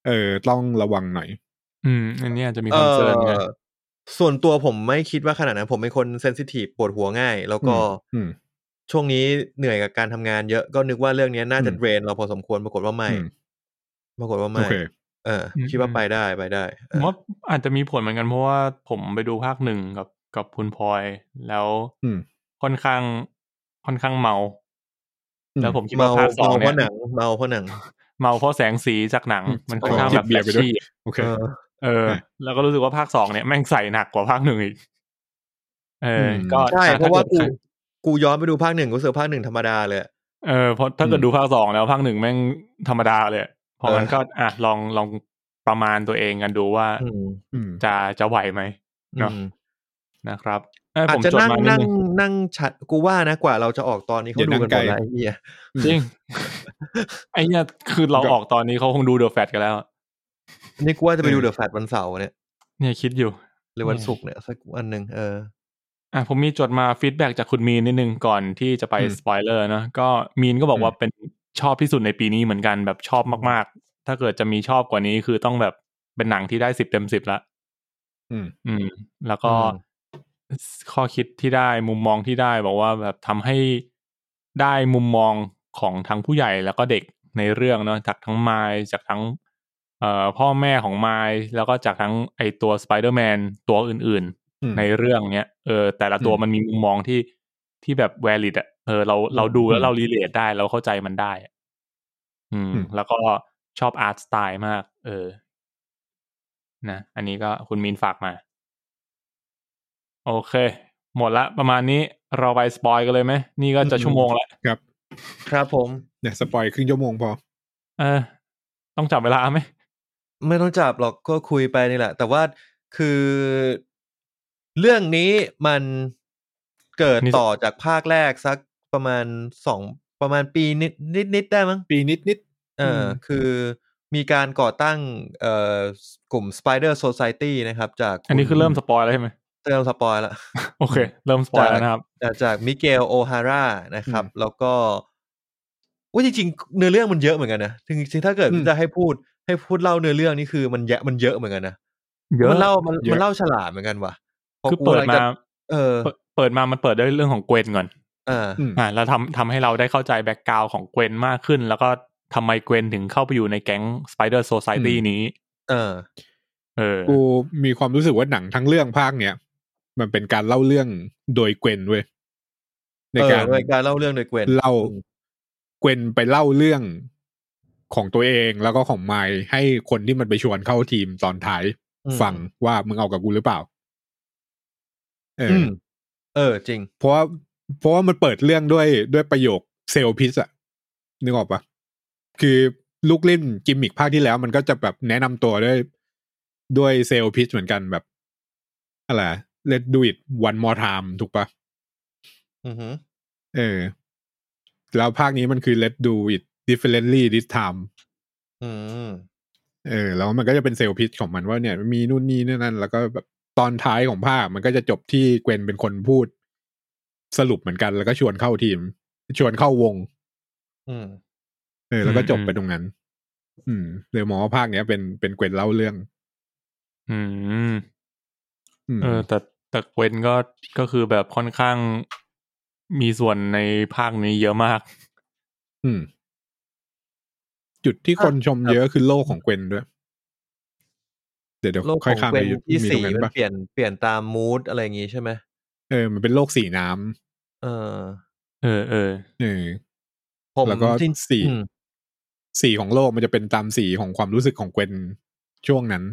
S3: เออ ต้องระวังหน่อย
S2: อืมอันนี้อาจจะมีค
S1: เอ
S2: อนเซิร์นไง
S1: อส่วนตัวผมไม่คิดว่าขนาดนั้นผมเป็นคนเซนซิทีฟปวดหัวง่าย แล้วก็
S3: อืม
S1: ช่วงนี้เหนื่อยกับการทำงานเยอะก็นึกว่าเรื่องเนี้ยน่าจะ
S3: อืม
S1: เดรนเราพอสมควรปรากฏว่าไม่
S3: อืม
S1: ปรากฏว่า
S3: โอ
S1: ไม่
S3: เค
S1: เออคิดว่าไปได้ไปได้
S2: ผ
S1: เออ
S2: มว่าอาจจะมีผลเหมือนกันเพราะว่าผมไปดูภาคหนึ่งกับกับคุณพลอยแล้ว
S3: อืม
S2: ค่อนข้างค่อนข้างเมา
S3: อืม
S2: แล้วผมคิด
S1: เมา
S2: ว่าภาคสอง
S1: เมาเพ
S2: เนี่
S1: ราะหนั
S2: ย
S1: งเมาเพราะหนัง
S2: เมาเพราะแสงสีจากหนัง มันค่อนข้างแบบ
S3: จิบเบียร์ไปด้วย
S2: แฟลชชี่อะ
S3: โอเค
S1: เออ
S2: เออ แล้วก็รู้สึกว่าภาคสองเนี่ยแม่งใส่หนักกว่าภาคหนึ่งอีก เออ
S3: ม
S2: ก็
S1: ใช่
S2: อ่
S1: เพราะว่ากู
S2: ถ้กิด
S1: กูย้อนไปดูภาคหนึ่งกูรู้สึกภาคหนึ่งธรรมดาเลยอะ
S2: เออเพราะถ้าเกิด
S3: อืม
S2: ดูภาคสองแล้วภาคหนึ่งแม่งธรรมดาเลยเพราะ
S1: เออ
S2: งั้นก็อ่ะลองลองประมาณตัวเองกันดูว่า
S1: อืม
S3: อืม
S2: จะจะไหวไหม เนอะ
S1: อืม
S2: นะครับเอย
S1: อา
S2: ผ
S1: จ
S2: ม
S1: จะ
S2: จด
S1: นั่ง
S2: มานิด
S1: นั่ง
S2: นึง
S1: นั่งชัดกูว่านะกว่าเราจะออกตอนนี้เขา
S3: อย่า
S1: ดู
S3: นั่ง
S1: กันหมด
S3: ไกล
S1: แล้วไอ้เหี้ย
S2: จริง ไอเนี่ยคือเราออกตอนนี้เขาคงดูเดอะแฟตกันแล้วอะ
S1: นี่กูว่าจะไปดู
S3: เออ
S1: เดอะแฟตวันเสาร์เนี่ย
S2: เนี่ยคิดอยู่
S1: หรือวันศุกร์เนี่ยสักวันหนึ่งเออ
S2: อ่ะผมมีจดมาฟีดแบ็จากคุณมีนนิดนึงก่อนที่จะไป
S3: อืม
S2: สปอยเลอร์เนอะก็มีนก็บอก
S3: อืม
S2: ว่าเป็นชอบที่สุดในปีนี้เหมือนกันแบบชอบมากๆ ถ้าเกิดจะมีชอบกว่านี้คือต้องแบบเป็นหนังที่ได้สิบเต็มสิบละ
S3: อืม
S2: อืม แล้วก็
S1: อืม
S2: ข้อคิดที่ได้มุมมองที่ได้บอกว่าแบบทำให้ได้มุมมองของทั้งผู้ใหญ่แล้วก็เด็กในเรื่องเนาะจากทั้งไมล์จากทั้ง เอ่อพ่อแม่ของไมล์แล้วก็จากทั้งไอตัวสไปเดอร์แมนตัวอื่น
S3: อืม
S2: ๆ ในเรื่องเนี้ยเออแต่ละตัว
S3: อืม
S2: มันมีมุมมองที่ที่แบบแวลิดอ่ะเออเราเราดูแล้
S3: อื
S2: ว
S3: ม
S2: เรารีเลทได้เราเข้าใจมันได้อะอืม
S3: อืม
S2: แล้วก็ชอบอาร์ตสไตล์มาก เออ นะอันนี้ก็คุณมีนฝากมา โอเค หมดละประมาณนี้เราไปสปอยกันเลยไหมนี่ก็จะ
S1: อืม
S2: ชั่วโมงละ
S3: ครับ
S1: ครับผม
S3: เนี่ยสปอยครึ่งชั่วโมงพอ
S2: เออ ต้องจับเวลาไหม
S1: ไม่ต้องจับหรอกก็คุยไปนี่แหละ แต่ว่าคือ เรื่องนี้มันเกิดต่อจากภาคแรกสักประมาณสองประมาณปีนิดนิดนิดได้มั้ง
S3: ปีนิดนิด
S1: เอออ
S3: ม
S1: คือมีการก่อตั้งเอ่อกลุ่ม Spider Society นะครับ จาก
S2: อันนี้คือเริ่มสปอยแล้วใช่ไหม
S1: เริ่มสปอยละ
S2: โอเค เริ่มสปอยแล้วนะครับ
S1: แต่จากมิเกลโอฮาร่านะครับ แล้วก็ว่าจริงๆ เนื้อเรื่องมันเยอะเหมือนกันนะจริงๆถ้าเกิด
S3: อืม
S1: จะให้พูดให้พูดเล่าเนื้อเรื่องนี่คือมันเยอะมันเยอะเหมือนกันนะมันเล่ามัน
S3: เยอะ
S1: มันเล่าฉลาดเหมือนกันว่ะพ
S2: คือ
S1: กู
S2: เปิด
S1: กำลัง
S2: มา
S1: จะเออ
S2: เปิดเปิดมามันเปิดด้วยเรื่องของเกวนก่อน
S1: อ่า
S3: อืม
S2: อ่าแล้วทำทำให้เราได้เข้าใจแบ็กกราวของเกวนมากขึ้น แล้วก็ทำไมเกวนถึงเข้าไปอยู่ในแก๊งสไปเดอร์โซซ t ตี้
S3: อืม
S2: นี้
S1: เออ
S2: เออ
S3: กูมีความรู้สึกว่าหนังทั้งเรื่องภาคเนี้ยมันเป็นการเล่าเรื่องโดยเกวนเว้ยใน
S1: เออ
S3: การ
S1: ในการเล่าเรื่องโดยเกวน
S3: เล่า
S1: อืม
S3: เกวนไปเล่าเรื่องของตัวเองแล้วก็ของไมค์ให้คนที่มันไปชวนเข้าทีมตอนท้าย
S1: อืม
S3: ฟังว่ามึงเอากับกูหรือเปล่า เอออ
S1: อืมเออ จริง
S3: เพราะว่าเพราะว่ามันเปิดเรื่องด้วยด้วยประโยคเซลพิสอะนึกออกปะคือลูกเล่นกิมมิกภาคที่แล้ว มันก็จะแบบแนะนำตัวด้วยด้วยเซลพิสเหมือนกันแบบอะไร Let's do it one more time ถูกปะ
S1: อือหือ
S3: เออ แล้วภาคนี้มันคือ Let's do it differently this time
S1: อืม
S3: เออแล้วมันก็จะเป็นเซลล์พิชของมันว่าเนี่ยมีนู่นนี่นั่นนั่นแล้วก็แบบตอนท้ายของภาคมันก็จะจบที่เกวนเป็นคนพูด สรุปเหมือนกัน แล้วก็ชวนเข้าทีม ชวนเข้าวง
S1: อืม
S3: เออ แล้วก็จบ
S2: อืม
S3: ไปตรงนั้น อืมเลยมองว่าภาคเนี้ยเป็นเป็นเกวนเล่าเรื่อง
S2: อืม
S3: อืม
S2: เออแต่แต่เวนก็ก็คือแบบค่อนข้างมีส่วนในภาคนี้เยอะมาก
S3: อืม จุดที่คนชม
S1: ครับ
S3: เยอะคือโลกของเกวนด้วย เดี๋ยวเดี๋ยว
S1: โลกข
S3: ค่อย
S1: อง
S3: ข้าม
S1: เกว
S3: ไป
S1: น
S3: ยุค
S1: ที่
S3: มีตร
S1: สี่
S3: งนั้น
S1: มัน
S3: ปะ
S1: เปลี่ยนเปลี่ยนตามมูดอะไรอย่างงี้ใช่ไหม
S3: เออมันเป็นโลกสีน้ำ
S1: เออ
S2: เออเออ
S3: เออ
S1: ผม
S3: แล้วก็
S1: จริง
S3: สี
S1: อืม
S3: สีของโลกมันจะเป็นตามสีของความรู้สึกของเกวนช่วงนั้น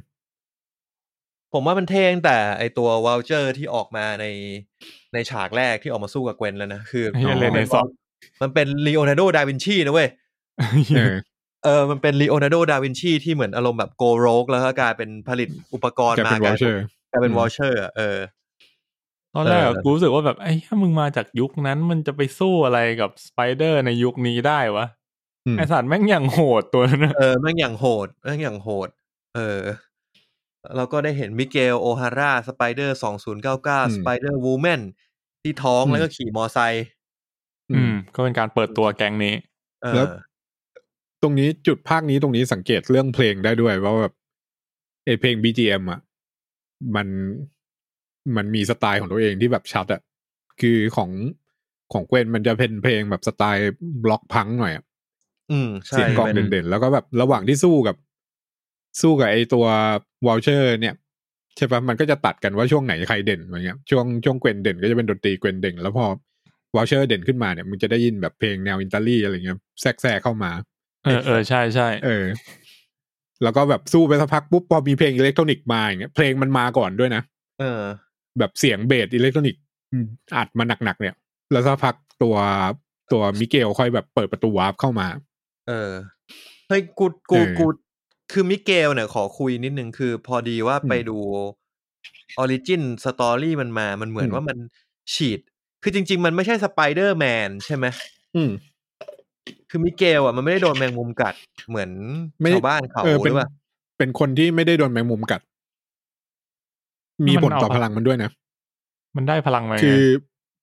S1: ผมว่ามันเท่งแต่ไอตัววอลเจอร์ที่ออกมาในในฉากแรกที่ออกมาสู้กับเกวนแล้วนะคือ
S2: ไอ้เหี้ย
S3: อ๋อ
S2: เรเนซองส์
S1: มันเป็นลีโอนาร์โดดาวินชีนะเว้ย
S3: เออ
S1: เออ มันเป็นลีโอนาร์โด ดาวินชี ที่เหมือนอารมณ์แบบโกโรกแล้วก็กลายเป็นผลิตอุปกรณ์
S3: จะ
S1: มา
S3: เป็นวอลเชอร์
S1: กลายเป็น
S3: อืม
S1: วอลเชอร์อะเออ
S2: ตอนแรกอะ
S1: เออ
S2: กูรู้สึกว่าแบบไอ้เหี้ยมึงมาจากยุคนั้น มันจะไปสู้อะไรกับสไปเดอร์ในยุคนี้ได้วะ
S3: อืม
S2: ไอสัตว์แม่งอย่างโหดตัวนั้นอะ
S1: เออแม่งอย่างโหดแม่งอย่างโหด เออ เราก็ได้เห็นมิเกล โอฮาร่า สไปเดอร์สองศูนย์เก้าเก้าสไปเดอร์วูแมนที่ท้อง
S3: อืม
S1: แล้วก็ขี่มอไซค์
S2: อืม ก็เป็นการเปิดตัวแก๊งนี้
S1: เออ
S3: แล้ว ตรงนี้จุดภาคนี้ตรงนี้สังเกตเรื่องเพลงได้ด้วยว่าแบบไอเพลง BGM อ่ะมันมันมีสไตล์ของตัวเองที่แบบชัดอ่ะคือของของเกวนมันจะเป็นเพลงแบบสไตล์บล็อกพังก์หน่อยอะ
S1: อืมใช่
S3: เสียงกลอง
S1: เป็น
S3: เด่นๆ แล้วก็แบบระหว่างที่สู้กับ สู้กับไอตัววอลเชอร์ เนี่ยใช่ปะมันก็จะตัดกันว่าช่วงไหนใครเด่นอะไรเงี้ยช่วงช่วงเกวนเด่นก็จะเป็นดนตรีเกวนเด่น แล้วพอวอลเชอร์เด่นขึ้นมาเนี่ยมึงจะได้ยินแบบเพลงแนวอินตาลีอะไรเงี้ยแทรกๆเข้ามา
S2: เออเออใช่ใช่
S3: เออ แล้วก็แบบสู้ไปสักพักปุ๊บพอมีเพลงอิเล็กทรอนิกส์มาอย่างเงี้ยเพลงมันมาก่อนด้วยนะ
S1: เออ
S3: แบบเสียงเบสอิเล็กทรอนิกส์อัดมาหนักๆเนี่ย แล้วสักพักตัวตัวมิเกลค่อยแบบเปิดประตูวาร์ปเข้ามา
S1: เออเฮ้ยกูกู
S3: เออ
S1: กูคือมิเกลเนี่ยขอคุยนิดนึงคือพอดีว่า
S3: อืม
S1: ไปดูออริจินสตอรี่มันมา มันเหมือน
S3: อืม
S1: ว่ามันฉีด คือจริง ๆ มันไม่ใช่สไปเดอร์แมนใช่ไหม
S3: อืม
S1: คือมิเกลอ่ะมันไม่ได้โดนแมงมุมกัดเหมือน
S3: ไม่ได้
S1: ชาวบ้านเขา
S3: เออ
S1: ห
S3: เป็
S1: รื
S3: น
S1: อเปล่า
S3: เป็นคนที่ไม่ได้โดนแมงมุมกัด มีผลต่อพลังมันด้วยนะ
S2: มันได้พลังมาไง
S3: คือ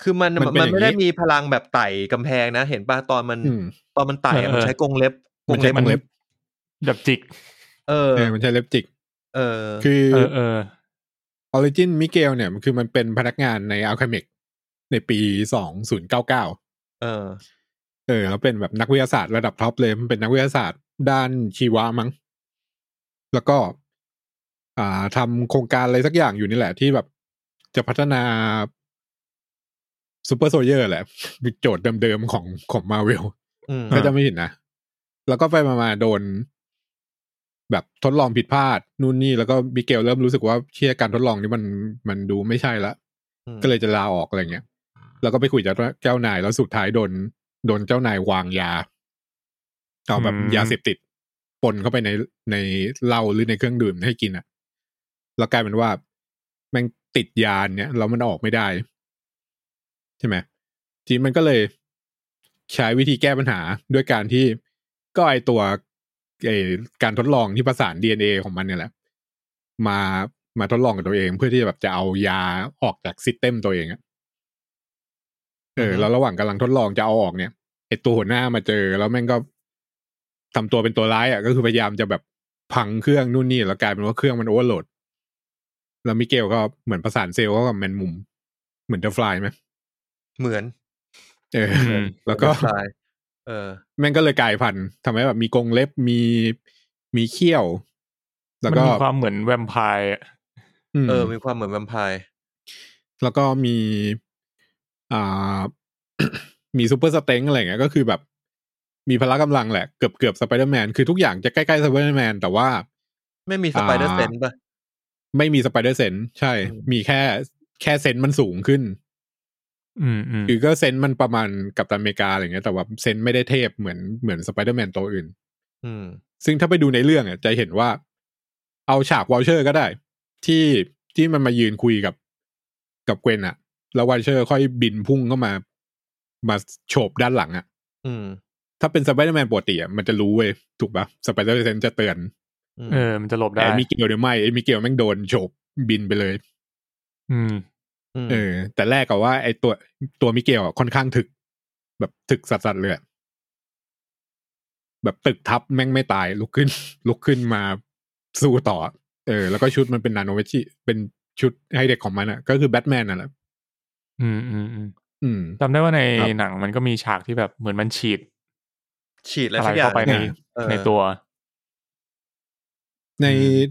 S1: คือมัน
S3: มันเป็น
S1: มันไม่
S3: อย่าง
S1: ได้
S3: นี้
S1: มีพลังแบบไต่กำแพงนะ เห็นป่ะตอนมัน
S3: อืม
S1: ตอนมันไต่อะมันใช้กรงเล็บกร
S3: มัน
S1: ง
S3: ใช้
S1: เล็บ
S3: กรงเล็บ
S2: แบบจิก
S1: เออ
S3: เออมันใช้เล็บจิก
S1: เออ
S3: คือ
S2: เออเออ
S3: ออริจินมิเกลเนี่ยมันคือมันเป็นพนักงานในอัลคาเมกในปีสองศูนย์เก้าเก้า
S1: เออ
S3: เออแล้วเป็นแบบนักวิทยาศาสตร์ระดับท็อปเลย มันเป็นนักวิทยาศาสตร์ด้านชีวะมั้ง แล้วก็ อ่าทำโครงการอะไรสักอย่างอยู่นี่แหละ ที่แบบจะพัฒนาซูเปอร์โซลเยอร์แหละ [laughs] โจทย์เดิมๆของของมาเวล
S1: อืม
S3: ถ้าจะไม่ผิดนะ แล้วก็ไปมาๆโดน แบบทดลองผิดพลาด นู่นนี่แล้วก็บิเกลเริ่มรู้สึกว่าเชี่ยการทดลองนี้มันมันดูไม่ใช่ละ ก็เลยจะลาออกอะไรเงี้ย แล้วก็ไปคุยกับเจ้านายแล้วสุดท้ายโดนโดนเจ้านายวางยา เอาแบบ
S2: อืม
S3: ยาเสพติดปนเข้าไปในในเหล้าหรือในเครื่องดื่มให้กินอะแล้วกลายเป็นว่าแม่งติดยาเนี่ยแล้วมันออกไม่ได้ ใช่ไหมทีนี้มันก็เลยใช้วิธีแก้ปัญหาด้วยการที่ก็ไอตัวไอการทดลองที่ประสาน DNA ของมันเนี่ยแหละ มามาทดลองกับตัวเองเพื่อที่จะแบบจะเอายาออกจากซิสเต็มตัวเองอะเออ แล้วระหว่างกำลังทดลองจะเอาออกเนี่ยไอตัวหัวหน้ามาเจอ แล้วแม่งก็ทำตัวเป็นตัวร้ายอะก็คือพยายามจะแบบพังเครื่องนู่นนี่แล้วกลายเป็นว่าเครื่องมันโอเวอร์โหลด แล้วมิเกลก็เหมือนประสานเซลล์เข้ากับแมนมุม เหมือนเดอะฟลายไหม
S1: เหมือน
S3: เออ
S2: อืม
S3: แล้วก็
S1: ตายเออ
S3: แม่งก็เลยกลายพันธุ์ทำให้แบบมีกรงเล็บมีมีเขี้ยว แล้ว
S2: มัน
S3: ก็
S2: มีความเหมือนแวมไพร์อะ
S3: ม
S1: เออ มีความเหมือนแวมไพร์
S3: แล้วก็มี อ่า [coughs] มีซูเปอร์สเต็งอะไรเงี้ยก็คือแบบ มีพละกำลังแหละ เกือบเกือบสไปเดอร์แมนคือทุกอย่างจะใกล้ๆสไปเดอร์แมนแต่ว่า
S1: ไม่มีสไปเดอร์เซนส์ป่ะ
S3: ไม่มีสไปเดอร์เซนส์ใช่
S1: อืม
S3: มีแค่แค่เซนส์มันสูงขึ้น
S2: อืมอืม
S3: คือก็เซนส์มันประมาณกับตันอเมริกาอะไรเงี้ยแต่ว่าเซนส์ไม่ได้เทพเหมือนเหมือนสไปเดอร์แมนตัวอื่น
S1: อืม
S3: ซึ่งถ้าไปดูในเรื่องอ่ะจะเห็นว่า เอาฉากวอลเชอร์ก็ได้ ที่ที่มันมายืนคุยกับกับเกวนอ่ะ แล้ววอลเชอร์ค่อยบินพุ่งเข้ามา มาโฉบด้านหลังอ่ะ
S1: อืม
S3: ถ้าเป็นสไปเดอร์แมนปกติอ่ะมันจะรู้เว้ยถูกปะสไปเดอร์เซนจะเตือน
S1: อืม
S2: เออ มันจะหลบ
S3: แต่
S2: ได้
S3: ไอ้มิเกลเนี่ยไม่ไอ้มิเกลแม่งโดนโฉบบินไปเลย
S2: อืม
S1: ม
S3: เออ แต่แรกก็ว่าไอ้ตัวตัวมิเกลอ่ะค่อนข้างถึก แบบถึกสัสๆเลยอะแบบตึกทับแม่งไม่ตายลุกขึ้น ลุกขึ้นมาสู้ต่อ เออ แล้วก็ชุดมันเป็นนาโนเวชิเป็นชุดให้เด็กของมันอ่ะ ก็คือแบทแมนน่ะแหละ
S2: อืมอืมอืม
S3: อืม
S2: จำได้ว่าใน
S3: ครับ
S2: หนังมันก็มีฉากที่แบบเหมือนมันฉีด
S1: ฉีดอะไร
S2: อะไร
S1: สักอย่าง
S2: เข้าไปใน
S1: เออ
S2: ในตัว
S3: ใน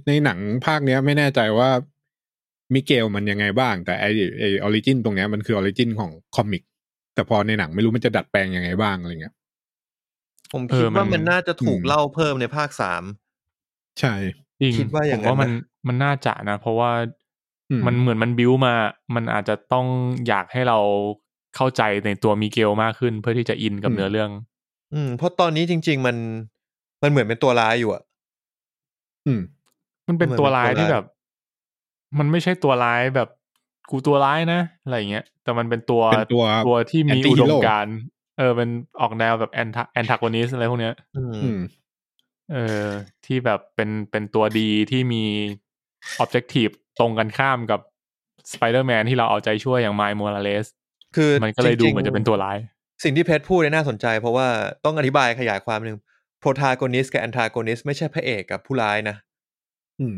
S3: ในหนังภาคเนี้ยไม่แน่ใจว่ามิเกลมันยังไงบ้าง แต่ไอไอออริจินตรงเนี้ยมันคือออริจินของคอมิก แต่พอในหนังไม่รู้มันจะดัดแปลงยังไงบ้างอะไรเงี้ย
S1: ผมคิด
S2: เออมัน
S1: ว่ามันน่าจะถูก
S3: อืม
S1: เล่าเพิ่มในภาคสาม
S3: ใช่
S2: จริง
S1: คิดว่าอย่าง
S2: ผมว่ามัน
S1: นั้นนะ
S2: มันน่าจะนะ เพราะว่า
S3: อื
S2: มันเหมือนมันบิวมา มันอาจจะต้องอยากให้เราเข้าใจในตัวมิเกลมากขึ้น เพื่อที่จะอินกับเนื้อเรื่อง
S1: อืมเพราะตอนนี้จริง ๆ มันมันเหมือนเป็นตัวร้ายอยู่อะ
S3: อืม
S2: มันเป็น
S1: เหมือน
S2: ตัวร้าย
S1: เป็นตัวร้าย
S2: ที่แบบ มันไม่ใช่ตัวร้ายแบบกูตัวร้ายนะอะไรอย่างเงี้ยแต่มันเป็นตัว
S3: เป็นตัว
S2: ตัวที่มีอุดม
S3: anti-hero
S2: การณ์เออเป็นออกแนวแบบแอนทแอนทากอนิสอะไรพวกเนี้ย
S1: อืม
S3: อืม
S2: เออที่แบบเป็นเป็นตัวดีที่มีออบเจกตีฟตรงกันข้ามกับสไปเดอร์แมนที่เราเอาใจช่วยอย่างไมล์มัวลาเลส
S1: คือ
S2: มันก็เลยดู
S1: จริงๆ
S2: เหมือนจะเป็นตัวร้าย
S1: สิ่งที่เพชรพูดเนี่ยน่าสนใจ เพราะว่าต้องอธิบายขยายความหนึ่งโปรทากนิสกับแอนทากนิสไม่ใช่พระเอกกับผู้ร้ายนะ
S3: อืม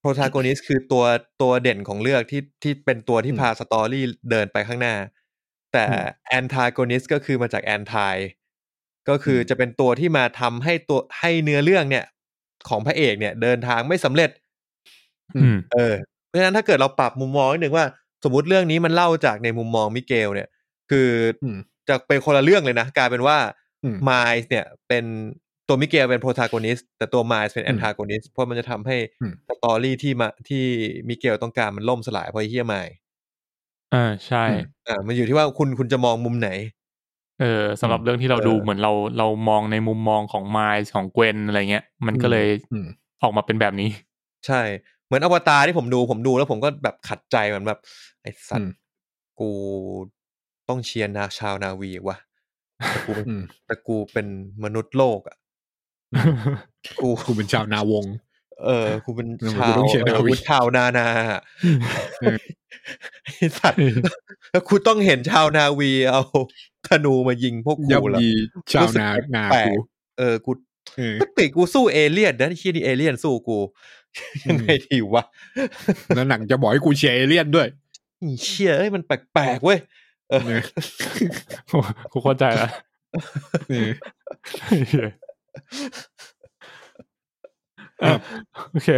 S1: โปรทากนิสคือตัวตัวเด่นของเรื่องที่ที่เป็นตัวที่พาสตอรี่เดินไปข้างหน้า แต่
S3: อืม
S1: แอนทากนิสก็คือมาจากแอนทายก็คืออ
S3: ม
S1: จะเป็นตัวที่มาทำให้ตัวให้เนื้อเรื่องเนี่ย ของพระเอกเนี่ย เดินทางไม่สำเร็จ
S2: อืม
S1: เออเพราะฉะนั้นถ้าเกิดเราปรับมุมมองนิดหนึ่งว่า สมมติเรื่องนี้มันเล่าจากในมุมมองมิเกลเนี่ย คืออ
S3: ม
S1: จะเป็นคนละเรื่องเลยนะ กลายเป็นว่า
S3: อืม
S1: ไมล์เนี่ยเป็นตัวมิเกลเป็นโปรทากนิสแต่ตัวไมล์เป็น
S3: อื
S1: แอน
S3: ม
S1: ทากนิสเพราะมันจะทำให้
S3: อืม
S1: สตอรี่ที่มาที่มิเกลต้องการมันล่มสลายเพราะไอ้เฮียไมล์
S2: อ่าใช่
S3: อืม
S1: อ่ามันอยู่ที่ว่าคุณคุณจะมองมุมไหน
S2: เออสำหรับเรื่องที่เรา
S1: เออ
S2: ดูเหมือนเราเรามองในมุมมองของไมล์ของเกวนอะไรเงี้ย มันก็เลย
S3: อืม
S2: ออกมาเป็นแบบนี้ [laughs]
S1: ใช่ เหมือนอวตารที่ผมดูผมดูแล้วผมก็แบบขัดใจมันแบบ ไอ้สัต
S3: อืม
S1: ว์กูต้องเชียร์นาชาวนาวีวะแต่กูเป็น
S3: อืม
S1: แต่กูเป็นมนุษย์โลกอ่ะ กู
S3: กูเป็นชาวนาวง
S1: เออ กูเป็น
S3: เออ
S1: ชาว
S3: กูต้องเชียร์
S1: เออ
S3: นาวี
S1: กูชาวนา
S3: [laughs]
S1: นาอะไอ้สัตว์แล้วกูต้องเห็นชาวนาวีเอาธนูมายิงพวกกู
S3: ย่
S1: เหรอ
S3: ำยีชาวนา
S1: รู้สึก
S3: นา
S1: แปลก
S3: กู
S1: เออ กู
S3: เออ
S1: ปกติกูสู้เอเลี่ยนนะไอ้เฮียนี่เอเลี่ยนสู้กู
S3: อืม
S1: ยังไงดีวะ
S3: แล้วหนังจะบอกให้กูเชียร์เอเลี่ยนด้วย
S1: ไอ้เชี่ยเอ้ยมันแปลกๆเว้ย เออ
S3: เออ
S2: กูเข้าใจละ
S3: เออ
S2: เหี้ย
S1: [laughs]
S3: ครับ
S2: โอเค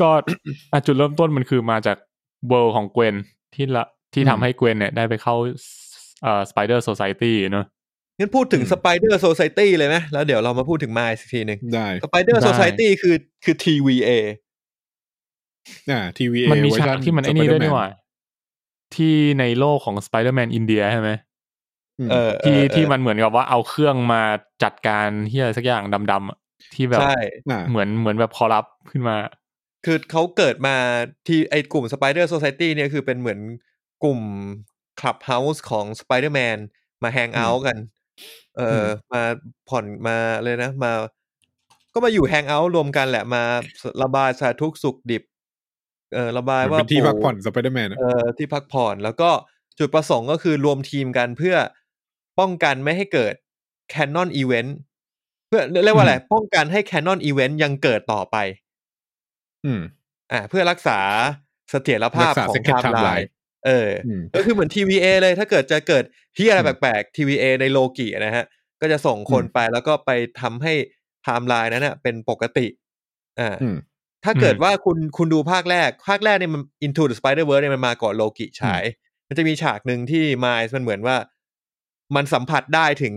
S2: ก็อ่ะจุดเริ่มต้นมันคือมาจากเวิร์ของเกวนที่ละที่ทำให้เกวนเนี่ยได้ไปเข้าเอ่อสไปเดอร์โซซตี้เนอะ
S1: งั้นพูดถึง
S3: อืม
S1: สไปเดอร์โซซ t y เลยไหมแล้วเดี๋ยวเรามาพูดถึงมาอีกทีหนึ่ง
S3: ได้
S1: สไปเดอร์
S2: ได้
S1: โซซ t y คือคือ TVA
S3: อ่า TVA
S2: มันมี
S3: เวอร์
S2: ฉากที่มันไอ้นี่ด้วยนี่หว่า ที่ในโลกของสไปเดอร์แมนอินเดียใช่ไหม
S3: อืม
S1: เออเออ
S2: ที่
S1: เออ
S2: ที่มันเหมือนกับว่าเอาเครื่องมาจัดการที่อะไรสักอย่างดำๆอะที่แบบ
S1: ใช่
S3: อ่า
S2: เหมือนเหมือนแบบคอรับขึ้นมา
S1: คือเขาเกิดมาที่ไอ้กลุ่ม Spider Society เนี่ยคือเป็นเหมือนกลุ่มคลับเฮาส์ของ Spider-Man มาแฮงเอาท์กัน เอออมาผ่อนมาเลยนะ มา ก็มาอยู่แฮงเอาท์รวมกันแหละมาระบายสารทุกข์สุขดิบ เออระบาย
S3: เหมือน
S1: ว่า
S3: เป็นที่พักผ่อน
S1: ปู่
S3: สไปเดอร์แมน
S1: เอ่อที่พักผ่อนแล้วก็จุดประสงค์ก็คือรวมทีมกันเพื่อป้องกันไม่ให้เกิด Canon Event เพื่อเรียกว่าอะไร ป้องกันให้ Canon Event ยังเกิดต่อไป
S3: อืม
S1: อ่าเพื่อรักษาเสถียรภาพ
S3: รักษา
S1: ของ
S3: Secret
S1: ไทม์ไล
S3: Timeline
S1: น์เออ
S3: อืม
S1: ก็คือเหมือน TVA เลยถ้าเกิดจะเกิดที่อะไร
S3: อืม
S1: แปลกๆ TVA ในโลกินะฮะ ก็จะส่งคน
S3: อืม
S1: ไปแล้วก็ไปทำให้ไทม์ไลน์นั้นน่ะเป็นปกติอ่า
S3: อืม
S1: ถ้าเกิด
S2: อืม
S1: ว่าคุณคุณดูภาคแรก ภาคแรกเนี่ยมัน Into the Spider-Verse เนี่ยมันมาก่อนโลกิฉาย มันจะมีฉากหนึ่งที่มายมันเหมือนว่า มันสัมผัสได้ถึง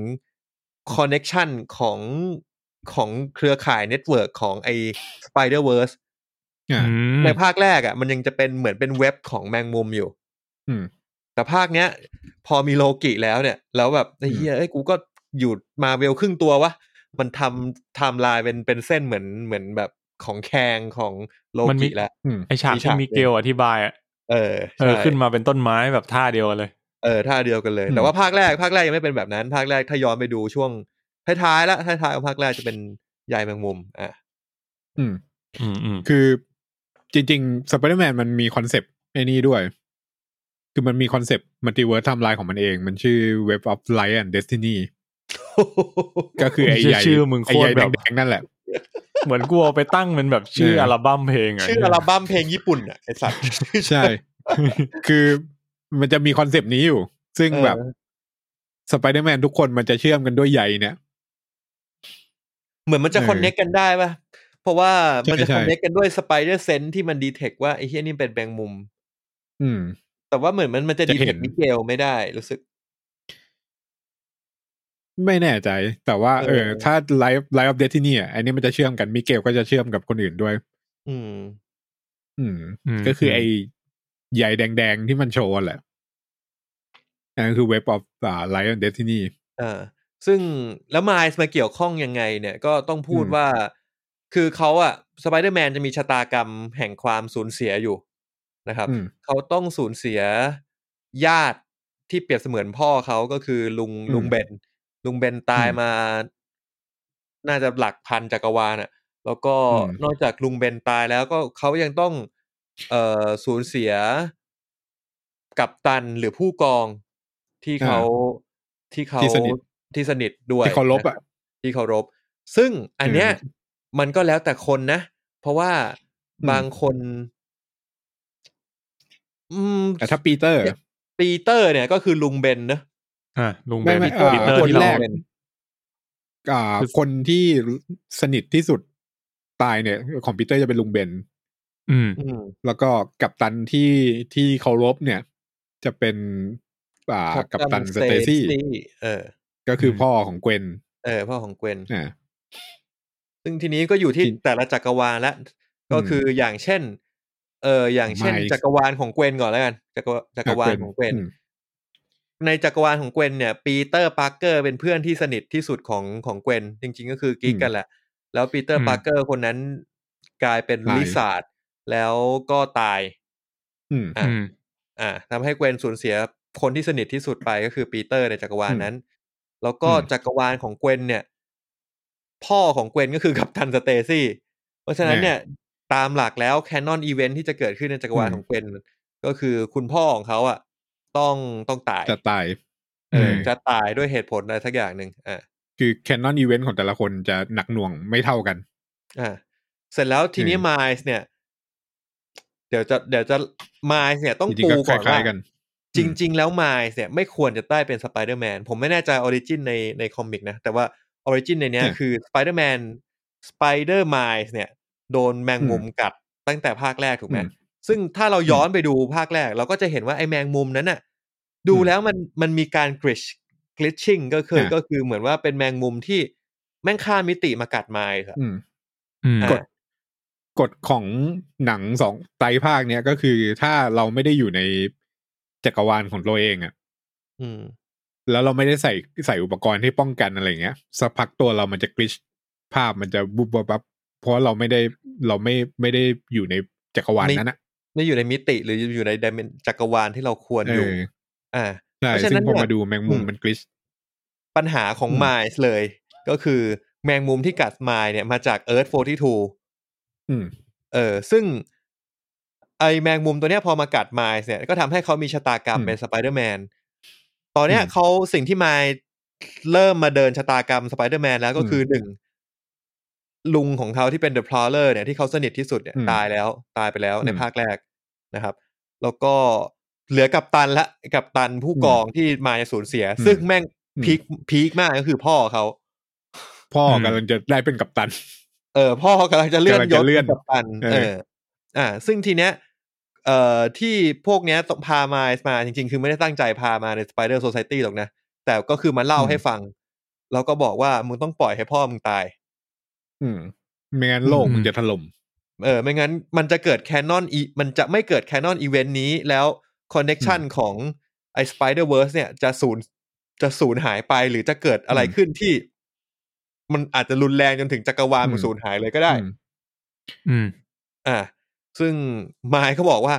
S1: คอนเน็ชันของของเครือข่ายเน็ตเวิร์กของไอ Spider-Verse
S3: อ่า
S2: อืม
S1: ในภาคแรกอะ่ะมันยังจะเป็นเหมือนเป็นเว็บของแมงมุมอยู่
S3: อืม
S1: แต่ภาคเนี้ย พอมีโลกิแล้วเนี่ย แล้วแบบไอ้เหี้ยเอ้ยกูก็อยู่มาเวลครึ่งตัววะมันทำไทำลายเป็นเป็นเส้นเหมือนเหมือนแบบของแคงของโลกิแล้ว
S2: ไอฉาก
S1: มีฉาก
S2: ที่มิเกลอธิบายอะ
S1: เออ
S2: เออ
S1: ใช่
S2: ขึ้นมาเป็นต้นไม้แบบท่าเดียวกันเลย
S1: เออท่าเดียวกันเลย
S3: อืม
S1: แต่ว่าภาคแรกภาคแรกยังไม่เป็นแบบนั้น ภาคแรกถ้าย้อนไปดูช่วงท้ายๆละท้ายๆของภาคแรกจะเป็นยายแมงมุม
S2: [laughs]
S1: อ่ะ
S3: อืม
S2: อืมอืม
S3: คือจริงๆสไปเดอร์แมนมันมีคอนเซปต์ไอ้นี่ด้วย คือมันมีคอนเซปต์มัลติเวิร์สไทม์ไลน์ของมันเอง มันชื่อ Web of Light and Destiny ก็คือไอ้ใหญ่
S2: ชื่อมึงโค
S3: ไอ้ให
S2: ต
S3: ญ่
S2: รแบบ
S3: แดงๆนั่นแหละ
S2: เหมือนกูเอาไปตั้งเป็นแบบชื่อ
S3: เอออั
S2: อัลบั้มเพลงอะ
S1: ชื่ออัลบั้มเพลงญี่ปุ่นอ่ะไอสัตว์
S3: ใช่ [laughs] คือมันจะมีคอนเซปต์นี้อยู่ ซึ่ง
S1: เออ
S3: แบบสไปเดอร์แมนทุกคนมันจะเชื่อมกันด้วยใยเนี่ย
S1: เหมือนมันจะ
S3: เออ
S1: คอนเน็กกันได้ป่ะ เพราะว่า
S3: ใช่
S1: มันจะ
S3: ใช่
S1: คอนเนคกันด้วยสไปเดอร์เซนที่มันดีเทคว่าไอ้เฮียนี่เป็นแบงมุม
S3: อืม
S1: แต่ว่าเหมือนมันมันจะ
S3: จะ
S1: ดี
S3: เห็
S1: เทคน มิเกลไม่ได้รู้สึก
S3: ไม่แน่ใจ แต่ว่าเอ
S1: เอ
S3: อ
S1: อ
S3: ถ้าไลฟ์ไลฟ์อัปเดตที่นี่อ่ะอันนี้มันจะเชื่อมกันมิเกลก็จะเชื่อมกับคนอื่นด้วย
S1: อืม
S3: อืม
S2: ม
S3: ก็คือไอ้ใหญ่แดงๆที่มันโชว์แหละอันนั้นคือเว็บออฟไลฟ์อัปเดตที่นี่
S1: เออซึ่งแล้วมายส์มาเกี่ยวข้องยังไงเนี่ยก็ต้องพูด
S3: อืม
S1: ว่า คือเขาอะสไปเดอร์แมนจะมีชะตากรรมแห่งความสูญเสียอยู่นะครับ
S3: อืม
S1: เขาต้องสูญเสียญาติที่เปรียบเสมือนพ่อเขาก็คือลุง
S3: อืม
S1: ลุงเบน ลุงเบนตาย
S3: อืม
S1: มา น่าจะหลักพันจักรวาลน่ะ แล้วก็
S3: อืม
S1: นอกจากลุงเบนตายแล้วก็เขายังต้อง เอ่อสูญเสียกับตันหรือผู้กองที่เขาที่เขา
S3: ที่สนิท
S1: ที่สนิทด้วย
S3: ที่เคารพอ่ะ
S1: ที่เคารพ ซึ่งอันเนี้ยมันก็แล้วแต่คนนะ เพราะว่า
S3: อืม
S1: บางคน อืม
S3: แต่ถ้าปีเตอร์
S1: ปีเตอร์เนี่ยก็คือลุงเบนนะ
S2: อ่ะลุงเบ
S3: ไม่
S2: น
S3: ไม่
S2: ปีเต
S3: เอ่อ
S2: อร์
S3: คน
S2: ที่เรา
S3: แรก อ่า คนที่สนิทที่สุดตายเนี่ย ของปีเตอร์จะเป็นลุงเบน
S2: อืม
S1: อืม
S3: แล้วก็กัปตันที่ที่เคารพเนี่ย จะเป็นอ่า
S1: Captain
S3: กัปตันสเตซี่
S1: Stacy เออ
S3: ก็คืออ
S2: ม
S3: พ่อของเกวน
S1: เออพ่อของเกวน
S3: อ่า
S1: ซึ่งทีนี้ก็อยู่ที่
S3: ที่
S1: แต่ละจักรวาลละก็คืออย่างเช่น เอออย่างเช่น
S3: Miles
S1: จักรวาลของเกวนก่อนแล้วกันจักรวาจักรวาลของเกวน
S3: ม
S1: ในจักรวาลของเกวนเนี่ย ปีเตอร์ปาร์เกอร์เป็นเพื่อนที่สนิทที่สุดของของเกวนจริง ๆ ก็คือกิ๊กกันแหละ แล้วปีเตอร์
S2: อืม
S1: ปาร์เกอร์คนนั้นกลายเป็นลิซาร์ดแล้วก็ตาย
S3: อืม
S1: อ่ะ
S2: อืม
S1: อ่าทำให้เกวนสูญเสียคนที่สนิทที่สุดไปก็คือปีเตอร์ในจักรวาลนั้น แล้วก็
S3: อืม
S1: จักรวาลของเกวนเนี่ย พ่อของเกวนก็คือกัปตันสเตซี่ เพราะฉะนั้น
S3: แน่
S1: เนี่ย ตามหลักแล้วแคนนอนอีเวนท์ที่จะเกิดขึ้นในจักรวาล
S3: อืม
S1: ของเกวนก็คือคุณพ่อของเขาอ่ะ ต้องต้องตาย
S3: จะตาย
S1: เออ
S3: เออ
S1: จะตายด้วยเหตุผลอะไรสักอย่างหนึ่งอ่า
S3: คือแคนนอนอีเวนต์ของแต่ละคนจะหนักหน่วงไม่เท่ากัน
S1: อ่าเสร็จแล้วทีนี้
S3: อืม
S1: มายส์เนี่ย เดี๋ยวจะเดี๋ยวจะมายส์เนี่ยต้อง
S3: จริง
S1: ปู
S3: ๆก็ค
S1: ก่อน
S3: ล้า
S1: ว่า
S3: ยๆกัน
S1: จริง ๆ แล้วมายเนี่ยไม่ควรจะได้เป็นสไปเดอร์แมนผมไม่แน่ใจออริจินในในคอมิกนะ แต่ว่าออริจินในเนี้ย
S3: อ่ะ
S1: คือสไปเดอร์แมนสไปเดอร์มายเนี่ย โดนแมงมุมกัดตั้งแต่ภาคแรกถูกไหม
S3: อืม
S1: ซึ่งถ้าเราย้อนไปดูภาคแรก เราก็จะเห็นว่าไอ้แมงมุมนั้นน่ะ ดู
S3: อืม
S1: แล้วมันมันมีการกริชกริชชิ่งก็คือ
S3: อ่ะ
S1: ก็คือเหมือนว่าเป็นแมงมุมที่แม่งข้ามมิติมากัดมายครับ
S3: อืม
S2: อืม
S1: อ่ะ
S3: กฎกฎของหนังสองไตรภาคเนี้ยก็คือถ้าเราไม่ได้อยู่ในจักรวาลของตัวเองอะ่ะ
S1: อืม
S3: แล้วเราไม่ได้ใส่ใส่อุปกรณ์ที่ป้องกันอะไรเงี้ยสักพักตัวเรามันจะกริชภาพมันจะบุบบับบับเพราะเราไม่ได้เราไม่ไม่ได้อยู่ในจักรวาลนั้นอะ
S1: ไม่อยู่ในมิติหรืออยู่ในดิเมนจักรวาลที่เราควร
S3: เอ
S1: อยู่
S3: อ
S1: อ่า
S3: ใช่
S1: เพราะฉะ
S3: ซึ่
S1: นั้
S3: ง
S1: น
S3: พอ
S1: เนี่ย
S3: มาดูแมงมุม
S1: อืม
S3: มันกริช
S1: ปัญหาของ
S3: อืม
S1: มายส์เลย ก็คือแมงมุมที่กัดมายเนี่ยมาจาก Earth 42
S3: อืม
S1: เออซึ่ง ไอแมงมุมตัวเนี้ยพอมากัดมายส์เนี่ยก็ทำให้เขามีชะตากรรม
S3: อืม
S1: เป็นสไปเดอร์แมนตอนเนี้ย
S3: อืม
S1: เขาสิ่งที่มายเริ่มมาเดินชะตากรรมสไปเดอร์แมนแล้วก็
S3: อืม
S1: คือหนึ่ง ลุงของเขาที่เป็นเดอะพลอเลอร์เนี่ยที่เขาสนิทที่สุดเนี่ย
S3: อืม
S1: ตายแล้วตายไปแล้วใน
S3: อืม
S1: ภาคแรกนะครับ แล้วก็เหลือกับตันละกับตันผู้กองที่มายสูญเสีย
S3: อืม
S1: ซึ่งแม่ง
S3: อืม
S1: พีคพีคมากก็คือพ่อเขา
S3: พ่ออ
S2: ม
S3: กำลังจะได้เป็นกัปตัน
S1: เออพ่อกำลังจะเลื่อน
S3: กำลัง
S1: ย
S3: จะ
S1: ศ
S3: เลื่อน
S1: กัปตัน
S3: เออ
S1: เออ อ่า ซึ่งทีเนี้ยเอ่อที่พวกเนี้ยต้องพามามาจริง ๆ คือไม่ได้ตั้งใจพามาในสไปเดอร์โซซ t y หรอกนะ แต่ก็คือมาเล่าให้ฟัง แล้วก็บอกว่ามึงต้องปล่อยให้พ่อมึงตาย
S3: อืมไม่งั้นโลก
S2: อืม
S3: มันจะถล่ม
S1: เออ ไม่งั้นมันจะเกิดแคนนอนอีมันจะไม่เกิดแคนนอนอีเวนต์นี้แล้วคอนเน็ชันของไอสไปเดอร์เวิร์สเนี่ยจะสูญจะสูญหายไปหรือจะเกิดอะไรขึ้นที่ มันอาจจะรุนแรงจนถึงจักรวาลมันสูญหายเลยก็ได้
S3: อืม
S2: อืม
S1: อ่า ซึ่งไมค์เขาบอกว่า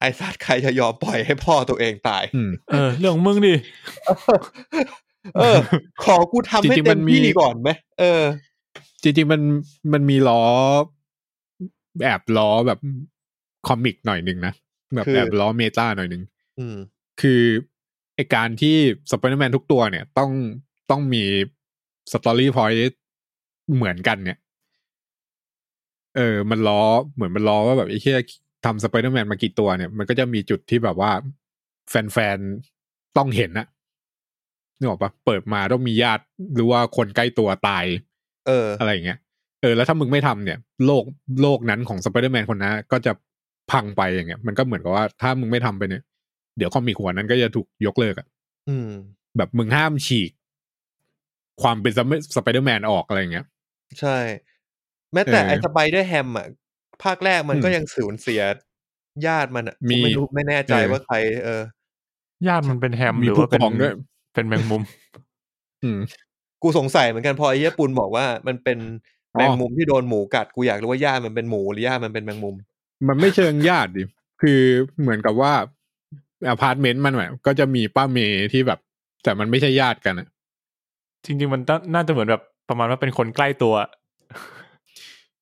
S1: ไอ้สัตว์ใครจะยอมปล่อยให้พ่อตัวเองตาย
S3: อืม
S2: เออ เรื่องของมึงดิ
S1: เออ ขอกูทำให้
S3: จริงๆ
S1: เต็
S3: มั
S1: ม
S3: นมี
S1: ที่ก่อนไหมเออ
S3: จริงๆมันมันมีล้อแอบล้อแบบคอมิกหน่อยหนึ่งนะแบบ
S1: คือ
S3: แอบล้อเมตาหน่อยหนึ่ง
S1: อืม
S3: คือไอการที่สไปเดอร์แมนทุกตัวเนี่ย ต้องต้องมีสตอรี่พอยต์เหมือนกันเนี่ย เออ มันล้อเหมือนมันล้อว่าแบบไอ้เหี้ยทำสไปเดอร์แมนมากี่ตัวเนี่ย มันก็จะมีจุดที่แบบว่า แฟนๆ ต้องเห็นนะนึกออกปะเปิดมาต้องมีญาติหรือว่าคนใกล้ตัวตาย
S1: เออ
S3: อะไรอย่างเงี้ย เออแล้วถ้ามึงไม่ทำเนี่ย โลกโลกนั้นของสไปเดอร์แมนคนนั้นก็จะพังไปอย่างเงี้ย มันก็เหมือนกับว่าถ้ามึงไม่ทำไปเนี่ย เดี๋ยวคอมิกหัวนั้นก็จะถูกยกเลิกอะ
S1: อืม
S3: แบบมึงห้ามฉีก ความเป็นสไปเดอร์แมนออกอะไรอย่างเงี้ย
S1: ใช่ แม้แต่
S3: เออ
S1: ไอ้สไปเดอร์แฮมอ่ะ ภาคแรกมันก็ยังสูญเสียญาติมันอ่ะผม
S3: มี
S1: ไม่รู้ไม่แน่ใจ
S3: เออ
S1: ว่าใคร เออ
S2: ญาติมันเป็นแฮม
S3: มี
S2: หรือ
S3: ผู้
S2: ว่าเป็น
S3: กองด้วย
S2: เป็นแมงมุม
S3: อืม
S1: กูสงสัยเหมือนกันพอไอ้ญี่ปุ่นบอกว่ามันเป็น
S3: อ๋อ
S1: แมงมุมที่โดนหมูกัด กูอยากรู้ว่าญาติมันเป็นหมูหรือญาติมันเป็นแมงมุม
S3: มันไม่เชิงญาติดิ คือเหมือนกับว่าอพาร์ตเมนต์มันแบบก็จะมีป้าเมย์ที่แบบ แต่มันไม่ใช่ญาติกันอะ
S2: จริง ๆ มันน่าจะเหมือนแบบประมาณว่าเป็นคนใกล้ตัว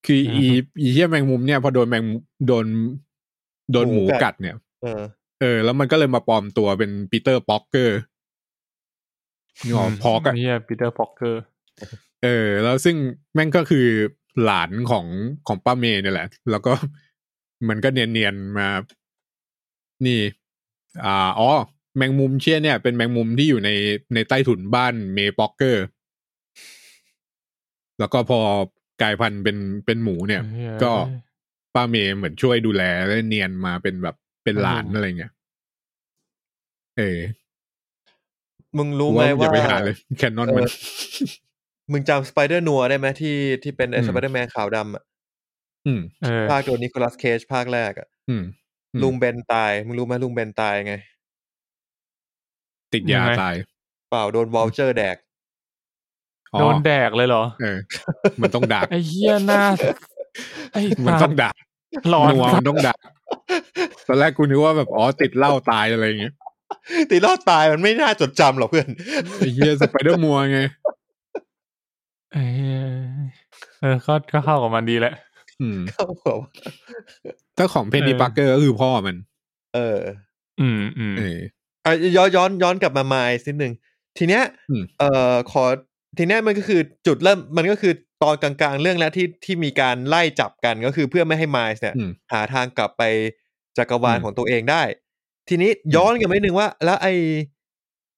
S3: คือ
S2: อืม
S3: อีอีเหี้ยแมงมุมเนี่ยพอโดนแมงมุมโดนโดนห
S1: หมู
S3: มู
S1: กัด
S3: กัดเนี่ย
S1: เออ
S3: เออ แล้วมันก็เลยมาปลอมตัวเป็นปีเตอร์ป๊อกเกอร์นี่ออกพอกอะ
S2: นี่ปีเตอร์พอกเกอร์
S3: เออแล้วซึ่งแม่งก็คือหลานของของป้าเมย์เนี่ยแหละ แล้วก็ [laughs] มันก็เนียนๆมา นี่ อ่าอ๋อแมงมุมเชี่ยเนี่ย เป็นแมงมุมที่อยู่ในในใต้ถุนบ้านเมย์ป็อกเกอร์ แล้วก็พอกลายพันธุ์เป็นเป็นหมูเนี่ย ก็ ป้าเมย์เหมือนช่วยดูแลและเนียนมาเป็นแบบเป็นหลานอะไรเงี้ยเออ
S1: มึงรู้
S3: กู
S1: ไหม
S3: ว่าอย่า
S1: ว่า
S3: ไปหาเลยแคนนอนมัน
S1: มึงจำสไปเดอร์นัวได้ไหมที่ที่เป็นไอ้
S3: อืม
S1: สไปเดอร์แมนขาวดำอะ
S3: อืม
S2: เออ
S1: ภาคโดนนิโคลัสเคจภาคแรกอะ
S3: อืม อืม
S1: ลุงเบนตาย มึงรู้ไหมลุงเบนตายไง
S3: ติดยาตาย
S1: เปล่าโดนวอลเจอร์แดก
S3: อ๋อ
S2: โดนแดกเลยเหรอ
S3: เออ มันต้อง
S2: [laughs]
S3: ด่า
S2: ไอ้เหี้ยห
S3: [laughs]
S2: น้าไอ้
S3: มันต้องด่า
S2: หลอน
S3: นัวมันต้องด่า ตอนแรกกูนึกว่าแบบ อ๋อ ติดเหล้าตายอะไรอย่างเงี้ย
S1: ตีรอดตายมันไม่น่าจดจำหรอกเพื่อน [laughs]
S3: ไอ้เหี้ยสไปเดอร์มัวไง
S2: เออเออก็ก็เข้ากับมันดีแหละ
S3: อืม
S1: เขาบอกว่า
S3: ถ้าของเพนนี
S2: เออ
S3: ปาร์เกอร์ก็คือพ่อมัน
S1: เออ
S2: อืมอืม
S3: เออ
S1: อ่ะย้อนย้อนย้อนกลับมาไมล์นิดนึงทีเนี้ย
S3: อืม
S1: เอ่อขอทีเนี้ยมันก็คือจุดเริ่มมันก็คือตอนกลางๆเรื่องแล้วที่ที่มีการไล่จับกันก็คือเพื่อไม่ให้ไมล์เนี่ย
S3: อืม
S1: หาทางกลับไปจักรวาล
S3: อืม
S1: ของตัวเองได้ ทีนี้ย้อนกลันไปนิดนึงว่า แล้วไอ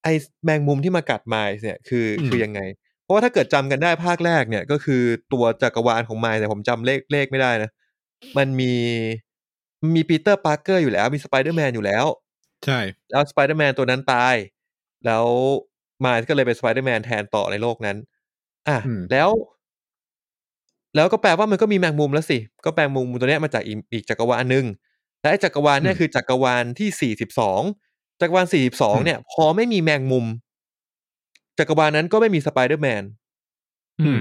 S1: ไอแมงมุมที่มากัดไมล์เนี่ยคืออ
S3: ม
S1: คือยังไง เพราะว่าถ้าเกิดจำกันได้ภาคแรกเนี่ย ก็คือตัวจักรวาลของไมล์แต่ยผมจำเลขเลขไม่ได้นะ มันมีมันมีปีเตอร์ปาร์เกอร์อยู่แล้วมีสไปเดอร์แมนอยู่แล้ว
S3: ใช่
S1: แล้วสไปเดอร์แมนตัวนั้นตาย แล้วมายก็เลยเป็นสไปเดอร์แมนแทนต่อในโลกนั้น อ่ะ
S3: อืม
S1: แล้ว แล้วก็แปลว่ามันก็มีแมงมุมแล้วสิ ก็แปลงมุมตัวเนี้ยมาจากอีกอีกจักรวาลหนึ่งและไอ้จักรวาลเนี่ยคือจักรวาลที่สี่สิบสองจักรวาลสี่สิบสองเนี่ย พอไม่มีแมงมุม จักรวาลนั้นก็ไม่มีสไปเดอร์แมน
S2: อืม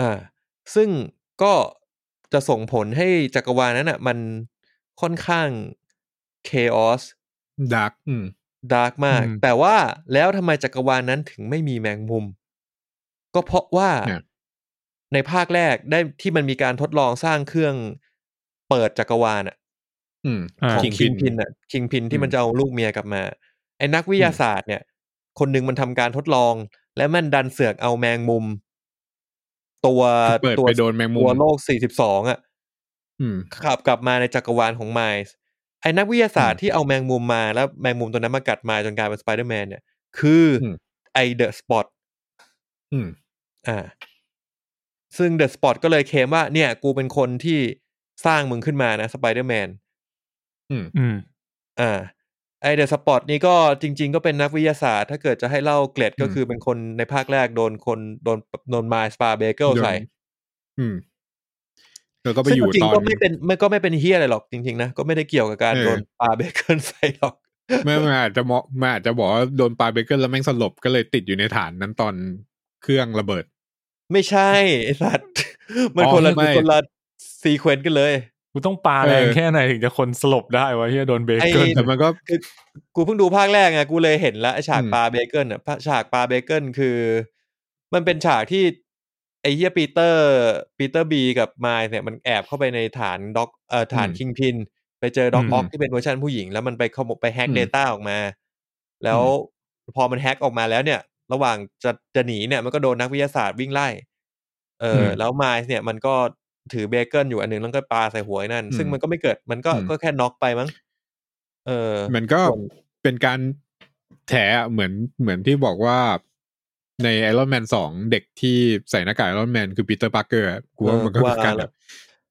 S1: อ่าซึ่งก็จะส่งผลให้จักรวาลนั้นอ่ะ มันค่อนข้าง chaos
S3: ดาร์กอืม
S1: ดาร์กมาก แต่ว่าแล้วทำไมจักรวาลนั้นถึงไม่มีแมงมุม ก็เพราะว่า
S3: เนี่ย
S1: ในภาคแรกได้ที่มันมีการทดลองสร้างเครื่องเปิดจักรวาลอะ
S3: อืม
S2: อ่า
S1: ของ
S3: Kingpin
S1: คิงพินอะคิงพินที่มันจะเอาลูกเมียกลับมา ไอ้นักวิทยาศาสตร์เนี่ย คนหนึ่งมันทำการทดลอง และมันดันเสือกเอาแมงมุม ตัว
S3: คือเปิด
S1: ตัว
S3: ไปโดนแมงมุ
S1: ตัว
S3: ม
S1: โลก 42อะ
S3: อืม
S1: ขับกลับมาในจักรวาลของไมล์ไอ้นักวิทยาศาสตร์ที่เอาแมงมุมมาแล้วแมงมุมตัวนั้นมากัดไมล์จนกลายเป็นสไปเดอร์แมนเนี่ย คืออ
S3: ม
S1: ไอเดอะสปอต
S3: อืม
S1: อ่า ซึ่งเดอะสปอตก็เลยเคลมว่า เนี่ย กูเป็นคนที่สร้างมึงขึ้นมานะสไปเดอร์แมน
S2: อืม
S1: อ่า ไอเดอะสปอตนี่ก็จริง ๆ ก็เป็นนักวิทยาศาสตร์ ถ้าเกิดจะให้เล่าเกล็ดก็
S3: อืม
S1: คือเป็นคนในภาคแรกโดนคนโดนโดนมาสปาเบเกิล
S3: โดน
S1: ใส่
S3: อืม แล้วก็ไป
S1: ซึ่ง
S3: อยู่
S1: จริ
S3: ต
S1: ง
S3: อ
S1: ๆก็
S3: น
S1: ไม่เป็นไม่ก็ไม่เป็นเฮียอะไรหรอกจริง ๆ นะ ก็ไม่ได้เกี่ยวกับการ
S3: เออ
S1: โดนปาเบเกิล [laughs] ใส่หรอก
S3: เมื่อมันอาจจะเหมาะมันอาจจะบอกว่าโดนปลาเบเกอร์แล้วแม่งสลบก็เลยติดอยู่ในฐานนั้นตอนเครื่องระเบิด
S1: ไม่ใช่ไอสัตว์ [laughs] มัน
S3: อ๋อ
S1: คนละ
S3: ไม่
S1: คนละซีเควนต์กันเลย
S2: กูต้องปาแรงแค่ไหนถึงจะคนสลบได้วะเฮียโดนเบรกเกิล
S1: ไอ้
S3: แต่มันก็
S1: คือกูเพิ่งดูภาคแรกไงกูเลยเห็นแล้วไอ้ฉาก
S3: อืม
S1: ปลาเบเกิลอ่ะภาฉากปลาเบเกิลคือ มันเป็นฉากที่ไอ้เฮียปีเตอร์ ปีเตอร์บีกับมายเนี่ยมันแอบเข้าไปในฐานด็อกเอ่อฐานคิงพิน ไปเจอด็อก
S2: อืม
S1: ออกที่เป็นเวอร์ชันผู้หญิง แล้วมันไปขโมยไปแฮก
S3: อืม
S1: Data ออกมา แล้วพอมันแฮกออกมาแล้วเนี่ย ระหว่างจะจะหนีเนี่ยมันก็โดนนักวิทยาศาสตร์วิ่งไล่ เอออ
S3: ม
S1: แล้วมายเนี่ยมันก็ถือเบเกิลอยู่อันหนึงแล้วก็ปาใส่หัวไอ้นั่น ซึ่ง
S3: อืม
S1: มันก็ไม่เกิดมันก็
S3: อืม
S1: ก็แค่น็อกไปมั้งเออ
S3: มันก็
S1: ส่วน
S3: เป็นการแถอะเหมือนเหมือนที่บอกว่า ใน Iron Man สองเด็กที่ใส่หน้ากาก Iron Man คือปีเตอร์ปาร์เกอร์กูว่า
S1: เออ
S3: มันก็คือการ
S1: ว่า
S3: แบบ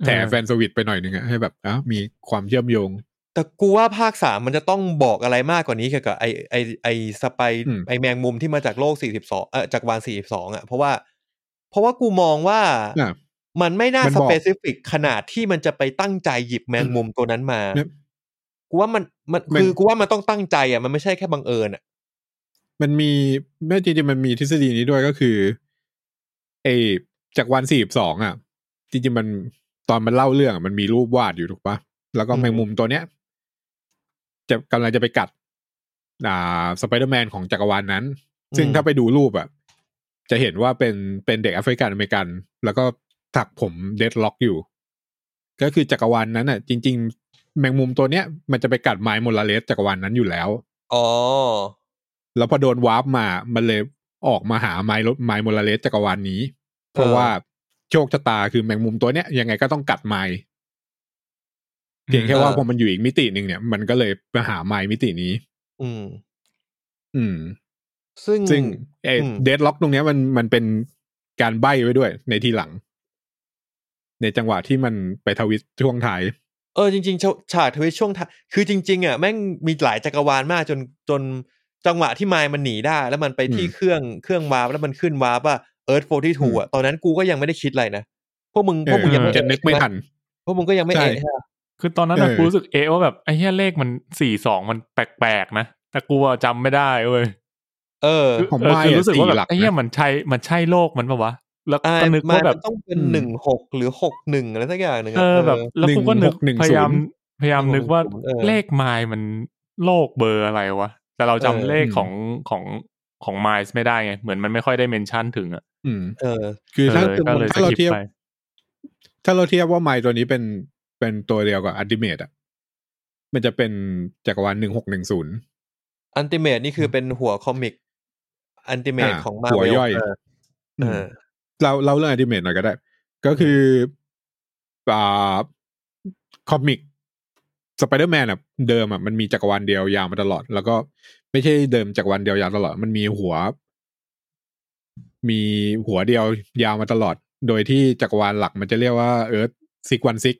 S3: แถ
S2: เออ
S3: แฟนสวิตช์ไปหน่อยนึงอะให้แบบอ้าวมีความเชื่อมโยง
S1: แต่กูว่าภาคสามมันจะต้องบอกอะไรมากกว่านี้เกี่ยวกับไอไอไอสไป
S3: อืม
S1: ไอแมงมุมที่มาจากโลกสี่สิบสองเออจากวานสี่สิบสองอ่ะเพราะว่า เพราะว่ากูมองว่า
S3: อ่ะ
S1: มันไม่น่า
S3: มัน
S1: ส
S3: บอก
S1: เปซิฟิกขนาดที่มันจะไปตั้งใจหยิบแมงมุมตัวนั้นมา
S3: เนี่ย
S1: กูว่ามันมัน
S3: มัน
S1: คือกูว่ามันต้องตั้งใจอ่ะมันไม่ใช่แค่บังเอิญอ่ะ
S3: มันมีแม่จริงๆมันมีทฤษฎีนี้ด้วยก็คือไอจากวันสี่สองอ่ะ จริงๆมันตอนมันเล่าเรื่องอะมันมีรูปวาดอยู่ถูกปะแล้วก็
S1: อืม
S3: แมงมุมตัวเนี้ย จะกำลังจะไปกัด อ่าสไปเดอร์แมนของจักรวาลนั้น ซึ่งถ้าไปดูรูปอ่ะ จะเห็นว่าเป็นเป็นเด็กแอฟริกันอเมริกัน แล้วก็ถักผมเดดล็อกอยู่ ก็คือจักรวาลนั้นอ่ะ จริง ๆ แมงมุมตัวเนี้ย มันจะไปกัดไมล์โมลาเลสจักรวาลนั้นอยู่แล้ว
S1: อ๋อ
S3: แล้วพอโดนวาร์ปมา มันเลยออกมาหาไมล์ไมล์โมลาเลสจักรวาลนี้ เพราะ
S1: เออ
S3: ว่าโชคชะตาคือแมงมุมตัวเนี้ยยังไงก็ต้องกัดไมล์เพียงแค่ว่าพอมันอยู่อีกมิติหนึ่งเนี่ย มันก็เลยมาหาไมล์มิตินี้
S1: อืม
S3: อืม
S1: ซึ่ง
S3: ซึ่งไอ้
S1: อืม
S3: เดดล็อกตรงเนี้ยมันมันเป็นการใบ้ไว้ด้วยในทีหลัง ในจังหวะที่มันไปทวิตช่วงท้าย
S1: เออจริงๆฉาฉากทวิตช่วงท้ายคือจริง ๆ อ่ะแม่งมีหลายจักรวาลมากจนจนจังหวะที่ไมล์มันหนีได้ แล้วมันไปที่
S3: อืม
S1: เครื่องเครื่องวาร์ปแล้วมันขึ้นวาร์ปว่าเอิร์ธโฟที่ถู
S3: อืม
S1: อ่ะตอนนั้นกูก็ยังไม่ได้คิดอะไรนะพวกมึง
S3: เอ
S1: พวกมึง
S3: อ
S1: ยังไม่
S3: จะนึกไม่ทัน
S1: พวกมึงก็ยังไม่
S3: ใช่
S1: เอะใช่ปะ
S2: คือตอนนั้นอะ
S3: เออ
S2: กูรู้สึกเอะว่าแบบไอ้เหี้ยเลขมันสี่สองมันแปลกๆนะแต่กูอะจำไม่ได้เว้ย
S1: เออ
S2: คือ
S3: ผม
S2: เออ
S3: ว่า
S2: คือรู้สึกว่า
S3: สี่
S2: แบบ
S3: หลักนะ
S2: ไอ้เหี้ยมันใช่มันใช่โลกมันปะวะแล้ว
S1: อ่า
S2: ก็นึก
S1: ไม
S2: ว่า
S1: ล์
S2: แบ
S1: มั
S2: บ
S1: นต้องเป็น
S3: อืม
S1: หนึ่งหกหรือหกหนึ่งอะไรสักอย่างหนึ่งะ
S2: เออแบบ แล้วกูก็นึก
S3: หนึ่งหก
S2: พ
S3: หนึ่ง
S2: ยายาม
S3: ศูนย์
S2: พยายามนึกว่า
S1: หนึ่งหกหนึ่งศูนย์เออ
S2: เลขไมล์มันโลกเบอร์อะไรวะ แต่เราจำ
S3: เออ
S2: เลข
S3: อืม
S2: ของของของไมล์ไม่ได้ไง เหมือนมันไม่ค่อยได้เมนชั่นถึงอ่ะ
S3: อืม
S1: เออ
S3: คือถ้า
S2: เออก็เลยส
S3: ถ้าเรา
S2: กิป
S3: เทียบ
S2: ไป
S3: ถ้าเราเทียบว่าไมล์ตัวนี้เป็นเป็นตัวเดียวกับอัลติเมตอ่ะ มันจะเป็นจักรวาลหนึ่งหกหนึ่งศูนย์
S1: อันติเมตนี่คือเป็นหัวคอมิกอันติเมต
S3: อ่า
S1: ของมา
S3: หัวย่อย
S1: เออเออ
S3: เราเราเรื่องอัลติเมตหน่อยก็ได้ ก็คืออ่าคอมิกสไปเดอร์แมนอ่ะเดิมอ่ะมันมีจักรวาลเดียวยาวมาตลอด แล้วก็ไม่ใช่เดิมจักรวาลเดียวยาวตลอด มันมีหัว มีหัวเดียวยาวมาตลอด โดยที่จักรวาลหลักมันจะเรียกว่าเอิร์ธซิกวันซิก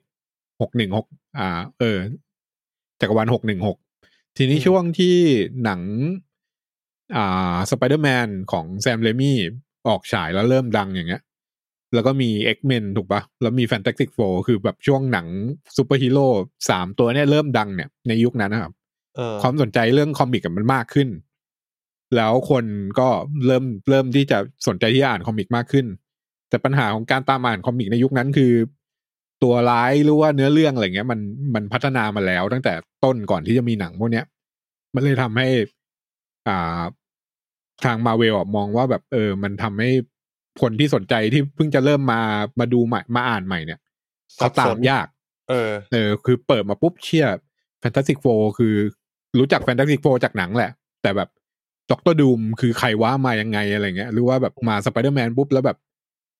S3: หกหนึ่งหกอ่า เออ จักรวาลหกหนึ่งหกทีนี้
S1: อืม
S3: ช่วงที่หนัง อ่าสไปเดอร์แมนของแซมเลมี่ออกฉายแล้วเริ่มดังอย่างเงี้ย แล้วก็มี X-Men ถูกปะแล้วมี Fantastic Four คือแบบช่วงหนังซูเปอร์ฮีโร่สามตัวเนี่ยเริ่มดังเนี่ยในยุคนั้นนะครับ
S1: เออ
S3: ความสนใจเรื่องคอมิกอะมันมากขึ้น แล้วคนก็เริ่มเริ่มที่จะสนใจที่จะอ่านคอมิกมากขึ้น แต่ปัญหาของการตามอ่านคอมิกในยุคนั้นคือ ตัวร้ายหรือว่าเนื้อเรื่องอะไรเงี้ยมันมันพัฒนามาแล้วตั้งแต่ต้นก่อนที่จะมีหนังพวกเนี้ย มันเลยทำให้ อ่า ทางมาเวลมองว่าแบบ เออ มันทำให้คนที่สนใจที่เพิ่งจะเริ่มมามาดูใหม่มาอ่านใหม่เนี่ยเขาตามยาก
S1: เออ
S3: เออคือเปิดมาปุ๊บเชียแฟนตาซีโฟคือรู้จักแฟนตาซีโฟจากหนังแหละ แต่แบบด็อกเตอร์ดูมคือใครว่ามายังไงอะไรเงี้ยหรือว่าแบบมาสไปเดอร์แมนปุ๊บแล้วแบบ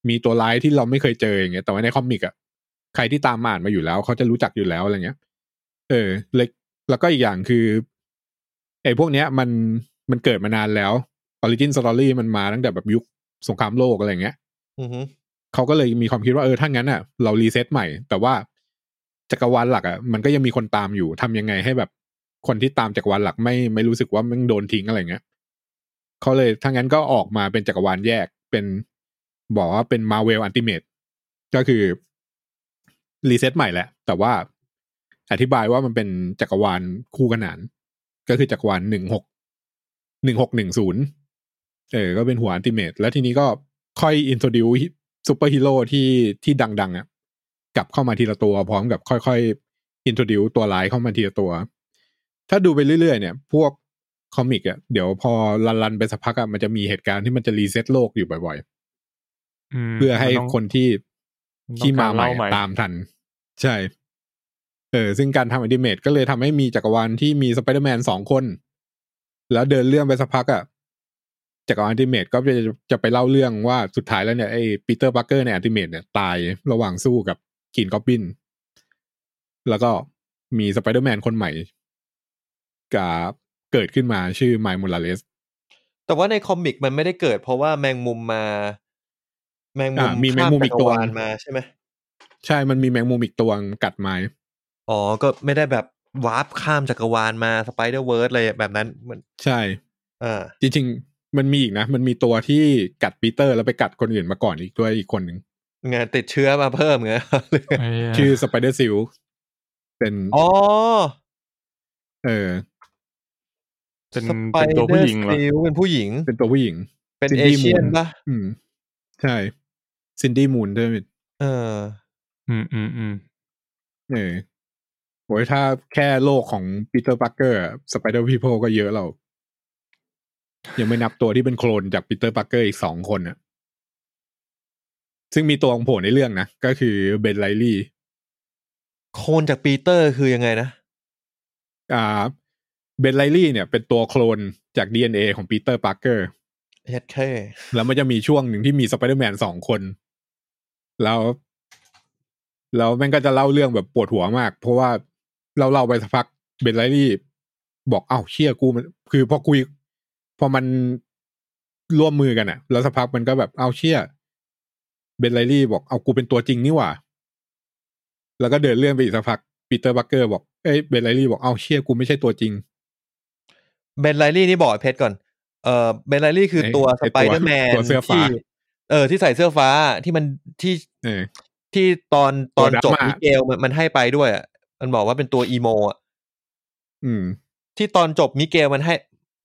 S3: มีตัวร้ายที่เราไม่เคยเจออย่างเงี้ยแต่ว่าในคอมิกอะใครที่ตามมาอ่านมาอยู่แล้ว เขาจะรู้จักอยู่แล้วอะไรเงี้ย เออเล็กแล้วก็อีกอย่างคือไอ้พวกเนี้ยมันมันเกิดมานานแล้วออริจินสตอรี่มันมาตั้งแต่แบบยุคสงครามโลกอะไรเงี้ย
S1: อือฮึ
S3: เขาก็เลยมีความคิดว่าเออถ้างั้นอ่ะ เรารีเซ็ตใหม่ แต่ว่าจักรวาลหลักอ่ะมันก็ยังมีคนตามอยู่ทำยังไงให้แบบคนที่ตามจักรวาลหลักไม่ไม่รู้สึกว่ามันโดนทิ้งอะไรเงี้ยเขาเลยถ้างั้นก็ออกมาเป็นจักรวาลแยกเป็นบอกว่าเป็นมาเวลอันติเมตก็คือรีเซ็ตใหม่แหละ แต่ว่าอธิบายว่ามันเป็นจักรวาลคู่ขนาน ก็คือจักรวาลหนึ่งหกหนึ่งหกหนึ่งศูนย์เออ ก็เป็นหัวอันติเมตแล้วทีนี้ก็ค่อยอินโทรดิว ซูเปอร์ฮีโร่ที่ที่ดังๆอะ่ะกลับเข้ามาทีละตัวพร้อมกับค่อยๆอินโทรดิวตัวร้ายเข้ามาทีละตัว ถ้าดูไปเรื่อยๆเนี่ย พวกคอมิกอะ่ะเดี๋ยวพอรันๆไปสักพักอะ่ะมันจะมีเหตุการณ์ที่มันจะรีเซ็ตโลกอยู่บ่อยๆ เพื่อให้คนที่
S2: มันต้อง
S3: ที่มาใหม่
S2: การเล่าใหม่
S3: อะตามทัน ใช่ เออซึ่งการทำอนิเมตก็เลยทำให้มีจักรวาลที่มีสไปเดอร์แมนสองคน แล้วเดินเรื่องไปสักพักอะ่ะจักรวาลอนิเมตก็จะจะไปเล่าเรื่องว่าสุดท้ายแล้วเนี่ยไอ้ปีเตอร์ปาร์เกอร์ในอนิเมตเนี่ยตายระหว่างสู้กับกรีนกอบบิน แล้วก็มีสไปเดอร์แมนคนใหม่กับเกิดขึ้นมาชื่อไมล์มูลาเลส
S1: แต่ว่าในคอมิกมันไม่ได้เกิด เพราะว่าแมงมุมมา แมงมุม
S3: อ่ะมีแมงมุมอีกตัว
S1: ข้าจัรวาลมาใช่ไหม
S3: ใช่มันมีแมงมุมอีกตัวกัดไม้
S1: อ๋อก็ไม่ได้แบบวาร์ปข้ามจักรวาลมาสไปเดอร์เวิร์สอะไรแบบนั้นมัน
S3: ใช่
S1: อ่า
S3: จริงๆ มันมีอีกนะ มันมีตัวที่กัดปีเตอร์แล้วไปกัดคนอื่นมาก่อนอีกด้วยอีกคนหนึ่ง
S1: งานติดเชื้อมาเพิ่มเงี้ [laughs] ย
S2: ไอ้เหี้ย
S3: ชื่อสไปเดอร์ซิลเป็น
S1: อ๋อ
S3: เออ
S2: เป็น
S1: สไป
S2: เป็นตัว
S1: เดอ
S2: ผู้ห
S1: ร์
S2: ญิงเหรอ
S1: ซิลเป็นผู้หญิง
S3: เป็นตัวผู้หญิง
S1: เป็น
S3: ซิน
S1: เอ
S3: ดี้
S1: เชียน
S3: มูน
S1: ปะ
S3: อืม ใช่ซินดี้มูนด้วย
S1: เออ
S2: อืมอืมอืม
S3: เออโอ้ยถ้าแค่โลกของปีเตอร์ปาร์เกอร์สไปเดอร์พีโพก็เยอะเรายังไม่นับตัวที่เป็นโคลนจากปีเตอร์ปาร์เกอร์อีกสองคนน่ะ ซึ่งมีตัวของโผล่ในเรื่องนะ ก็คือเบนไลลี่
S1: โคนจากปีเตอร์คือยังไงนะ
S3: อ่าเบนไลลี่เนี่ยเป็นตัวโคลนจาก DNA ของปีเตอร์ปาร์เกอร์
S1: เฮ็ดเท่
S3: แล้วมันจะมีช่วงหนึ่งที่มีสไปเดอร์แมนสองคน แล้ว แล้วแม่งก็จะเล่าเรื่องแบบปวดหัวมาก เพราะว่าเราเล่าไปสักพักเบนไลลี่ บอกเอ้าเชี่ยกูมันคือพอคุยพอมันร่วมมือกันอะแล้วสักพักมันก็แบบเอ้าเชี่ยเบนไลลี่บอกเอากูเป็นตัวจริงนี่หว่า แล้วก็เดินเรื่องไปอีกสักพักปีเตอร์บัคเกอร์บอกเอ้ยเบนไลลี่บอกเอ้าเชี่ยกูไม่ใช่ตัวจริง
S1: เบนไลลี่นี่บอกไอ้เพชรก่อน เออเบนไลลี่คือ
S3: ไอ้
S1: ตัวส
S3: ไอ้ตัว
S1: ไปเดอร์แมน
S3: ตัวเสื้อฟ้า
S1: ที่เออ ที่ใส่เสื้อฟ้าที่มันที่
S3: เออ
S1: ที่ตอนตอนจบ
S3: ตัวดราม่า
S1: มิเกลมันมันให้ไปด้วยอะมันบอกว่าเป็นตัวอีโมอะ
S3: อืม
S1: ที่ตอนจบมิเกลมันให้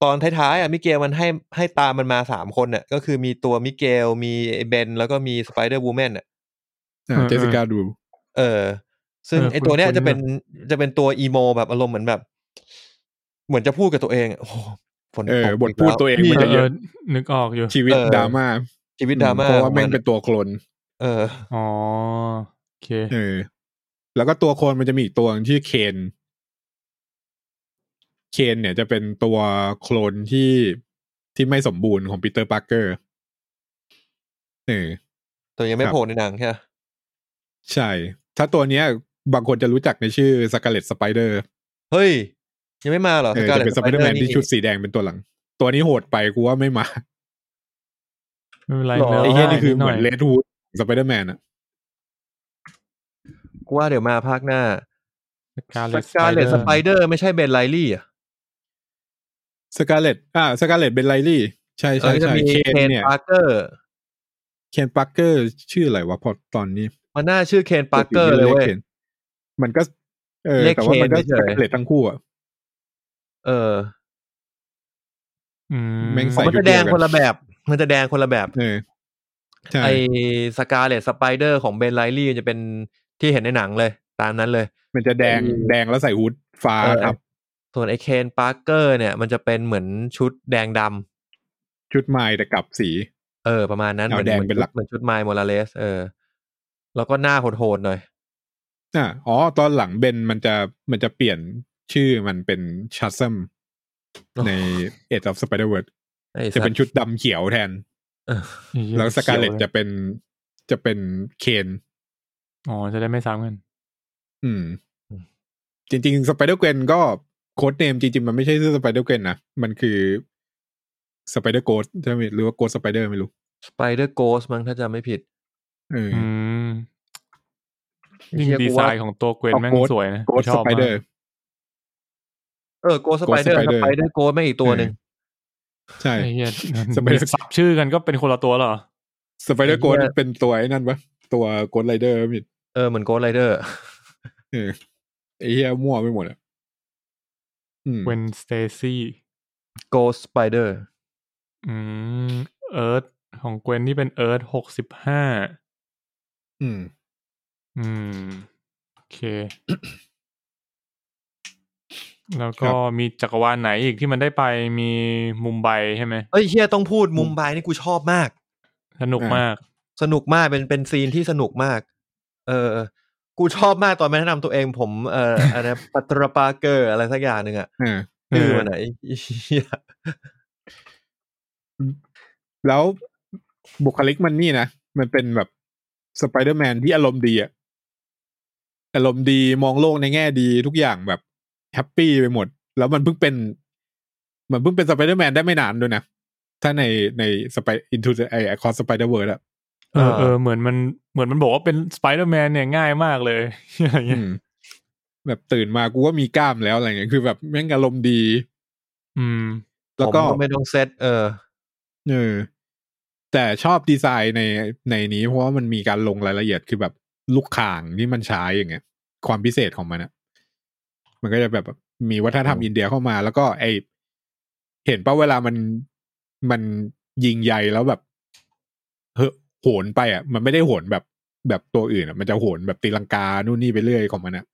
S1: ตอนท้ายๆอะมิเกลมันให้ให้ตามมันมาสามคนน่ะก็คือมีตัวมิเกลมีไอ้เบนแล้วก็มีสไปเดอร์วูแมนน่ะ
S3: อ่าเจสสิก้าดู
S1: เออ ซึ่ง
S2: เออ
S1: ไอตัวเนี้ย
S2: คุ้นๆ
S1: จะเป็น
S2: น
S1: จะเป็นตัวอีโมแบบอารมณ์เหมือนแบบ เหมือนจะพูดกับตัวเองอะโอ้โหฝน
S3: เอ
S1: ต
S3: อก บทพู
S1: ก
S3: ด
S1: แล้
S3: ตัวเอง
S2: เอ
S3: มัน
S2: อ
S3: จะเยอะ
S2: เออนึกออกอยู่
S3: ชีวิต
S1: เออ
S3: ดราม่า
S1: ชีวิตดราม่า
S3: เพราะ
S1: ขอ
S3: ว่า
S1: ง
S3: แม่ง
S1: มัน
S3: เป็นตัวโคลน
S1: เออ
S2: อ๋อโอเค
S3: เออ แล้วก็ตัวโคลนมันจะมีอีกตัวหนึ่งชื่อเคนเคนเนี่ยจะเป็นตัวโคลนที่ที่ไม่สมบูรณ์ของปีเตอร์ปาร์เกอร์เออ
S1: ตัวยังไม่
S3: ครับ
S1: โผล่ในหนังใช่ไหม
S3: ใช่ ถ้าตัวเนี้ย บางคนจะรู้จักในชื่อสกาเลตสไปเดอร์
S1: เฮ้ย ยังไม่มาเหรอ
S3: เออ
S1: Scarlet
S3: จะเป็นสไปเดอร์แมน
S1: Spider
S3: ที่ชุดสีแดงเป็นตัวหลัง ตัวนี้โหดไปกูว่าไม่มา
S2: ไม่เป็นไร
S1: หรอ
S2: เนอะ
S3: ไอ้เหี้ยนี่คือเห
S2: ห
S3: มื
S2: น่
S3: อ
S2: อนย
S3: เลดวูดสไปเดอร์แมนอะ
S1: กูว่าเดี๋ยวมาภาคหน้า
S2: การ
S1: สกาเลตสไปเดอร์ไม่ใช่เบนไลลี่อ่ะ
S3: สกาเลตอ่าสกาเลตเบนไลลี่ใช่
S1: เอ
S3: ใช่
S1: อจะ
S3: ใช่
S1: มี
S3: เคน
S1: เคน
S3: เนี่ย
S1: ปาร์เกอร์
S3: เคนปาร์เกอร์ชื่ออะไรวะพอตอนนี้
S1: มันน่าชื่อเคนปาร์เกอร์
S3: ปติ
S1: เลยเว้ย
S3: คนมันก็เออ
S1: เรียก
S3: แต่ว่ามันก็
S1: เคนเฉย
S3: เลททั้งคู่อ่ะ
S1: เออ
S2: อืม
S3: แม่งใส่
S1: มันจะแดงคนละแบบ มันจะแดงคนละแบบ
S3: เออใช่
S1: ไอสกาเลตสไปเดอร์ของเบนไลลี่จะเป็นที่เห็นในหนังเลย ตามนั้นเลย
S3: มันจะแดงแดงแล้วใส่ฮูดฟ้า
S1: เออ
S3: ครับ
S1: ส่วนไอเคนปาร์เกอร์เนี่ย มันจะเป็นเหมือนชุดแดงดำ
S3: ชุดไม้แต่กลับสี
S1: เออ ประมาณนั้น
S3: เอา
S1: มือ
S3: แดง
S1: มือ
S3: เป็นหลัก
S1: เหมือนชุดไมล์โมราเลส เออ แล้วก็หน้าโหดๆหน่อย
S3: อ่ะอ๋อ ตอนหลังเบนมันจะมันจะเปลี่ยนชื่อมันเป็นชัตซัม
S1: โอ้
S3: ในเอ็ดออฟสไปเดอร์เวิร์ด
S1: ไอ้สัตว์
S3: จะเป็นชุดดำเขียวแทน
S1: เออ
S2: ไอ้เหี้ย
S3: แล้วสกาเลต
S2: ขียว
S3: จะ
S2: ย
S3: เป็นจะเป็นเคน
S2: อ๋อจะได้ไม่ซ้ำกัน
S3: อืม จริงๆสไปเดอร์เกนก็โค้ดเนมจริงๆ มันไม่ใช่ชื่อสไปเดอร์เกนนะ มันคือสไปเดอร์โกดใช่ไหมหรือว่าโกดสไปเดอร์ไม่รู้
S1: สไปเดอร์โกสมั้งถ้าจำไม่ผิด
S3: เออ
S2: อืมยิ่ง
S1: เหี้ย
S2: ดี
S1: กู
S2: ไซ
S1: ว่า
S2: น์ของตัวเกวนแม่งสวยนะ
S3: โกด
S2: ช
S3: ส
S2: อบ
S3: ไป
S2: มาก
S3: เดอร์
S1: เออโกสไปเดอร์ส
S3: Ghost Spider
S1: ไปเดอร์โกสไม่งอีกตัวหนึ่ง
S3: ใช่
S2: ไอ้เหี้ย
S3: สไปเดอร์
S2: สับชื่อกันก็เป็นคนละตัวเหรอ
S3: สไปเดอร์โกด
S1: ไอ้เหี้ย
S3: เป็นตัวไอ้นั่นปะตัวโกดไรเดอร์มิด
S1: เออเหมือนโกสไร [laughs] เดอร์
S3: เออไอ้เหี้ยมั่วไปหมดอ่ะอืม
S2: เวนสเตซี่
S1: โกสสไปเดอร์
S2: อืมเอิร์ธของเกวนนี่เป็นเอิร์ธหกสิบห้า
S3: อืม
S2: อืม โอเค แล้ว
S3: ครั
S2: ก็
S3: บ
S2: มีจักรวาลไหนอีกที่มันได้ไปมีมุมไบใช่ไหม
S1: เอ้ยเฮียต้องพูดมุมไบนี่กูชอบมาก
S2: สนุกมาก
S1: สนุกมากเป็นเป็นซีนที่สนุกมาก เออ กูชอบมากตอนมันแนะนำตัวเองผมเอ่ออะไรนะปัตราปาเกอร์อะไรสักอย่างหนึ่งอ่ะ
S3: อ่า
S1: ชื่อมันอะไอ้เหี้ย
S3: แล้วบุคลิกมันนี่นะ มันเป็นแบบสไปเดอร์แมนที่อารมณ์ดีอะอารมณ์ดีมองโลกในแง่ดีทุกอย่างแบบแฮปปี้ไปหมด แล้วมันเพิ่งเป็น มันเพิ่งเป็นสไปเดอร์แมนได้ไม่นานด้วยนะ ถ้าในในสไปอินทูไอคอนสไปเดอร์เวิร์ดอะ
S2: เออเออเหมือนมันเหมือนมันบอกว่าเป็นสไปเดอร์แมนเนี่ยง่ายมากเลย [laughs] อะไรเงี้ย
S3: อืมแบบตื่นมากูก็มีกล้ามแล้วอะไรเงี้ยคือแบบแม่งอารมณ์ดี
S2: อืม
S3: แล้ว
S1: ผม
S3: ก็
S1: ก็ไม่ต้องเซตเออ
S3: เออแต่ชอบดีไซน์ในในนี้เพราะว่ามันมีการลงรายละเอียดคือแบบลูกข่างที่มันใช้อย่างเงี้ย ความพิเศษของมันอะมันก็จะแบบมีวัฒนธรรม
S1: อืม
S3: อินเดียเข้ามา แล้วก็ไอเห็นป่ะเวลามันมันยิงใยแล้วแบบเฮอะโหนไปอะมันไม่ได้โหนแบบแบบตัวอื่นอะมันจะโหนแบบตีลังกานู่นนี่ไปเรื่อยของมันอะ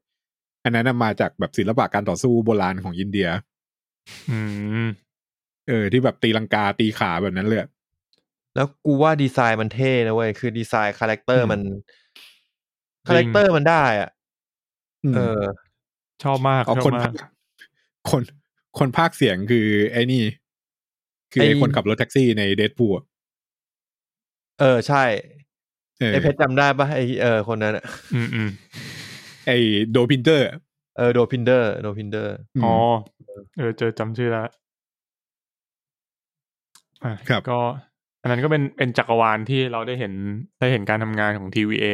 S3: อันนั้นนะมาจากแบบศิลปะการต่อสู้โบราณของอินเดีย
S2: อืม
S3: เออที่แบบตีลังกาตีขาแบบนั้นเลยอะ
S1: แล้วกูว่าดีไซน์มันเท่นะเว้ย คือดีไซน์คาแรคเตอร์มัน
S2: จริง
S1: คาแรคเตอร์มันได้อ่ะเออ
S2: ชอบมาก
S3: เอา
S2: ชอ
S3: ค
S2: บ
S3: น
S2: มา
S3: พาก คคนคนภาคเสียงคือไอ้นี่ คือไอ้
S1: ไอ้
S3: คนขับรถแท็กซี่ในเดดพูล
S1: เออใช่
S3: เออ
S1: ไอเพชรจำได้ปะไอเออคนนั้นอะ
S2: อืมอืม
S3: ไอ้โดพินเตอร์
S1: เออโดพินเดอร์โดพินเดอร์
S2: อ๋อ
S3: ม
S2: เออเจอจำชื่อแล้วอ่ะ
S3: ครับ
S2: ก็ อันนั้นก็เป็นเป็นจักรวาลที่เราได้เห็นได้เห็นการทำงานของ TVA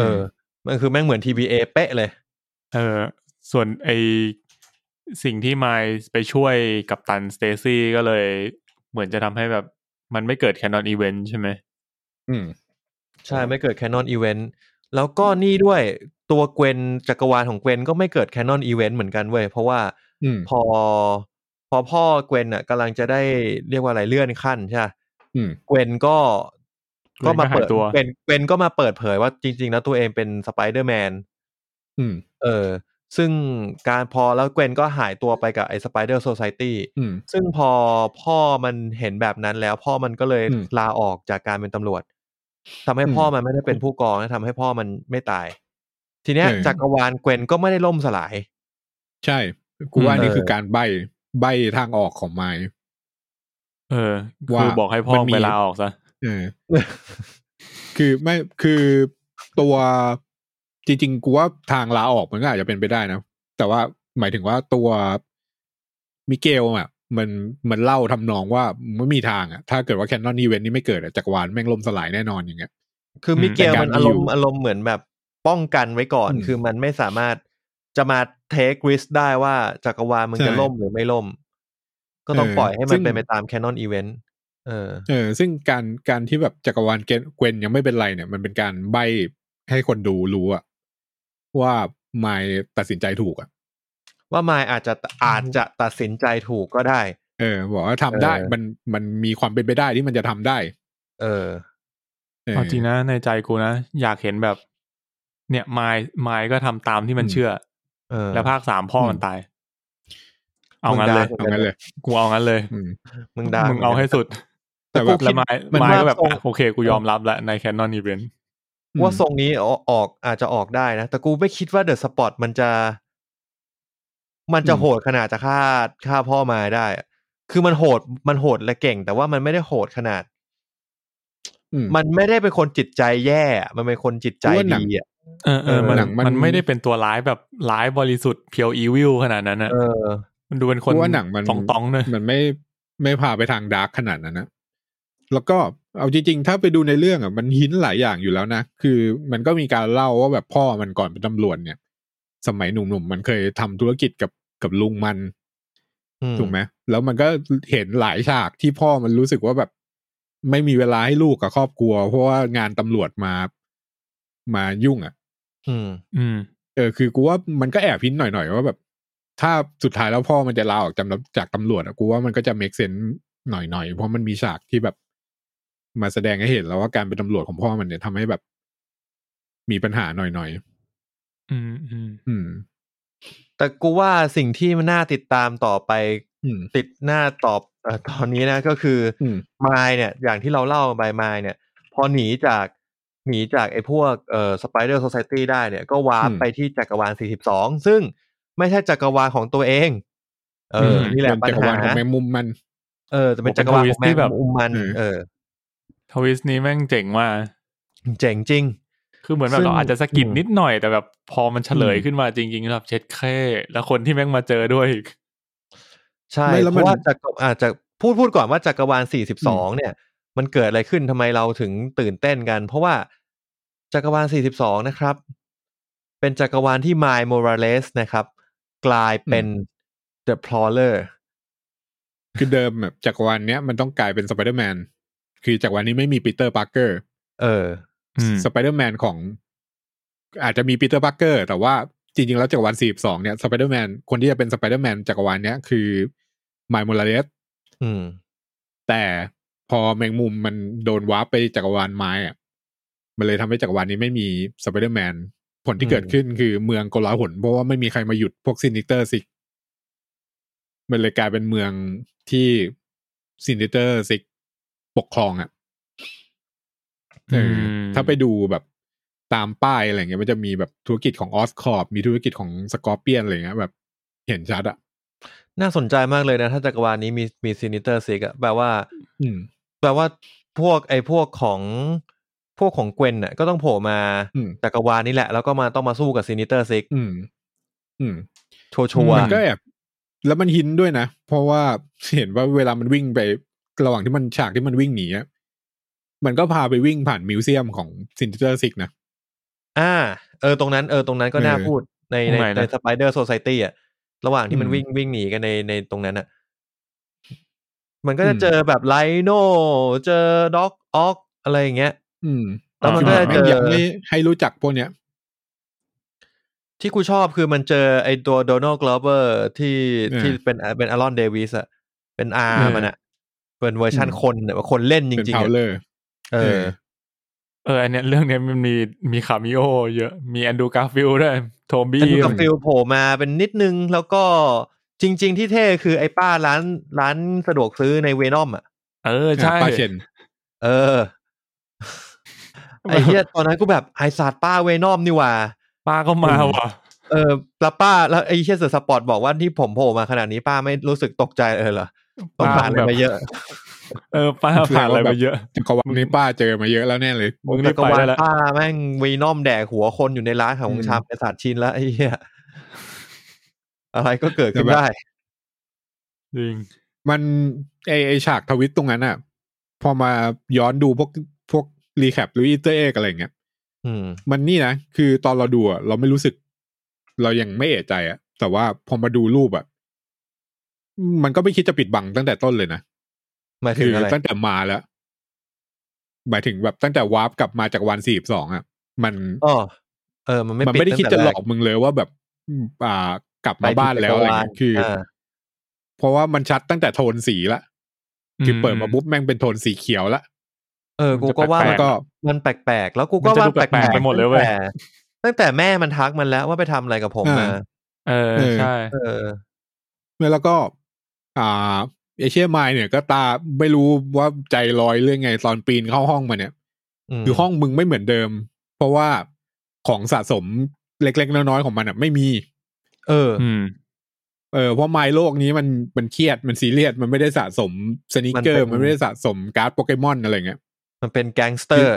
S1: เออ มันคือแม่งเหมือน TBA เป๊ะเลย
S2: เออส่วนไอสิ่งที่มายไปช่วยกับตันสเตซี่ก็เลย เหมือนจะทำให้แบบมันไม่เกิดแคนนอนอีเวนต์ใช่ไหม
S3: อืม
S1: ใช่ไม่เกิด Canon Event แล้วก็นี่ด้วยตัวเกวนจักรวาลของเกวนก็ไม่เกิด Canon Event เหมือนกันเว้ย เพราะว่า
S3: อืม
S1: พอ พอพ่อเกวนอ่ะกำลังจะได้เรียกว่าอะไรเลื่อนขั้นใช่ปะ
S3: อืม
S1: เกวนก็
S2: เกวนก็หายตัว
S1: เกวนเกวนก็มาเปิดเผยว่าจริง ๆ แล้วตัวเองเป็นสไปเดอร์แมน
S3: อืม
S1: เออ ซึ่งการพอแล้วเกวนก็หายตัวไปกับไอ้สไปเดอร์โซซตี้
S3: อืม
S1: ซึ่งพอพ่อมันเห็นแบบนั้นแล้วพ่อมันก็เลย
S3: อืม
S1: ลาออกจากการเป็นตำรวจทำให้
S3: อืม
S1: พ่อมันไม่ได้เป็นผู้กองและทำให้พ่อมันไม่ตาย ทีเนี้ย
S3: เออ
S1: จักรวาลเกวนก็ไม่ได้ล่มสลาย
S3: ใช่ กูว่า
S1: อืม
S3: นี่
S1: เออ
S3: คือการใบใบทางออกของไม้
S2: เออ
S3: ว่า
S2: คือบอกให้พ่อ
S3: มันมี
S2: เวลาออกซะ
S3: เออ คือไม่คือตัวจริงๆกูว่าทางลาออกมันก็อาจจะเป็นไปได้นะ แต่ว่าหมายถึงว่าตัวมิเกลอ่ะ มันมันเล่าทำนองว่าไม่มีทางอ่ะ ถ้าเกิดว่าแคนนอนอีเวนต์นี้ไม่เกิดอะจักรวาลแม่งล่มสลายแน่นอนอย่างเงี้ย
S1: คืออ
S2: ม
S1: มิเกล
S3: แต่การ
S1: มันอารม
S3: อยู่
S1: ณ์อารมณ์เหมือนแบบป้องกันไว้ก่อน
S3: อืม
S1: คือมันไม่สามารถจะมาเทคริสได้ว่าจักรวาลมัน
S3: ใช่
S1: จะล่มหรือไม่ล่ม ก็ต้อง
S3: เออ
S1: ปล่อยให้มั
S3: ซึ่
S1: น
S3: ง
S1: เป็นไปตามแคนนอนอีเวนต์เออ
S3: เออซึ่งการการที่แบบจักรวาลเกนเกวนยังไม่เป็นไรเนี่ย มันเป็นการใบให้คนดูรู้อะว่าไม่ตัดสินใจถูกอะ
S1: ว่ามายอาจจะอาจจะตัดสินใจถูกก็ได้
S3: เออบอกว่าทำได้
S1: เออ
S3: มันมันมีความเป็นไปได้ที่มันจะทำได้
S1: เออ
S3: เออ
S2: เอาจริงนะในใจกูนะ อยากเห็นแบบ เนี่ยมายมายก็ทำตามที่มัน
S3: อืม
S2: เชื่อ
S1: เออ
S2: แล้วภาคสามพ่ออ
S3: ม
S2: มันตาย เอางั้นเลย
S3: เอางั้นเลย
S2: กูเอางั้นเลย
S3: อืม
S1: มึงด่า
S2: มึงเอาให้สุด
S3: แต่แบบ
S2: แล้วมาย
S3: มัน
S2: มายก็
S3: ว่า
S2: แบบ
S3: ทรง
S2: อ่ะโอเค กูยอมรับแล้วในแคนนอนอีเวนต์
S1: ว่าทรงนี้ออกออกอาจจะออกได้นะ แต่กูไม่คิดว่าเดอะสปอตมันจะ มันจะ
S3: อืม
S1: โหดขนาดจะฆ่าฆ่าพ่อมาได้อะคือมันโหดมันโหดและเก่ง แต่ว่ามันไม่ได้โหดขนาด
S3: อืม
S1: มันไม่ได้เป็นคนจิตใจแย่อะมันเป็นคนจิตใจ
S3: กูว่าหนัง
S1: ดีอ่ะ
S2: เออเออ
S1: เออ
S2: มัน
S3: หนังมัน
S2: มันไม่ได้เป็นตัวร้ายแบบร้ายบริสุทธิ์เพียวอีวิลขนาดนั้นนะ
S1: เออ
S2: มันดูเป็นคน
S3: กูว่าหนังมัน
S2: ตองตองๆเลย
S3: มันไม่ไม่พาไปทางดาร์กขนาดนั้นนะแล้วก็เอาจริงๆ ถ้าไปดูในเรื่องอ่ะมันหินหลายอย่างอยู่แล้วนะ คือมันก็มีการเล่าว่าแบบพ่อมันก่อนเป็นตำรวจเนี่ย สมัยหนุ่มๆ มันเคยทำธุรกิจกับกับลุงมัน
S1: อืม
S3: ถูกไหมแล้วมันก็เห็นหลายฉากที่พ่อมันรู้สึกว่าแบบ ไม่มีเวลาให้ลูกกับครอบครัว เพราะว่างานตำรวจมามายุ่งอ่ะ
S1: อืม
S2: อืม
S3: เออคือกูว่ามันก็แอบพินหน่อยๆว่าแบบ ถ้าสุดท้ายแล้วพ่อมันจะลาออกจากตำจากตำรวจอะกูว่ามันก็จะเมคเซนส์หน่อยๆ เพราะมันมีฉากที่แบบ มาแสดงให้เห็นแล้วว่าการเป็นตำรวจของพ่อมันเนี่ยทำให้แบบ มีปัญหาหน่อย
S2: อืมอืม
S3: ๆอืม
S1: แต่กูว่าสิ่งที่มันน่าติดตามต่อไป
S3: อืม
S1: ติดหน้าตอบเอ่อตอนนี้นะก็คืออ
S3: ม
S1: มายเนี่ย อย่างที่เราเล่าไปมายเนี่ย พอหนีจากหนีจากไอ้พวกเอ่อสไปเดอร์โซซตี้ได้เนี่ย ก็วาร์ป
S3: อืม
S1: ไปที่จักรวาล 42 ซึ่งไม่ใช่จักรวาลของตัวเอง เอออ
S2: ม
S1: นี่แหละ
S3: เป็
S1: ปัญ
S3: นจัก
S1: หาว
S3: ราลของแมงมุมมัน
S1: เออแต่เป็นจักรวาลของแมงมุมมัน
S3: เออ
S1: เออ
S2: ทวิสต์นี้แม่งเจ๋งว่าก
S1: เจ๋งจริง
S2: คือเหมือนแบบ
S1: ซึ่ง
S2: เราอาจจะสะกิด
S3: อืม
S2: นิดหน่อยแต่แบบพอมันเฉลย
S3: อืม
S2: ขึ้นมาจริงๆแล้วแบบเช็ดแค่ แล้วคนที่แม่งมาเจอด้วยอีก
S1: ใช่
S3: ไม่แล้
S1: เพ
S3: วมัน
S1: ราะว่าจักรอาจจะ พูดพูดก่อนว่าจักรวาล 42 เนี่ย มันเกิดอะไรขึ้นทำไมเราถึงตื่นเต้นกัน เพราะว่าจักรวาล 42 นะครับ เป็นจักรวาลที่ไมล์โมราเลสนะครับ กลายเป็น The Prowler
S3: คือเดิมแบบจักรวาลเนี้ยมันต้องกลายเป็นสไปเดอร์แมนคือจักรวาลนี้ไม่มีปีเตอร์ปาร์เกอร์
S1: เออ
S2: อืม
S3: สไปเดอร์แมนของ อาจจะมีปีเตอร์ปาร์เกอร์ แต่ว่าจริงๆ แล้วจักรวาล 42 เนี่ยสไปเดอร์แมนคนที่จะเป็นสไปเดอร์แมนจักรวาลเนี้ยคือไมล์มูลเลส
S1: อืม
S3: แต่พอแมงมุมมันโดนวาร์ปไปจักรวาลไม้อะมันเลยทำให้จักรวาลนี้ไม่มีสไปเดอร์แมนผลที่เกิดขึ้นคือเมืองโกลาหลเพราะว่าไม่มีใครมาหยุดพวกซินิเตอร์ซิกมันเลยกลายเป็นเมืองที่ซินิเตอร์ซิกปกครองอ่ะ เอออ
S2: ม
S3: ถ้าไปดูแบบตามป้ายอะไรเงี้ยมันจะมีแบบธุรกิจของออสคอร์มีธุรกิจของสกอร์เปียนอะไรเงี้ยแบบเห็นชัดอะ
S1: น่าสนใจมากเลยนะ ถ้าจักรวาลนี้มีมีซินิเตอร์ซิกอะแปลว่า
S3: อืม
S1: แปลว่าพวกไอ้พวกของพวกของเกวนน่ะก็ต้องโผล่มา
S3: อืม
S1: จักรวาลนี้แหละ แล้วก็มาต้องมาสู้กับซินิเตอร์ซิก
S3: อืม อืม
S1: ชัวร์
S3: มันก็แบบแล้วมันหินด้วยนะ เพราะว่าเห็นว่าเวลามันวิ่งไประหว่างที่มันฉากที่มันวิ่งหนีอะมันก็พาไปวิ่งผ่านมิวเซียมของซินเตอร์ซิกนะ
S1: ๆอ่า เออตรงนั้นเออตรงนั้นก็น่า
S3: เออ
S1: พูดใน
S2: ตร
S1: ใน
S2: งไหนนะ
S1: ในสไปเดอร์โซซตี้อะระหว่างที่มัน
S3: อืม
S1: วิ่งวิ่งหนีกันในในตรงนั้นอะมันก็จะ
S3: อืม
S1: เจอแบบไลโนเจอด็อกออกอะไรอย่างเงี้ย
S3: อืม
S1: แล้วมัน
S3: คือ
S1: ก็
S3: แบ
S1: จะ
S3: บ
S1: เจ
S3: แม่งอยา
S1: อ
S3: กให้ให้รู้จักพวกเนี้ย
S1: ที่กูชอบคือมันเจอไอตัวโดนัลด์กลอเบอร์ที่
S3: เออ
S1: ที่เป็นเป็นอารอนเดวิสอะเป็นอาร์
S3: เออ
S1: มันอะเป็นเวอร์ชัน
S3: อืม
S1: คนน่ะว่าคนเล่นจ
S3: เป็น
S1: ริงๆ
S3: พาว
S1: อะ
S3: เลอร์
S1: เอ
S3: เอ
S1: อ
S3: อ
S2: เอออันเนี้ยเรื่องเนี้ยมันมีมีคาเมิโอเยอะมีแอนดรูการ์ฟิลด์ด้วยโทบี้
S1: อันนี้ก็ฟิลโผล่มาเป็นนิดนึง แล้วก็จริง ๆ ที่เท่คือไอ้ป้าร้านร้านสะดวกซื้อในเวนอมอ่ะ
S2: เออใช่
S3: ปาเชน
S1: เออ ไอ้เหี้ยตอนนั้นกูแบบไอศาสตร์ป้าเวนอมนี่หว่า
S2: ป้าก็มาว่ะ
S1: เออแล้วป้าแล้วไอ้เหี้ยเสือสปอร์ตบอกว่าที่ผมโผล่มาขนาดนี้ป้าไม่รู้สึกตกใจเลยเหรอต้องผ่านอะไรมาเยอะ
S2: เออป้าผ่านอะไรมาเยอะ
S3: จักรวาลนี้ป้าเจอมาเยอะแล้วแน่เลย
S2: มึงรี
S1: จั
S2: บ
S1: กร
S2: ไป
S1: วาล
S2: ได้แล้ว
S1: ป้าแม่งวีนอมแดกหัวคนอยู่ในร้านขายของ
S3: อืม
S1: ชามในศาสตร์ชินแล้วไอ้เหี้ยอะไรก็เกิดขึ้น
S3: แต่แบบ
S1: ได้
S2: จริง
S3: มันไอไอฉากทวิตตรงนั้นอะพอมาย้อนดูพวกพวกรีแคปหรืออีเตอร์เอกอะไรอย่างเงี้ย
S1: อืม
S3: มันนี่นะ คือตอนเราดูอะเราไม่รู้สึก เรายังไม่เอะใจอะแต่ว่าพอมาดูรูปอะมันก็ไม่คิดจะปิดบังตั้งแต่ต้นเลยนะ
S1: หมายถึ
S3: คื
S1: ง
S3: อ
S1: อะไร
S3: ตั้งแต่มาแล้ว หมายถึงแบบตั้งแต่วาร์ปกลับมาจากวันสี่สองอะมัน
S1: อ๋อ เออ มันไม่
S3: มัน
S1: ปิ
S3: ไม่ได้
S1: ตั้ง
S3: คิด
S1: แต่
S3: จะหล
S1: แร
S3: อกมึงเลยว่าแบบ อ่ากลับมาบ้านแล้วอะไรเงี้ยคือ
S1: ไปถึงจักรวาลา
S3: เพราะว่ามันชัดตั้งแต่โทนสีละ คือเปิดมาปุ๊บแม่งเป็นโทนสีเขียวละ
S1: เออ กูก็ว่า
S2: แปล
S3: แล้
S1: มัน
S3: วก็
S1: มันแปลกๆ แล้วกูก็ว่า
S2: มันจะดูแปลกๆไปหมดเลยเว้ย
S1: ตั้งแต่ตั้งแต่แม่มันทักมันแล้วว่าไปทำอะไรกับผมมา
S3: อ่า
S2: เออ
S3: เออ
S2: ใช่
S1: เออ
S3: แล้วก็ อ่าเอเชียมายเนี่ย ก็ตาไม่รู้ว่าใจลอยเรื่องไงตอนปีนเข้าห้องมาเนี่ย
S1: ม
S3: คือห้องมึงไม่เหมือนเดิม เพราะว่าของสะสมเล็กๆ น้อยๆ ของมันอ่ะ ไม่มี
S1: เอออ
S2: อืม
S3: เออเพราะไมล์โลกนี้มันมันเครียดมันซีเรียสมันไม่ได้สะสมสนิเกอร์
S1: มันเป็น
S3: มันไม่ได้สะสมการ์ดโปเกมอนอะไรเงี้ย
S1: มันเป็นแก๊งสเตอร์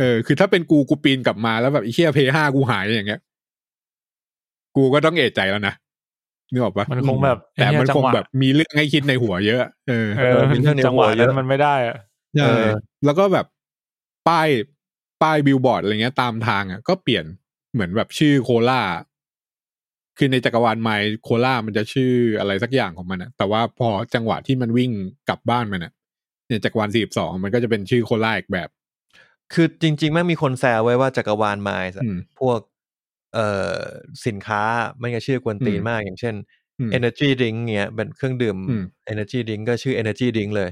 S3: เออคือถ้าเป็นกูกูปีนกลับมาแล้วแบบไอ้เชี่ยเพย์ห้ากูหายอย่างเงี้ย กูก็ต้องเอะใจแล้วนะนึกออกปะ
S2: มันคงแบบ
S3: แต่มันคงแบบมีเรื่องให้คิดในหัวเยอะ เออ
S2: เออ
S1: มีเรื่องใน
S2: จังห
S1: หั
S2: วะ
S1: วเย
S2: นั้
S1: อะ
S2: นมันไม่ได้อะ
S3: ใช่
S1: เออ
S3: แล้วก็แบบป้ายป้ายบิลบอร์ดอะไรเงี้ยตามทางอ่ะก็เปลี่ยนเหมือนแบบชื่อโคลาคือในจักรวาลไมล์โคลามันจะชื่ออะไรสักอย่างของมันอ่ะ แต่ว่าพอจังหวะที่มันวิ่งกลับบ้านมันอ่ะในจักรวาลสี่สองมันก็จะเป็นชื่อโคลาอีกแบบ
S1: คือจริงๆแม่งมีคนแซวไว้ว่าจักรวาลไมล์
S3: อืม
S1: พวก เอ่อสินค้าไม่ก็ชื่อกวนตีน
S3: อืม
S1: มากอย่างเช่น
S3: อืม
S1: energy drink เงี้ยเป็นเครื่องดื่ม
S3: อืม
S1: energy drink ก็ชื่อ energy drink เลย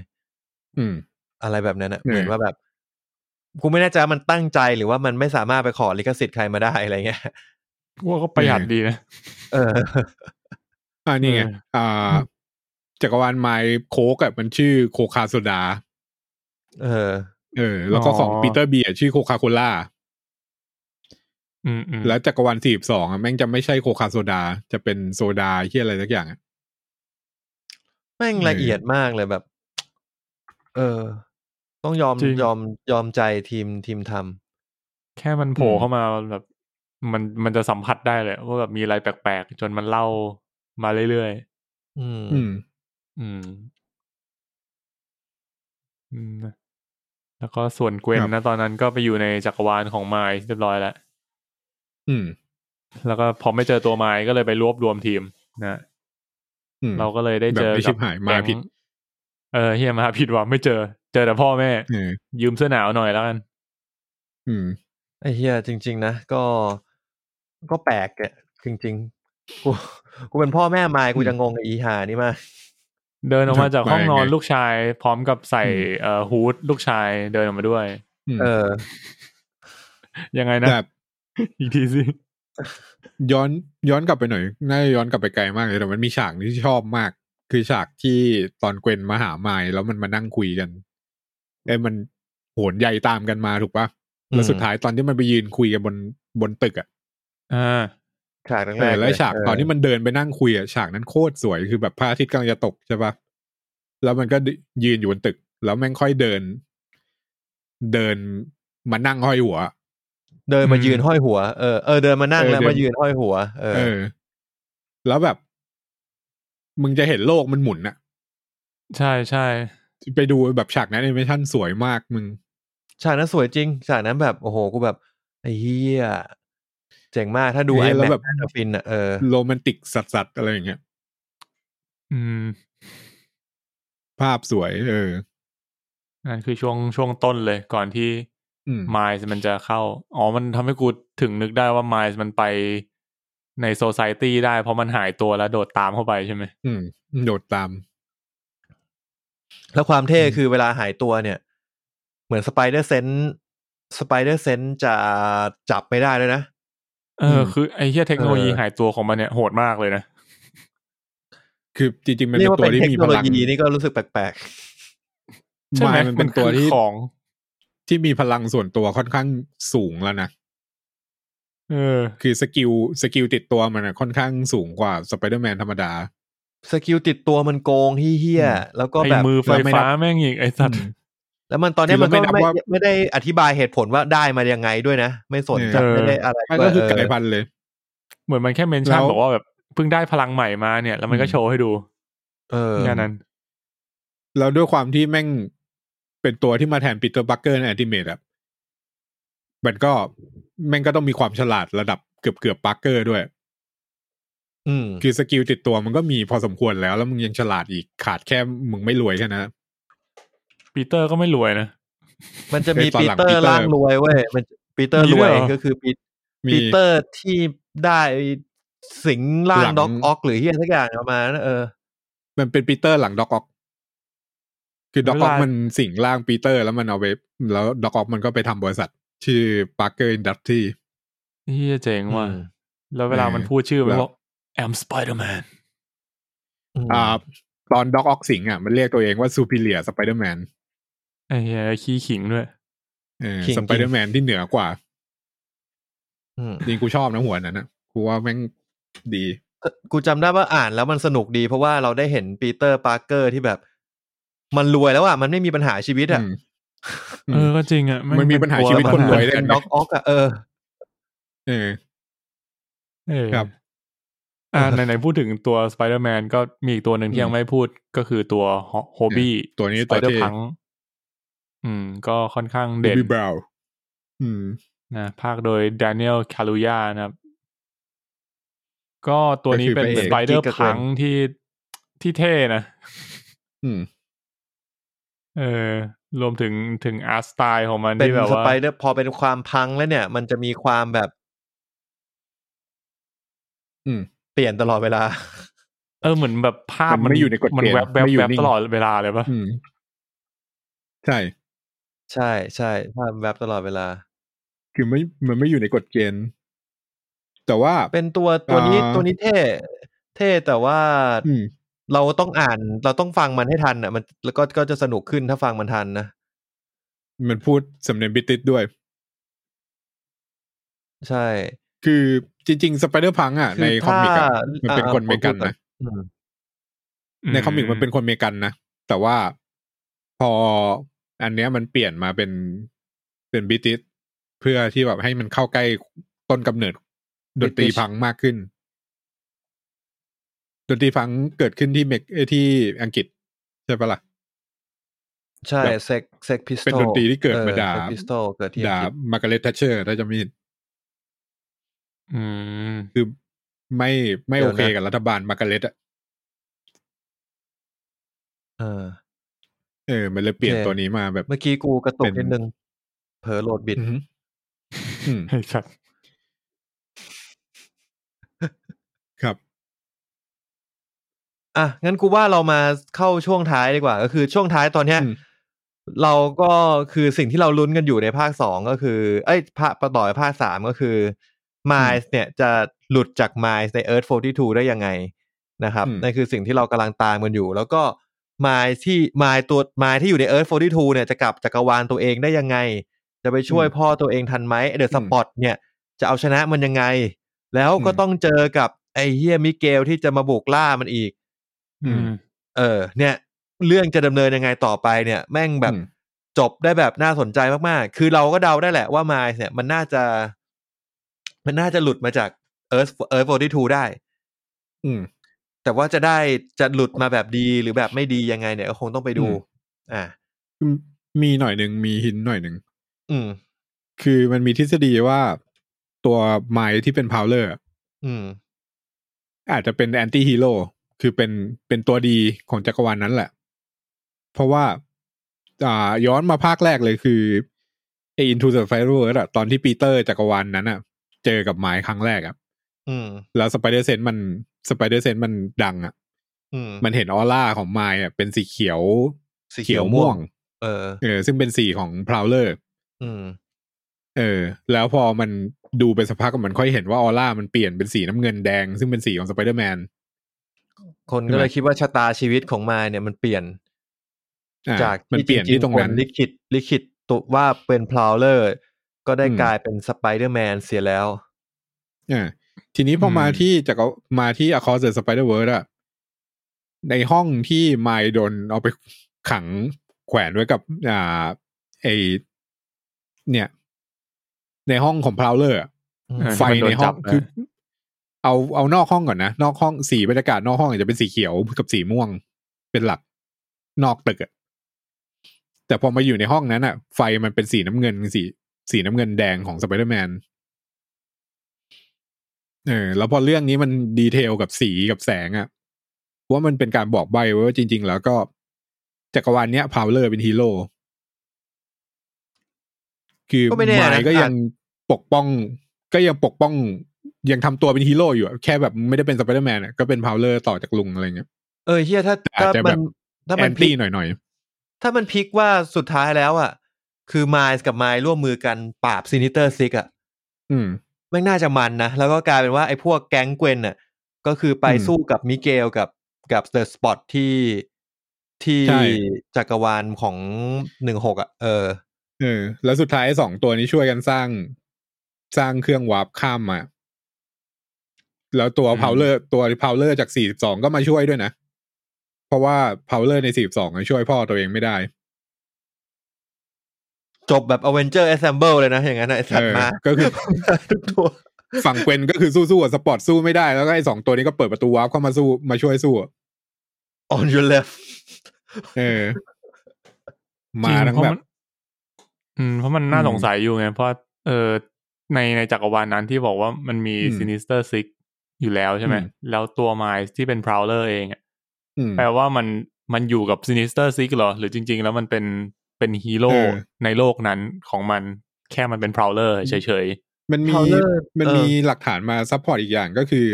S3: อืม
S1: อะไรแบบนั้นอะ
S3: เออ
S1: เหมือนว่าแบบกูไม่แน่ใจว่ามันตั้งใจหรือว่ามันไม่สามารถไปขอลิขสิทธิ์ใครมาได้อะไรเงี้ย
S2: ว่าก็ประหยัดดีนะ
S1: เออ
S3: อ่านี่ไง
S2: เออ
S3: อ่า จักรวาลไมล์โคกอ่ะมันชื่อโคคาโซดา
S1: เออ
S3: เออ แล้วก็ของ
S2: อ๋อ
S3: ปีเตอร์เบียร์ชื่อโคคาโคล่า
S2: อืมอืม
S3: แล้วจักรวาลสี่สองแม่งจะไม่ใช่โคคาโซดา จะเป็นโซดาเหียอะไรสักอย่างอะ
S1: แม่ง
S3: เออ
S1: ละเอียดมากเลยแบบ เออ ต้องยอมยอมยอมใจทีมทีมท
S2: แค่มันโผล่เข้ามาแบบมันมันจะสัมผัสได้เลยว่าแบบมีอะไรแปลกๆ จนมันเล่ามาเรื่อย
S1: ำอืม
S3: อืม
S2: ๆ อืม อืมแล้วก็ส่วนเกวน
S3: ครับ
S2: นะตอนนั้นก็ไปอยู่ในจักรวาลของไมล์เรียบร้อยแล้ว
S3: อืม
S2: แล้วก็พอไม่เจอตัวไมล์ก็เลยไปรวบรวมทีมนะ
S3: อืม
S2: เราก็เลยได้เจอ
S3: แบบไม่
S2: กั
S3: ชิบหายมาผิ
S2: แก๊
S3: ด
S2: งเออเฮียมาผิดหวังไม่เจอ เจอแต่พ่อแม่
S3: เออ
S2: ยืมเสื้อหนาวหน่อยแล้วกัน
S3: อืม
S1: ไอ้เฮียจริง ๆ นะก็ก็แปลกแกจริง ๆ กู [laughs] กูเป็นพ่อแม่มายกูจะงงกับอีหานี่มาก
S2: เดินออกมาจากห้องนอน
S3: ไปไง
S2: ลูกชาย พร้อมกับใส่เอ่อฮูดลูกชายเดินออกมาด้วย
S3: อืม
S1: เออ
S2: ยังไงนะ
S3: แบบ
S2: อีกทีสิ
S3: ย้อนย้อนกลับไปหน่อยน่าจะย้อนกลับไปไกลมากเลยแต่มันมีฉากที่ชอบมาก คือฉากที่ตอนเกวนมาหาไมล์แล้วมันมานั่งคุยกันเอ้ยมันโหนใยตามกันมาถูกปะแล้วสุดท้ายตอนที่มันไปยืนคุยกันบนบนตึกอ่ะ
S2: อ่า
S1: ฉากแรกๆ
S3: เออแล้ว
S1: เย
S3: ฉากตอนที่มันเดินไปนั่งคุยอ่ะฉากนั้นโคตรสวยคือแบบพระอาทิตย์กำลังจะตกใช่ปะแล้วมันก็ยืนอยู่บนตึก แล้วแม่งค่อยเดิน เดินมานั่งห้อยหัว
S1: เดินมา
S2: อืม
S1: ยืนห้อยหัวเออเออเดินมานั่ง
S3: เออ
S1: แล้ว
S3: เดิน
S1: มายืนห้อยหัว เออ
S3: เออ แล้วแบบ มึงจะเห็นโลกมันหมุนอะ
S2: ใช่ใช่
S3: ไปดูแบบฉากนั้นแอนิเมชันสวยมากมึง
S1: ฉากนั้นสวยจริงฉากนั้นแบบโอ้โหกูแบบไอ้เฮียเจ๋งมากถ้าดู
S3: ไอ้
S1: ไอ้
S3: เหี้ยแล้
S1: แม็
S3: ว
S1: ก
S3: แบบ
S1: น่าจะฟินอ่ะเออ
S3: โรแมนติกสัดๆอะไรอย่างเงี้ย
S2: อืม
S3: ภาพสวย เออ
S2: นั่นคือช่วงช่วงต้นเลยก่อนที่
S3: อืม
S2: ไมล์มันจะเข้า อ๋อ มันทำให้กูถึงนึกได้ว่าไมล์มันไปในโซซ i ตี้ได้เพราะมันหายตัวแล้วโดดตามเข้าไปใช่ไหม
S3: อืมโดดตาม
S1: แล้วความเท่
S2: อืม
S1: คือเวลาหายตัวเนี่ย เหมือนสไปเดอร์เซนสไปเดอร์เซนจะจับไม่ได้เลยนะ
S2: เอออ
S3: ม
S2: คือไอ้เหี้ยเทคโนโลยี
S1: เออ
S2: หายตัวของมันเนี่ยโหดมากเลยนะ
S3: คือจริงๆ มัน
S1: เรียก
S3: เป็น
S1: ว่า
S3: ตัว
S1: เป็น
S3: ที่
S1: เทค
S3: มี
S1: โน
S3: พ
S1: โล
S3: ลัง
S1: ยีนี่ก็รู้สึกแปลก
S2: ใช่ไหม
S3: ไมันเป็นตัว
S2: คือ
S3: ที่
S2: ของ
S3: ที่มีพลังส่วนตัวค่อนข้างสูงแล้วนะ
S2: เออ
S3: คือสกิลสกิลติดตัวมันอะค่อนข้างสูงกว่าสไปเดอร์แมนธรรมดา
S1: ๆสกิลติดตัวมันโกงเฮี้ยๆแล้วก็
S2: ไอ้
S1: แบบ
S2: มือไฟ
S1: แล้วม่
S2: ฟ้า
S1: นับ
S2: แม่งอีกไอ้สัตว์
S1: แล้วมันตอนเนี้ย
S3: คือ
S1: มันก็
S3: เราไม่นับ
S1: ไม่
S3: ว่า
S1: ไม่ได้อธิบายเหตุผลว่าได้มายังไงด้วยนะ ไม่สน
S3: เออ
S1: ไม่ได้อะไร
S3: มันก็คือก
S1: เ
S3: ลายพันธุ์เลย
S2: เหมือนมันแค่เมนชั่น
S3: แล้ว
S2: บอกว่าแบบเพิ่งได้พลังใหม่มาเนี่ย แล้วมันก็โชว์ให้ดู
S1: เออ
S2: แค่นั้น
S3: แล้วด้วยความที่แม่งเป็นตัวที่มาแทนปีเตอร์บัคเกอร์ในแอนิเมตอะมันก็แม่งก็ต้องมีความฉลาดระดับเกือบเกือบๆบัคเกอร์ด้วย
S1: อืม
S3: คือสกิลติดตัวมันก็มีพอสมควรแล้ว แล้วมึงยังฉลาดอีกขาดแค่มึงไม่รวยแค่นั้น
S2: ปีเตอร์ก็ไม่รวยนะ
S1: มันจะมี
S3: เคยตอน
S1: ปี
S3: ห
S1: เตอ
S3: ลังปี
S1: ร์
S3: เตอร์
S1: ร่างรวยเว้ยมันปีเตอร์ร
S2: มีด้
S1: ว
S2: วย ยเหรอ
S1: ก็คือปี
S3: มี
S1: ปีเตอร์ที่ได้สิงร่าง
S3: หลัง
S1: ด็อกออกหรือเฮียสักอย่างเอามานะเออ
S3: มันเป็นปีเตอร์หลังด็อกออก คือด็อกออก
S2: เวลามั
S3: มันสิงร่างปีเตอร์แล้วมันเอาไปแล้วด็อกออกมันก็ไปทำบริษัท ชื่อปาร์เกอร์อินดัสทรี
S2: เฮียเจ๋งว่ะ
S1: อืม
S2: แล้วเวลามันพูดชื่อมัน
S3: แล้ว
S2: บอก I'm Spider-Man
S1: อืม
S3: อ่า ตอนด็อกออกสิงอ่ะมันเรียกตัวเองว่าซูพิเลียสไปเดอร์แมน
S2: ไอ้เฮียขี้ขิงด้วย
S3: เออสไปเดอร์แมนที่เหนือกว่า
S1: อืม
S3: จริงกูชอบนะหัวนั้นนะกูว่าแม่งดี
S1: กูจำได้ว่าอ่านแล้วมันสนุกดี เพราะว่าเราได้เห็นปีเตอร์ปาร์เกอร์ที่แบบ มันรวยแล้วอ่ะมันไม่มีปัญหาชีวิตอ่ะ
S3: อืม อืม
S2: เออก็จริงอ่ะแง
S3: มันมีปัญหาชีวิตคนรวยได้
S1: เป็นด็อกออกอ่ะเออ
S3: เออ
S2: เออ
S3: ครับ
S2: อ่าไหนๆพูดถึงตัว Spider-Man ก็มีอีกตัวหนึ่งที่ยังไม่พูดก็คือตัวโฮบี้
S3: ตัวนี้
S2: สไป
S3: ตัว
S2: เดอ
S3: ที่
S2: ร์พังอืม ก็ค่อนข้าง
S3: เด
S2: เด่น
S3: บิบราวอืม
S2: นะภาคโดย Daniel Kaluuya นะครับ ก็ตัวนี้เป็น
S3: ก็คือ
S2: สไป
S3: พระ
S2: เด
S1: เอ
S2: อก ร์พังที่ที่เท่นะ
S3: อืม
S2: เออ รวมถึงถึงอาร์ตสไตล์ของมัน
S1: เป็น
S2: ที่แบบ
S1: ส
S2: ว่า
S1: ไปเดอร์พอเป็นความพังแล้วเนี่ย มันจะมีความแบบ
S3: อืม
S1: เปลี่ยนตลอดเวลา
S2: เออเหมือนแบบภาพ
S3: มันไม่อยู่ในกฎ
S2: มัน
S3: เกณฑ์
S2: แวบแวบ
S3: ไม่อยู่
S2: แวบ
S3: นิ่ง
S2: ตลอดเวลาเลยปะ
S3: อืม ใช่
S1: ใช่ใช่ภาพแวบตลอดเวลา
S3: คือไม่ มันไม่อยู่ในกฎเกณฑ์ แต่ว่า
S1: เป็นตัวตัวนี้
S3: อ่า
S1: ตัวนี้เท่เท่แต่ว่า
S3: อืม
S1: เราต้องอ่านเราต้องฟังมันให้ทันอ่ะมันแล้วก็ก็จะสนุกขึ้นถ้าฟังมันทันนะ
S3: มันพูดสำเนียงบริติชด้วย
S1: ใช่
S3: คือจริงๆ สไปเดอร์พังอ่ะ ในคอมิกอะมันเป็นคนอเมริกันนะ
S1: อืม
S3: ในคอมิกมันเป็น
S2: อื
S3: คนอเมริกันนะ แต่ว่าพออันเนี้ยมันเปลี่ยนมาเป็นเป็นบริติชเพื่อที่แบบให้มันเข้าใกล้ต้นกำเนิดดนตรีพังมากขึ้น ดนตรีพังเกิดขึ้นที่เมกเอ้ยที่อังกฤษ ใช่ปะล่ะ
S1: ใช่
S3: แบบ
S1: เซ็กเซ็กพิสตอล
S3: เป็นดนตรีที่เกิดมาจาก
S1: พิสตอลเกิดที่อั
S3: ด่าง
S1: กฤษ
S3: มาร์กาเร็ตทัชเชอร์ถ้าจะไมี
S2: อืม
S3: คือไม่ไม่โอเคกับรัฐบาลมาร์กาเร็ตอะ
S1: เออ
S3: เออมันเลยเปลี่ยน
S1: โอเค
S3: ตัวนี้มาแบบ
S1: เมื่อกี้กูกระตุก
S3: เป็น
S1: นิดนึงเผลอโหลดบิด
S3: อืมอืม
S2: ไอ้สัตว์
S3: ครับ
S1: อ่ะงั้นกูว่าเรามาเข้าช่วงท้ายดีกว่า ก็คือช่วงท้ายตอนเนี้ย
S3: อืม
S1: เราก็คือสิ่งที่เราลุ้นกันอยู่ในภาคสองก็คือ เอ้ยภาคต่อไปภาคสามก็คือ Miles เนี่ยจะหลุดจาก Miles ใน Earth 42 ได้ยังไงนะครับ
S3: อืม
S1: นั่นคือสิ่งที่เรากำลังตามกันอยู่ แล้วก็ Miles ที่ Miles ตัว Miles ที่อยู่ใน Earth 42 เนี่ยจะกลับจักรวาลตัวเองได้ยังไง จะไปช่วยพ่อตัวเองทันไหมเดอะสปอตเนี่ยจะเอาชนะมันยังไง แล้วก็ต้องเจอกับไอ้เฮียมิเกลที่จะมาบุกล่ามันอีก
S2: อืม
S1: เออเนี่ยเรื่องจะดำเนินยังไงต่อไปเนี่ย แม่งแบบ
S3: อืม
S1: จบได้แบบน่าสนใจมากๆ คือเราก็เดาได้แหละว่ามาเนี่ยมันน่าจะ มันน่าจะหลุดมาจาก Earth Earth 42 ได้
S3: อืม
S1: แต่ว่าจะได้จะหลุดมาแบบดีหรือแบบไม่ดียังไงเนี่ยก็คงต้องไปดู
S3: อืม
S1: อ่า
S3: มีหน่อยหนึ่งมีหินหน่อยหนึ่ง
S1: อืม
S3: คือมันมีทฤษฎีว่าตัวไม้ที่เป็นพาวเลอร์
S1: อืม
S3: อาจจะเป็นแอนตี้ฮีโร่คือเป็นเป็นตัวดีของจักรวาลนั้นแหละ เพราะว่า อ่า ย้อนมาภาคแรกเลยคือไออินทูเดอะไฟเวิร์ดอะตอนที่ปีเตอร์จักรวาลนั้นอะเจอกับไม้ครั้งแรกอะ
S1: อืม
S3: แล้วสไปเดอร์เซนมันสไปเดอร์เซนมันดังอะ
S1: อืม
S3: มันเห็นออร่าของไม้อะเป็นสีเขียว
S1: สีเขียวม่วง เออ
S3: เออซึ่งเป็นสีของพราวเลอร์
S1: อืม
S3: เออ แล้วพอมันดูไปสักพักมันค่อยเห็นว่าออร่ามันเปลี่ยนเป็นสีน้ำเงินแดง ซึ่งเป็นสีของสไปเดอร์แมน
S1: คน
S3: ใช่
S1: ก็
S3: ไหม
S1: เลยคิดว่าชะตาชีวิตของมาเนี่ยมันเปลี่ยน
S3: อ่
S1: จาก
S3: มันเปลี่ยนที่ตรงนั้น
S1: ลิขิตลิขิตตุว่าเป็นพลาวเลอร์ ก็ได้
S3: อืม
S1: กลายเป็นสไปเดอร์แมนเสียแล้ว
S3: อ่าทีนี้พออ
S2: ม
S3: มาที่จากรมาที่ Across the Spider-Verse อะในห้องที่ไมล์โดนเอาไปขังแขวนไว้กับ อ่าไอเนี่ย ในห้องของพราวเลอร์
S1: อืม
S2: เออ
S3: ไฟในห้
S2: ที่มันโดน
S3: อง
S2: จับนะ
S3: คือ เอาเอานอกห้องก่อนนะ นอกห้องสีบรรยากาศนอกห้องอาจจะเป็นสีเขียวกับสีม่วง เป็นหลักนอกตึกอะแต่พอมาอยู่ในห้องนั้นอะไฟมันเป็นสีน้ำเงินสีสีน้ำเงินแดงของสไปเดอร์แมน เออแล้วพอเรื่องนี้มันดีเทลกับสีกับแสงอะว่ามันเป็นการบอกใบไว้ว่าจริง ๆ แล้วก็จักรวาลเนี้ยพาวเลอร์เป็นฮีโร่คือ
S1: ก็ไม่แน่นะ
S3: มายก็ยังปกป้อง ก็ยังปกป้อง ยังทำตัวเป็นฮีโร่อยู่อะแค่แบบไม่ได้เป็นสไปเดอร์แมนอะก็เป็นพาวเลอร์ต่อจากลุงอะไรเงี้ย
S1: เออเฮียถ้า
S3: อาจ
S1: ถ้า
S3: จะ
S1: มั
S3: แบ
S1: น
S3: บ
S1: ถ้า
S3: แอ
S1: มัน
S3: น
S1: พลิ
S3: ตี้
S1: ก
S3: หน่อย
S1: ถ้ามันพลิกว่าสุดท้ายแล้วอ่ะ คือมายกับมายร่วมมือกันปราบซินิเตอร์ซิกอ่ะ
S3: ๆอืม
S1: แม่งน่าจะมันนะ แล้วก็กลายเป็นว่าไอ้พวกแก๊งเกวนอ่ะ ก็คือไป
S3: อืม
S1: สู้กับมิเกลกับกับเดอะสปอตที่ที่
S3: ใช่
S1: จักรวาลของหนึ่งหกอ่ะ เออ
S3: เออ แล้วสุดท้ายสองตัวนี้ช่วยกันสร้างสร้างเครื่องวาร์ปข้ามมา แล้วตัว
S2: อืม
S3: พาวเลอร์ตัวพาวเลอร์จากสี่สิบสองก็มาช่วยด้วยนะ เพราะว่าพาวเลอร์ในสี่สิบสองช่วยพ่อตัวเองไม่ได้
S1: จบแบบอเวนเจอร์แอส m ซมเบลเลยนะอย่างนั้นน่ะไอ้สัต
S3: เอ
S1: ว์
S3: อ
S1: มา
S3: ก็คือ [laughs]
S1: ทุกตัว
S3: ฝั่งเกวนก็คือสู้ๆอะสปอร์ตสู้ไม่ได้ แล้วก็ไอ้สองตัวนี้ก็เปิดประตูวาร์ปเข้ามาสู้มาช่วยสู้อะ
S1: on your left
S3: เออ มาทั้งแบบ
S2: อืมเพราะมันน่า
S3: อืม
S2: สงสัยอยู่ไง เพราะเออในในจักรวาลนั้นที่บอกว่ามันมี
S3: อืม
S2: ซินิสเตอร์ซิกอยู่แล้วใช่ไหม
S3: อืม
S2: แล้วตัวไมล์ที่เป็นพราวเลอร์เองอะ
S3: อืม
S2: แปลว่ามันมันอยู่กับซินิสเตอร์ซิกเหรอ หรือจริง ๆ แล้วมันเป็นเป็นฮีโร่
S3: เออ
S2: ในโลกนั้นของมันแค่มันเป็นพราวเลอร์เฉย
S3: มันมี
S1: Prowler
S3: มัน
S1: เออ
S3: มีหลักฐานมาซัพพอร์ตอีกอย่างก็คือ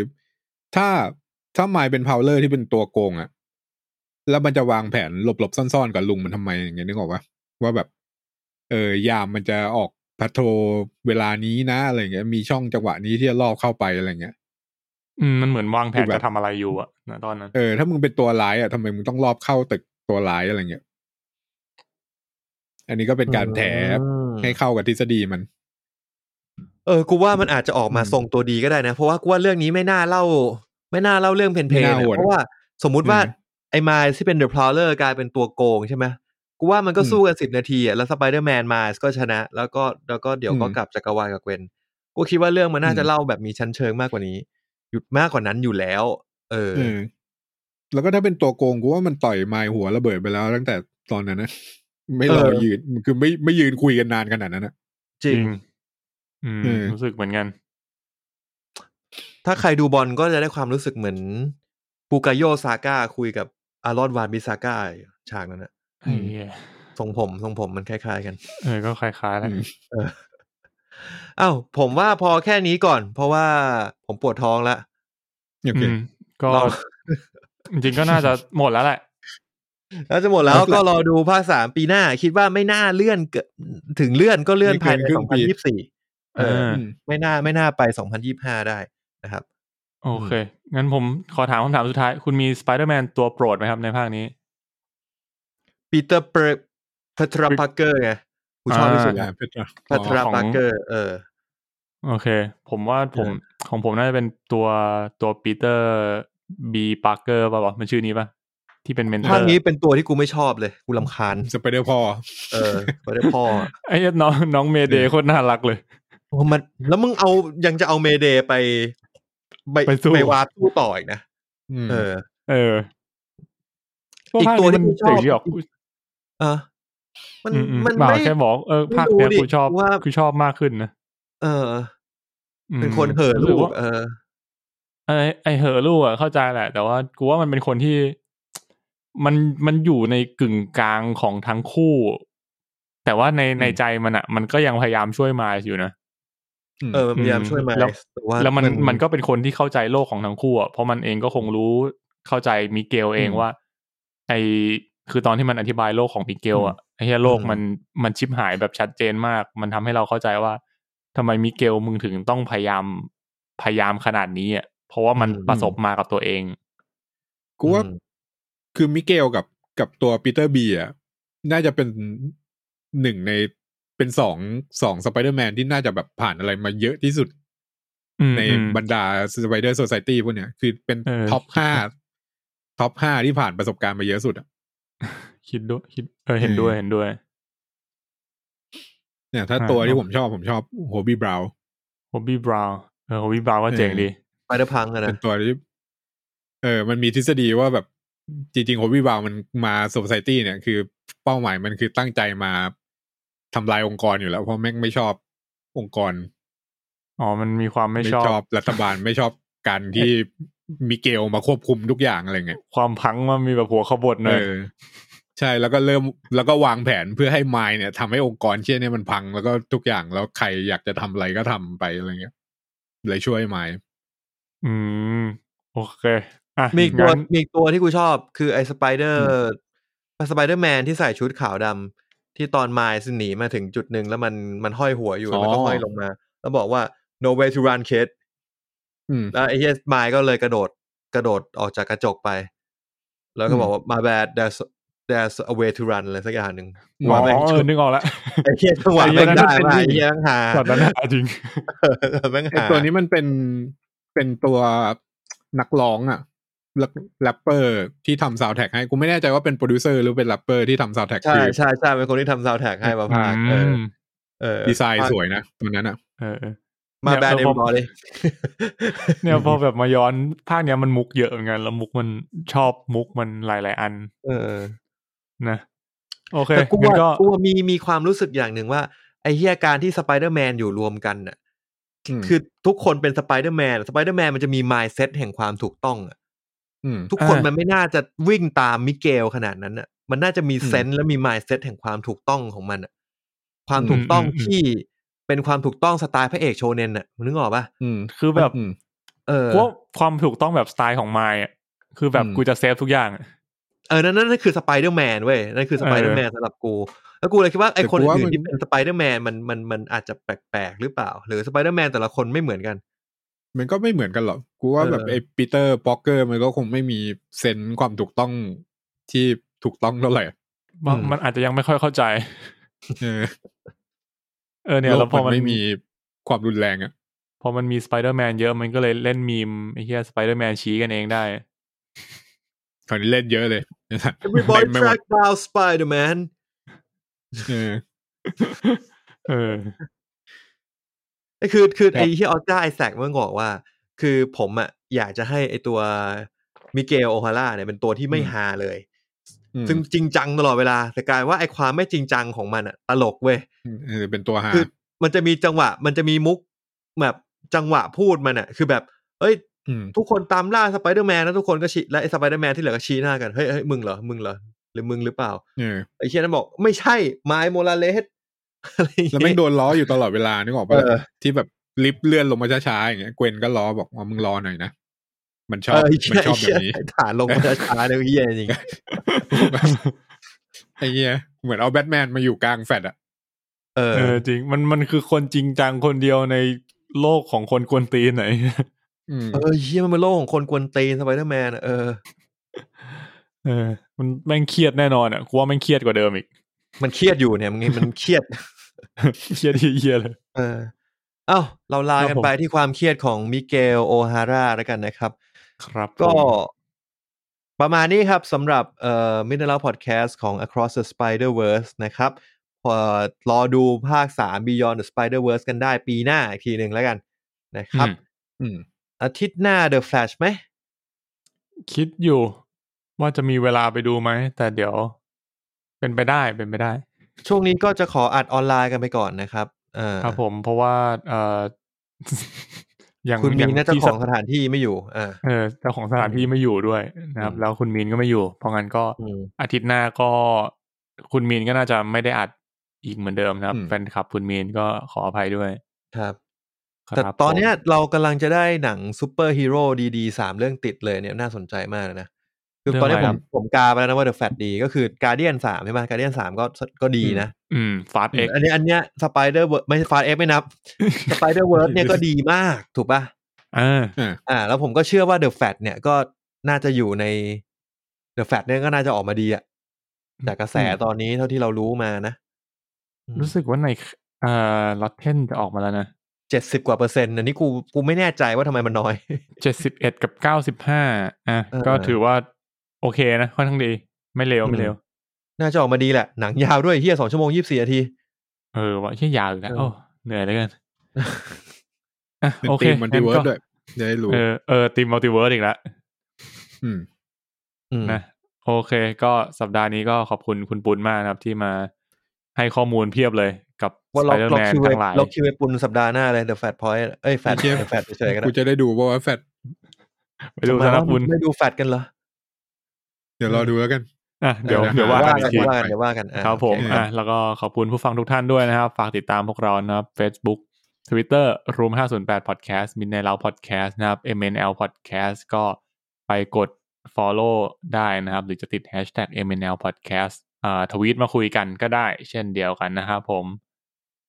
S3: ถ้าถ้าไมล์เป็นพาวเลอร์ที่เป็นตัวโกงอะแล้วมันจะวางแผนหลบๆซ่อนๆกับลุงมันทำไมอย่างเงี้ยนึกออกปะว่าแบบ เออยามมันจะออกพัทโทรเวลานี้นะอะไรเงี้ยมีช่องจังหวะนี้ที่จะล่อเข้าไปอะไรเงี้ย
S2: ๆอืมมันเหมือนวางแผน
S3: คือแบบ
S2: จะทำอะไรอยู่อะนะตอนนั้น
S3: เออถ้ามึงเป็นตัวร้ายอะทำไมมึงต้องรอบเข้าตึกตัวร้ายอะไรเงี้ยอันนี้ก็เป็นการแถ
S1: อืม
S3: ให้เข้ากับทฤษฎีมัน
S1: เออ กูว่ามันอาจจะออกมา
S3: อืม
S1: ทรงตัวดีก็ได้นะ เพราะว่ากูว่าเรื่องนี้ไม่น่าเล่า ไม่น่าเล่าเรื่องเพนเพ
S3: ไม่
S1: น
S3: น่าโหด
S1: เพราะว่าสมมุติว่า
S3: อืม
S1: ไอ้มายที่เป็นเดอะพลาวเลอร์กลายเป็นตัวโกงใช่ไหมกูว่ามันก็
S3: อืม
S1: สู้กันสิบนาทีอะแล้วสไปเดอร์แมนมาก็ชนะ แล้วก็แล้วก็เดี๋ยวก็
S3: อืม
S1: กลับจักรวาลกับเกวนกูคิดว่าเรื่องมันน่าจะ
S3: อืม
S1: เล่าแบบมีชั้นเชิงมากกว่านี้ หยุดมากกว่านั้นอยู่แล้ว เออ
S3: เออแล้วก็ถ้าเป็นตัวโกงกูว่ามันต่อยไมล์หัวระเบิดไปแล้วตั้งแต่ตอนนั้นนะ ไม่รอยืนคือไม่ไม่ยืนคุยกันนานขนาดนั้นนะ
S1: จริง
S2: อืม
S3: อืม
S2: รู้สึกเหมือนกัน
S1: ถ้าใครดูบอลก็จะได้ความรู้สึกเหมือนปูกาโยซาก้าคุยกับอารอนวานบิซาก้าฉากนั้นนะ
S2: ไอ้เหี้ย
S1: ทรงผมทรงผมมันคล้ายๆกัน
S2: เออก็คล้ายๆแหละ
S3: อืม
S1: เอออ้าวผมว่าพอแค่นี้ก่อน เพราะว่าผมปวดท้องละ
S3: โอเค
S2: อืมก็
S1: เรา
S2: จริงๆก็น่าจะหมดแล้วแหละ
S1: แล้วจะหมด [laughs] แล้ว
S3: ครับ
S1: ก็รอดูภาคสามปีหน้า คิดว่าไม่น่าเลื่อนเกินถึงเลื่อนก็เลื่อนภายใน
S3: เลื่
S1: ส
S3: อ
S1: อนง
S3: เกิ
S1: พัน
S3: นครึ่งปี
S1: ยี่สิบสี่เออ
S2: ม
S3: อืม
S1: ไม่น่าไม่น่าไปสองพันยี่ห้าได้นะครับ
S2: โอเค งั้นผมขอถามคำถามสุดท้าย คุณมีสไปเดอร์แมนตัวโปรดไหมครับในภาคนี้
S1: ปีเตอร์เปรพัทรพักเกอร์ไงกูชอบที่สุด
S3: อ่า
S1: อะ
S3: เพชร
S1: พัทร
S2: ของ
S1: พักเกอร์ เออ
S2: โอเค ผมว่าผมของผมน่าจะเป็นตัวตัวปีเตอร์บีปาร์เกอร์ป่ะวะมันชื่อนี้ป่ะ ที่เป็นเมนเทอร์
S1: ภาคนี้เป็นตัวที่กูไม่ชอบเลย กูลำคาญ
S3: สไปเดอร์พอ
S1: เออไม่ได้พ่ออะ
S2: ไอ้เหี้ยน้องน้องเมเดย์โคตรน่ารักเลย
S1: โอ้มัน แล้วมึงเอายังจะเอาเมเดย์ไป ไป
S2: ไปสู้
S1: ไปวาดสู้ต่ออีกนะ เออ
S2: เออ
S1: อีกตัวที่กูชอบ
S2: เจ๋งดีออกกู
S1: เออ มัน
S2: อืมๆ
S1: มัน
S2: บ่าว
S1: ไม่
S2: แค่บอกเออ
S1: ไม่
S2: ภาคเนี้ย
S1: รู้ดิ
S2: กูชอบ
S1: ว่า
S2: กูชอบมากขึ้นนะ
S1: เออ
S2: อืม
S1: เป็นคนเห่อ
S2: รู้
S1: ลู
S2: สึก
S1: ก
S2: ว่า
S1: เออ
S2: ไอไอเหอะลูกอะเข้าใจแหละ แต่ว่ากูว่ามันเป็นคนที่ มันมันอยู่ในกึ่งกลางของทั้งคู่ แต่ว่าในในใจมันอะมันก็ยังพยายามช่วยมายอยู่นะ
S1: เออมันพยายามช่วยมา
S2: แล้ว
S1: ต่า
S2: แล้วมันมันก็เป็นคนที่เข้าใจโลกของทั้งคู่อะเพราะมันเองก็คงรู้เข้าใจมิเกลเอง
S3: อืม
S2: ว่า ไอคือตอนที่มันอธิบายโลกของมิเกลอะไอเหี้ยโลกมันมันชิบหายแบบชัดเจนมาก มันทำให้เราเข้าใจว่าทำไมมิเกลมึงถึงต้องพยายามพยายามขนาดนี้อะเพราะว่ามัน
S3: อืม
S2: ประสบมากับตัวเอง
S3: กูว่าคือมิเกลกับกับตัวปีเตอร์บีอ่ะน่าจะเป็นหนึ่งในเป็นสองสองสไปเดอร์แมนที่น่าจะแบบผ่านอะไรมาเยอะที่สุด
S2: อืม
S3: ใน
S2: อืม
S3: บรรดาสไปเดอร์โซซ t ตี้พวกเนี้ยคือเป็น
S2: เออ
S3: ท็อปห้าท็อปห้าที่ผ่านประสบการณ์มาเยอะสุดอ่ะ
S2: คิดด้วยคิดเออเห็นด้วยเห็นด้วย
S3: เนี่ย ถ้า
S2: อ่า
S3: ตัวที่ผมชอบผมชอบโฮบี้บราว
S2: โฮบี้บราวน์เออโฮบี้บราวน์ก็เจ๋งดี
S1: ไปเดอร์พังอะ
S3: เป็
S1: นะ
S3: นตัวที่เออ มันมีทฤษฎีว่าแบบจริงๆโฮบี้บราวมันมาโซซ i ตี้เนี่ย คือเป้าหมายมันคือตั้งใจมาทำลายองค์กรอยู่แล้ว เพราะแม่งไม่ชอบองค์กร
S2: อ๋อ มันมีความไม่
S3: ไม่
S2: ชอบ
S3: ชอบรัฐบาล
S2: [laughs]
S3: ไม่ชอบการที่มิเกลมาควบคุมทุกอย่างอะไรเงี้ย
S2: ความพังมันมีแบบหัวขบวนห
S3: เอ
S2: น่อย
S3: อ ใช่แล้วก็เริ่มแล้วก็วางแผนเพื่อให้ไมล์เนี่ยทำให้องค์กรเชี่ยเนี่ยมันพังแล้วก็ทุกอย่างแล้วใครอยากจะทำอะไรก็ทำไปอะไรเงี้ยเลยช่วยไมล์
S2: อืม โอเค อ่ะ
S1: มีอีกตัว
S2: งั้น
S1: มีอีกตัวที่กูชอบคือไอ้สไปเดอร์สไปเดอร์แมนที่ใส่ชุดขาวดำที่ตอนมายสหนีมาถึงจุดหนึ่งแล้วมันมันห้อยหัวอยู่
S3: อ๋อ
S1: มันก็ห้อยลงมา แล้วบอกว่า no way to run kid
S3: อืม
S1: แล้วไอ้เหี้ยมายก็เลยกระโดดกระโดดออกจากกระจกไป แล้วก็บอกว่า my bad there's there's a way to run อะไรสักอย่างหนึ่ง
S2: อ๋อ
S1: ว่าแม่ง
S2: เอ
S1: [laughs]
S2: อนึกออกแล้ว
S1: ไอ้เหี้ยจังหวะ
S2: ไอ้เหี้
S1: แม่
S2: ย
S1: ง
S2: นั่น
S1: ได้
S2: เป็น
S1: มาก
S2: จริง
S1: ไอ้เหี้ยทั้งหา
S2: ตอนนั้นอะจริง
S1: [laughs] แม่ง
S3: ไอ
S1: หา
S3: ตัวนี้มันเป็นเป็นตัวนักร้องอะแล้วแรปเปอร์ที่ทำซาวแท็กให้ กูไม่แน่ใจว่าเป็นโปรดิวเซอร์หรือเป็นแรปเปอร์ที่ทำซาวแท็ก
S1: ใช่
S3: คือ
S1: ใช่ใช่เป็นคนที่ทำซาวแท็กให้มา
S2: อื
S1: พากย์เออ
S2: ม
S1: เออ
S3: ดีไซน์สวยนะตัวนั้นอะ
S2: เออเออ
S1: มาแบน
S2: เนี่
S1: เอ็
S2: ย
S1: มบอ
S2: เออพอ
S1: เลย
S2: เนี่ยพอแบบมาย้อนภาคเนี้ยมันมุกเยอะเหมือนกัน แล้วมุกมันชอบมุกมันหลาย ๆ อัน
S1: เออ
S2: นะ โอเค
S1: แต่กู
S2: งั้น
S1: ว่า
S2: ก็
S1: กูว่ามีมีความรู้สึกอย่างหนึ่งว่า ไอ้เฮียการที่สไปเดอร์แมนอยู่รวมกันน่ะ
S3: ม
S1: คือทุกคนเป็นสไปเดอร์แมนสไปเดอร์แมนมันจะมีมายเซตแห่งความถูกต้องอะ
S3: ม
S1: ทุกคนมันไม่น่าจะวิ่งตามมิเกลขนาดนั้นน่ะ มันน่าจะมี
S3: อืม
S1: เซนส์และมีมายเซตแห่งความถูกต้องของมันน่ะ ความถูกต้องที่เป็นความถูกต้องสไตล์พระเอกโชเนนน่ะมึงนึกออกปะ
S3: อืม
S2: คือแบบ
S3: อืม
S1: เออ
S2: พวกความถูกต้องแบบสไตล์ของไมค์อะคือแบบ
S3: อืม
S2: กูจะเซฟทุกอย่างอะ
S1: เออนั่นนั่นนั่นคือสไปเดอร์แมนเว้ยนั่นคือสไปเดอร์แมนสำหรับกู แล้วกูเลยคิดว่าไอ้คน
S3: แต่กูว่า
S1: อื่
S3: มัน น
S1: ที่เป็นสไปเดอร์แมนมันมันมันอาจจะแปลกๆหรือเปล่า หรือสไปเดอร์แมนแต่ละคนไม่เหมือนกัน
S3: มันก็ไม่เหมือนกันหรอก กูว่าแบบ
S1: เออ
S3: ไอปีเตอร์ป็อกเกอร์มันก็คงไม่มีเซนส์ความถูกต้องที่ถูกต้องเท่าไหร่
S2: บาง
S1: อืม
S2: มันอาจจะยังไม่ค่อยเข้าใจ
S3: [laughs] เออ
S2: เออเนี่ย
S3: โล
S2: แล้ว
S3: ก
S2: พอ
S3: มั
S2: มัน น
S3: ไม่มีความรุนแรงอะ
S2: พอมันมีสไปเดอร์แมนเยอะมันก็เลยเล่นมีมไอ้เหี้ยสไปเดอร์แมนชี้กันเองได้
S3: คราวนี้เล่นเยอะ [laughs] เลย
S1: Everybody
S3: เต็มไปหมด
S1: track down Spider-Man
S3: เออ
S2: เออ
S1: ไอ้คือคือ
S3: ครับ
S1: ไอ้ที่ออสการ์ไอแซกมันบอกว่า คือผมอ่ะอยากจะให้ไอตัวมิเกลโอฮาร่าเนี่ยเป็นตัวที่ไม่ฮาเลย
S3: อืม
S1: ซึ่งจริงจังตลอดเวลา แต่กลายว่าไอ้ความไม่จริงจังของมันอะตลกเว้ย
S3: เออเป็นตัวหา
S1: คือมันจะมีจังหวะ มันจะมีมุกแบบจังหวะพูดมันอะคือแบบ เอ้ย
S3: อืม
S1: ทุกคนตามล่าสไปเดอร์แมนแล้วทุกคนก็ชี้และไอ้สไปเดอร์แมนที่เหลือก็ชี้หน้ากัน เฮ้ยเฮ้ยมึงเหรอ มึงเหรอ หรือมึงหรือเปล่า
S3: เออ
S1: ไอ้เชียนั้นบอกไม่ใช่ไมล์โมลาเลส [laughs] อะไรอย่าง
S3: [laughs] แล้ว
S1: เงี้
S3: แม่ง
S1: ย
S3: โดนล้ออยู่ตลอดเวลานึกออกปะ
S1: เออ
S3: ที่แบบลิฟต์เลื่อนลงมาช้าๆอย่างเงี้ยเกวนก็ล้อบอกว่ามึงรอหน่อยนะ มันชอบ
S1: เไ
S3: มันชอบแบบนี้
S1: ไเหี้ยฐานลงมาช้าเลยไอ้เฮียจริง
S3: ไอ้เงี้ยเหมือนเอาแบทแมนมาอยู่กลางแฟลตอะ
S1: เออ
S2: เออจริงมันมันคือคนจริงจังคนเดียวในโลกของคนกวนตีนไหน
S3: อืม
S1: เออเฮียมันเป็นโลกของคนกวนตีนสไปเดอร์แมนอะเออ
S2: เออ มันแม่งเครียดแน่นอนอ่ะกูว่าแม่งเครียดกว่าเดิมอีก [laughs]
S1: มันเครียดอยู่เนี่ยมึงเห็นมันเครียด
S2: เครียดที่เยียเลย
S1: เออ เอ้า เราลา
S2: ครั
S1: กับ น
S2: ผม
S1: ไปที่ความเครียดของมิเกลโอฮาร่าแล้วกันนะครับ
S2: ครับ
S1: ก็ประมาณนี้ครับสำหรับเอ่อ Mineral Podcast ของ Across the Spider-Verse นะครับพอรอดูภาค 3 Beyond the Spider-Verse กันได้ปีหน้าอีกทีหนึ่งแล้วกันนะครับ
S2: อืม
S3: อืม
S1: อาทิตย์หน้า The Flash ไหม
S2: คิดอยู่ ว่าจะมีเวลาไปดูไหม แต่เดี๋ยว เป็นไปได้เป็นไปได้
S1: ช่วงนี้ก็จะขออัดออนไลน์กันไปก่อนนะครับเอ่อ
S2: ครับผมเพราะว่าเออ [laughs] อย่าง
S1: คุณ
S2: อ
S1: มี
S2: ย่าง
S1: น่าจะ
S2: ที่
S1: ข
S2: ส
S1: องสถานที่ไม่อยู่อ่า
S2: เออเจ้าของสถานที่ไม่อยู่ด้วยนะครับ
S1: อืม
S2: แล้วคุณมีนก็ไม่อยู่ เพราะงั้นก็
S1: อืม
S2: อาทิตย์หน้าก็ คุณมีนก็น่าจะไม่ได้อัดอีกเหมือนเดิมนะครับแฟนคลับคุณมีนก็ขออภัยด้วย
S1: ครับ
S2: ครับ
S1: แต่ตอนเนี้ย
S2: ผม
S1: เรากำลังจะได้หนังซูเปอร์ฮีโร่ดีๆสามเรื่องติดเลยเนี่ยน่าสนใจมากเลยนะ คือตอนเนี้ยผมผมกาไปแล้วนะว่าเดอะแฟตดี ก็คือการเดียนสามใช่ไหมการเดียนสามก็ก็ดีนะ
S2: อืมฟาสเอ็ก
S1: อันนี้อันเนี้ยสไปเดอร์ไม่ฟาเอฟไม่นับสไปเดอร์เวิร์เนี่ยก็ดีมากถูกป่ะ
S2: เออ
S3: อ่า
S1: อ่า แล้วผมก็เชื่อว่าเดอะแฟตเนี่ยก็น่าจะอยู่ในเดอะแฟตเนี่ยก็น่าจะออกมาดีอะจากกระแสตอนนี้เท่าที่เรารู้มานะ
S2: รู้สึกว่าในเอ่อลอตเทนจะออกมาแล้วนะ
S1: เจ็ดสิบกว่าเปอร์เซ็นต์อันนี้กูกูไม่แน่ใจว่าทำไมมันน้อย
S2: เจ็ดสิบเอ็ดกับเก้าสิบห้าอ่ะ
S1: เออ
S2: ก็ถือว่า โอเคนะค่อนข้างดี ไม่เลวไม่เลว
S1: น่าจะออกมาดีแหละ หนังยาวด้วยเฮียสองชั่วโมงยี่สิบสี่นาที
S2: เออว่าแค่ยาวอีกแล้ว
S1: เออ
S2: โอ้เหนื่อยเห
S1: [laughs]
S2: ลือเกินอ่ะ
S3: เป็น
S2: โอเค
S3: ทีมมันดิเวิร์
S2: งั้นก็
S3: ด้วยจะได้รู้
S2: เออเออทีมมัลติเวิร์สอีกแล้ว
S3: ืม
S1: อืม
S2: นะโอเค ก็สัปดาห์นี้ก็ขอบคุณคุณปุณมากนะครับ ที่มาให้ข้อมูลเพียบเลยกับ
S1: ว่า
S2: ส
S1: ล็อ
S2: ไป
S1: ก
S2: เดอร์
S1: ล็อ
S2: แม
S1: ก
S2: น
S1: คิว
S2: ทั้งหลาย
S1: ล็อกคิวไอปุ่นสัปดาห์หน้าเลยเดอะแฟตพอยต์เอ้ยแฟต
S3: เดี๋ยว
S1: แฟตเฉยๆก็ได้
S3: กูจะได้ดูเพราะว่าแฟด
S2: ไปดูซะนะปุณ
S1: ไม่ดูแฟตกันเหรอ
S3: เดี๋ยวรอดูแล้วกัน
S2: อ่ะเดี๋ยว
S3: เดี๋
S2: เดี๋ย
S3: ยวว
S2: ว่ากันอีกที
S1: เดี๋ยวว่ากันเดี๋ยวว่ากันอ่ะ
S2: ครับผม
S1: โอเ
S2: อ่ะแล้วก็ขอบคุณผู้ฟังทุกท่านด้วยนะครับ ฝากติดตามพวกเรานะครับ Facebook Twitter Room 508 Podcast m i n n e l Podcast นะครับ MNL Podcast ก็ไปกด Follow ได้นะครับ หรือจะติด Hashtag MNL Podcast อ่าทวีตมาคุยกันก็ได้ เช่นเดียวกันนะครับผม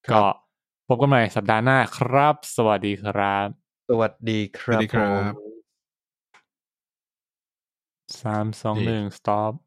S1: ครับ
S2: ก็พบกันใหม่สัปดาห์หน้าครับ สวัสดีครับ
S1: สวัสดีค
S3: ส
S1: รั
S3: วั
S1: บ
S3: สดีครับ
S1: ผม
S2: 3 2 1 stop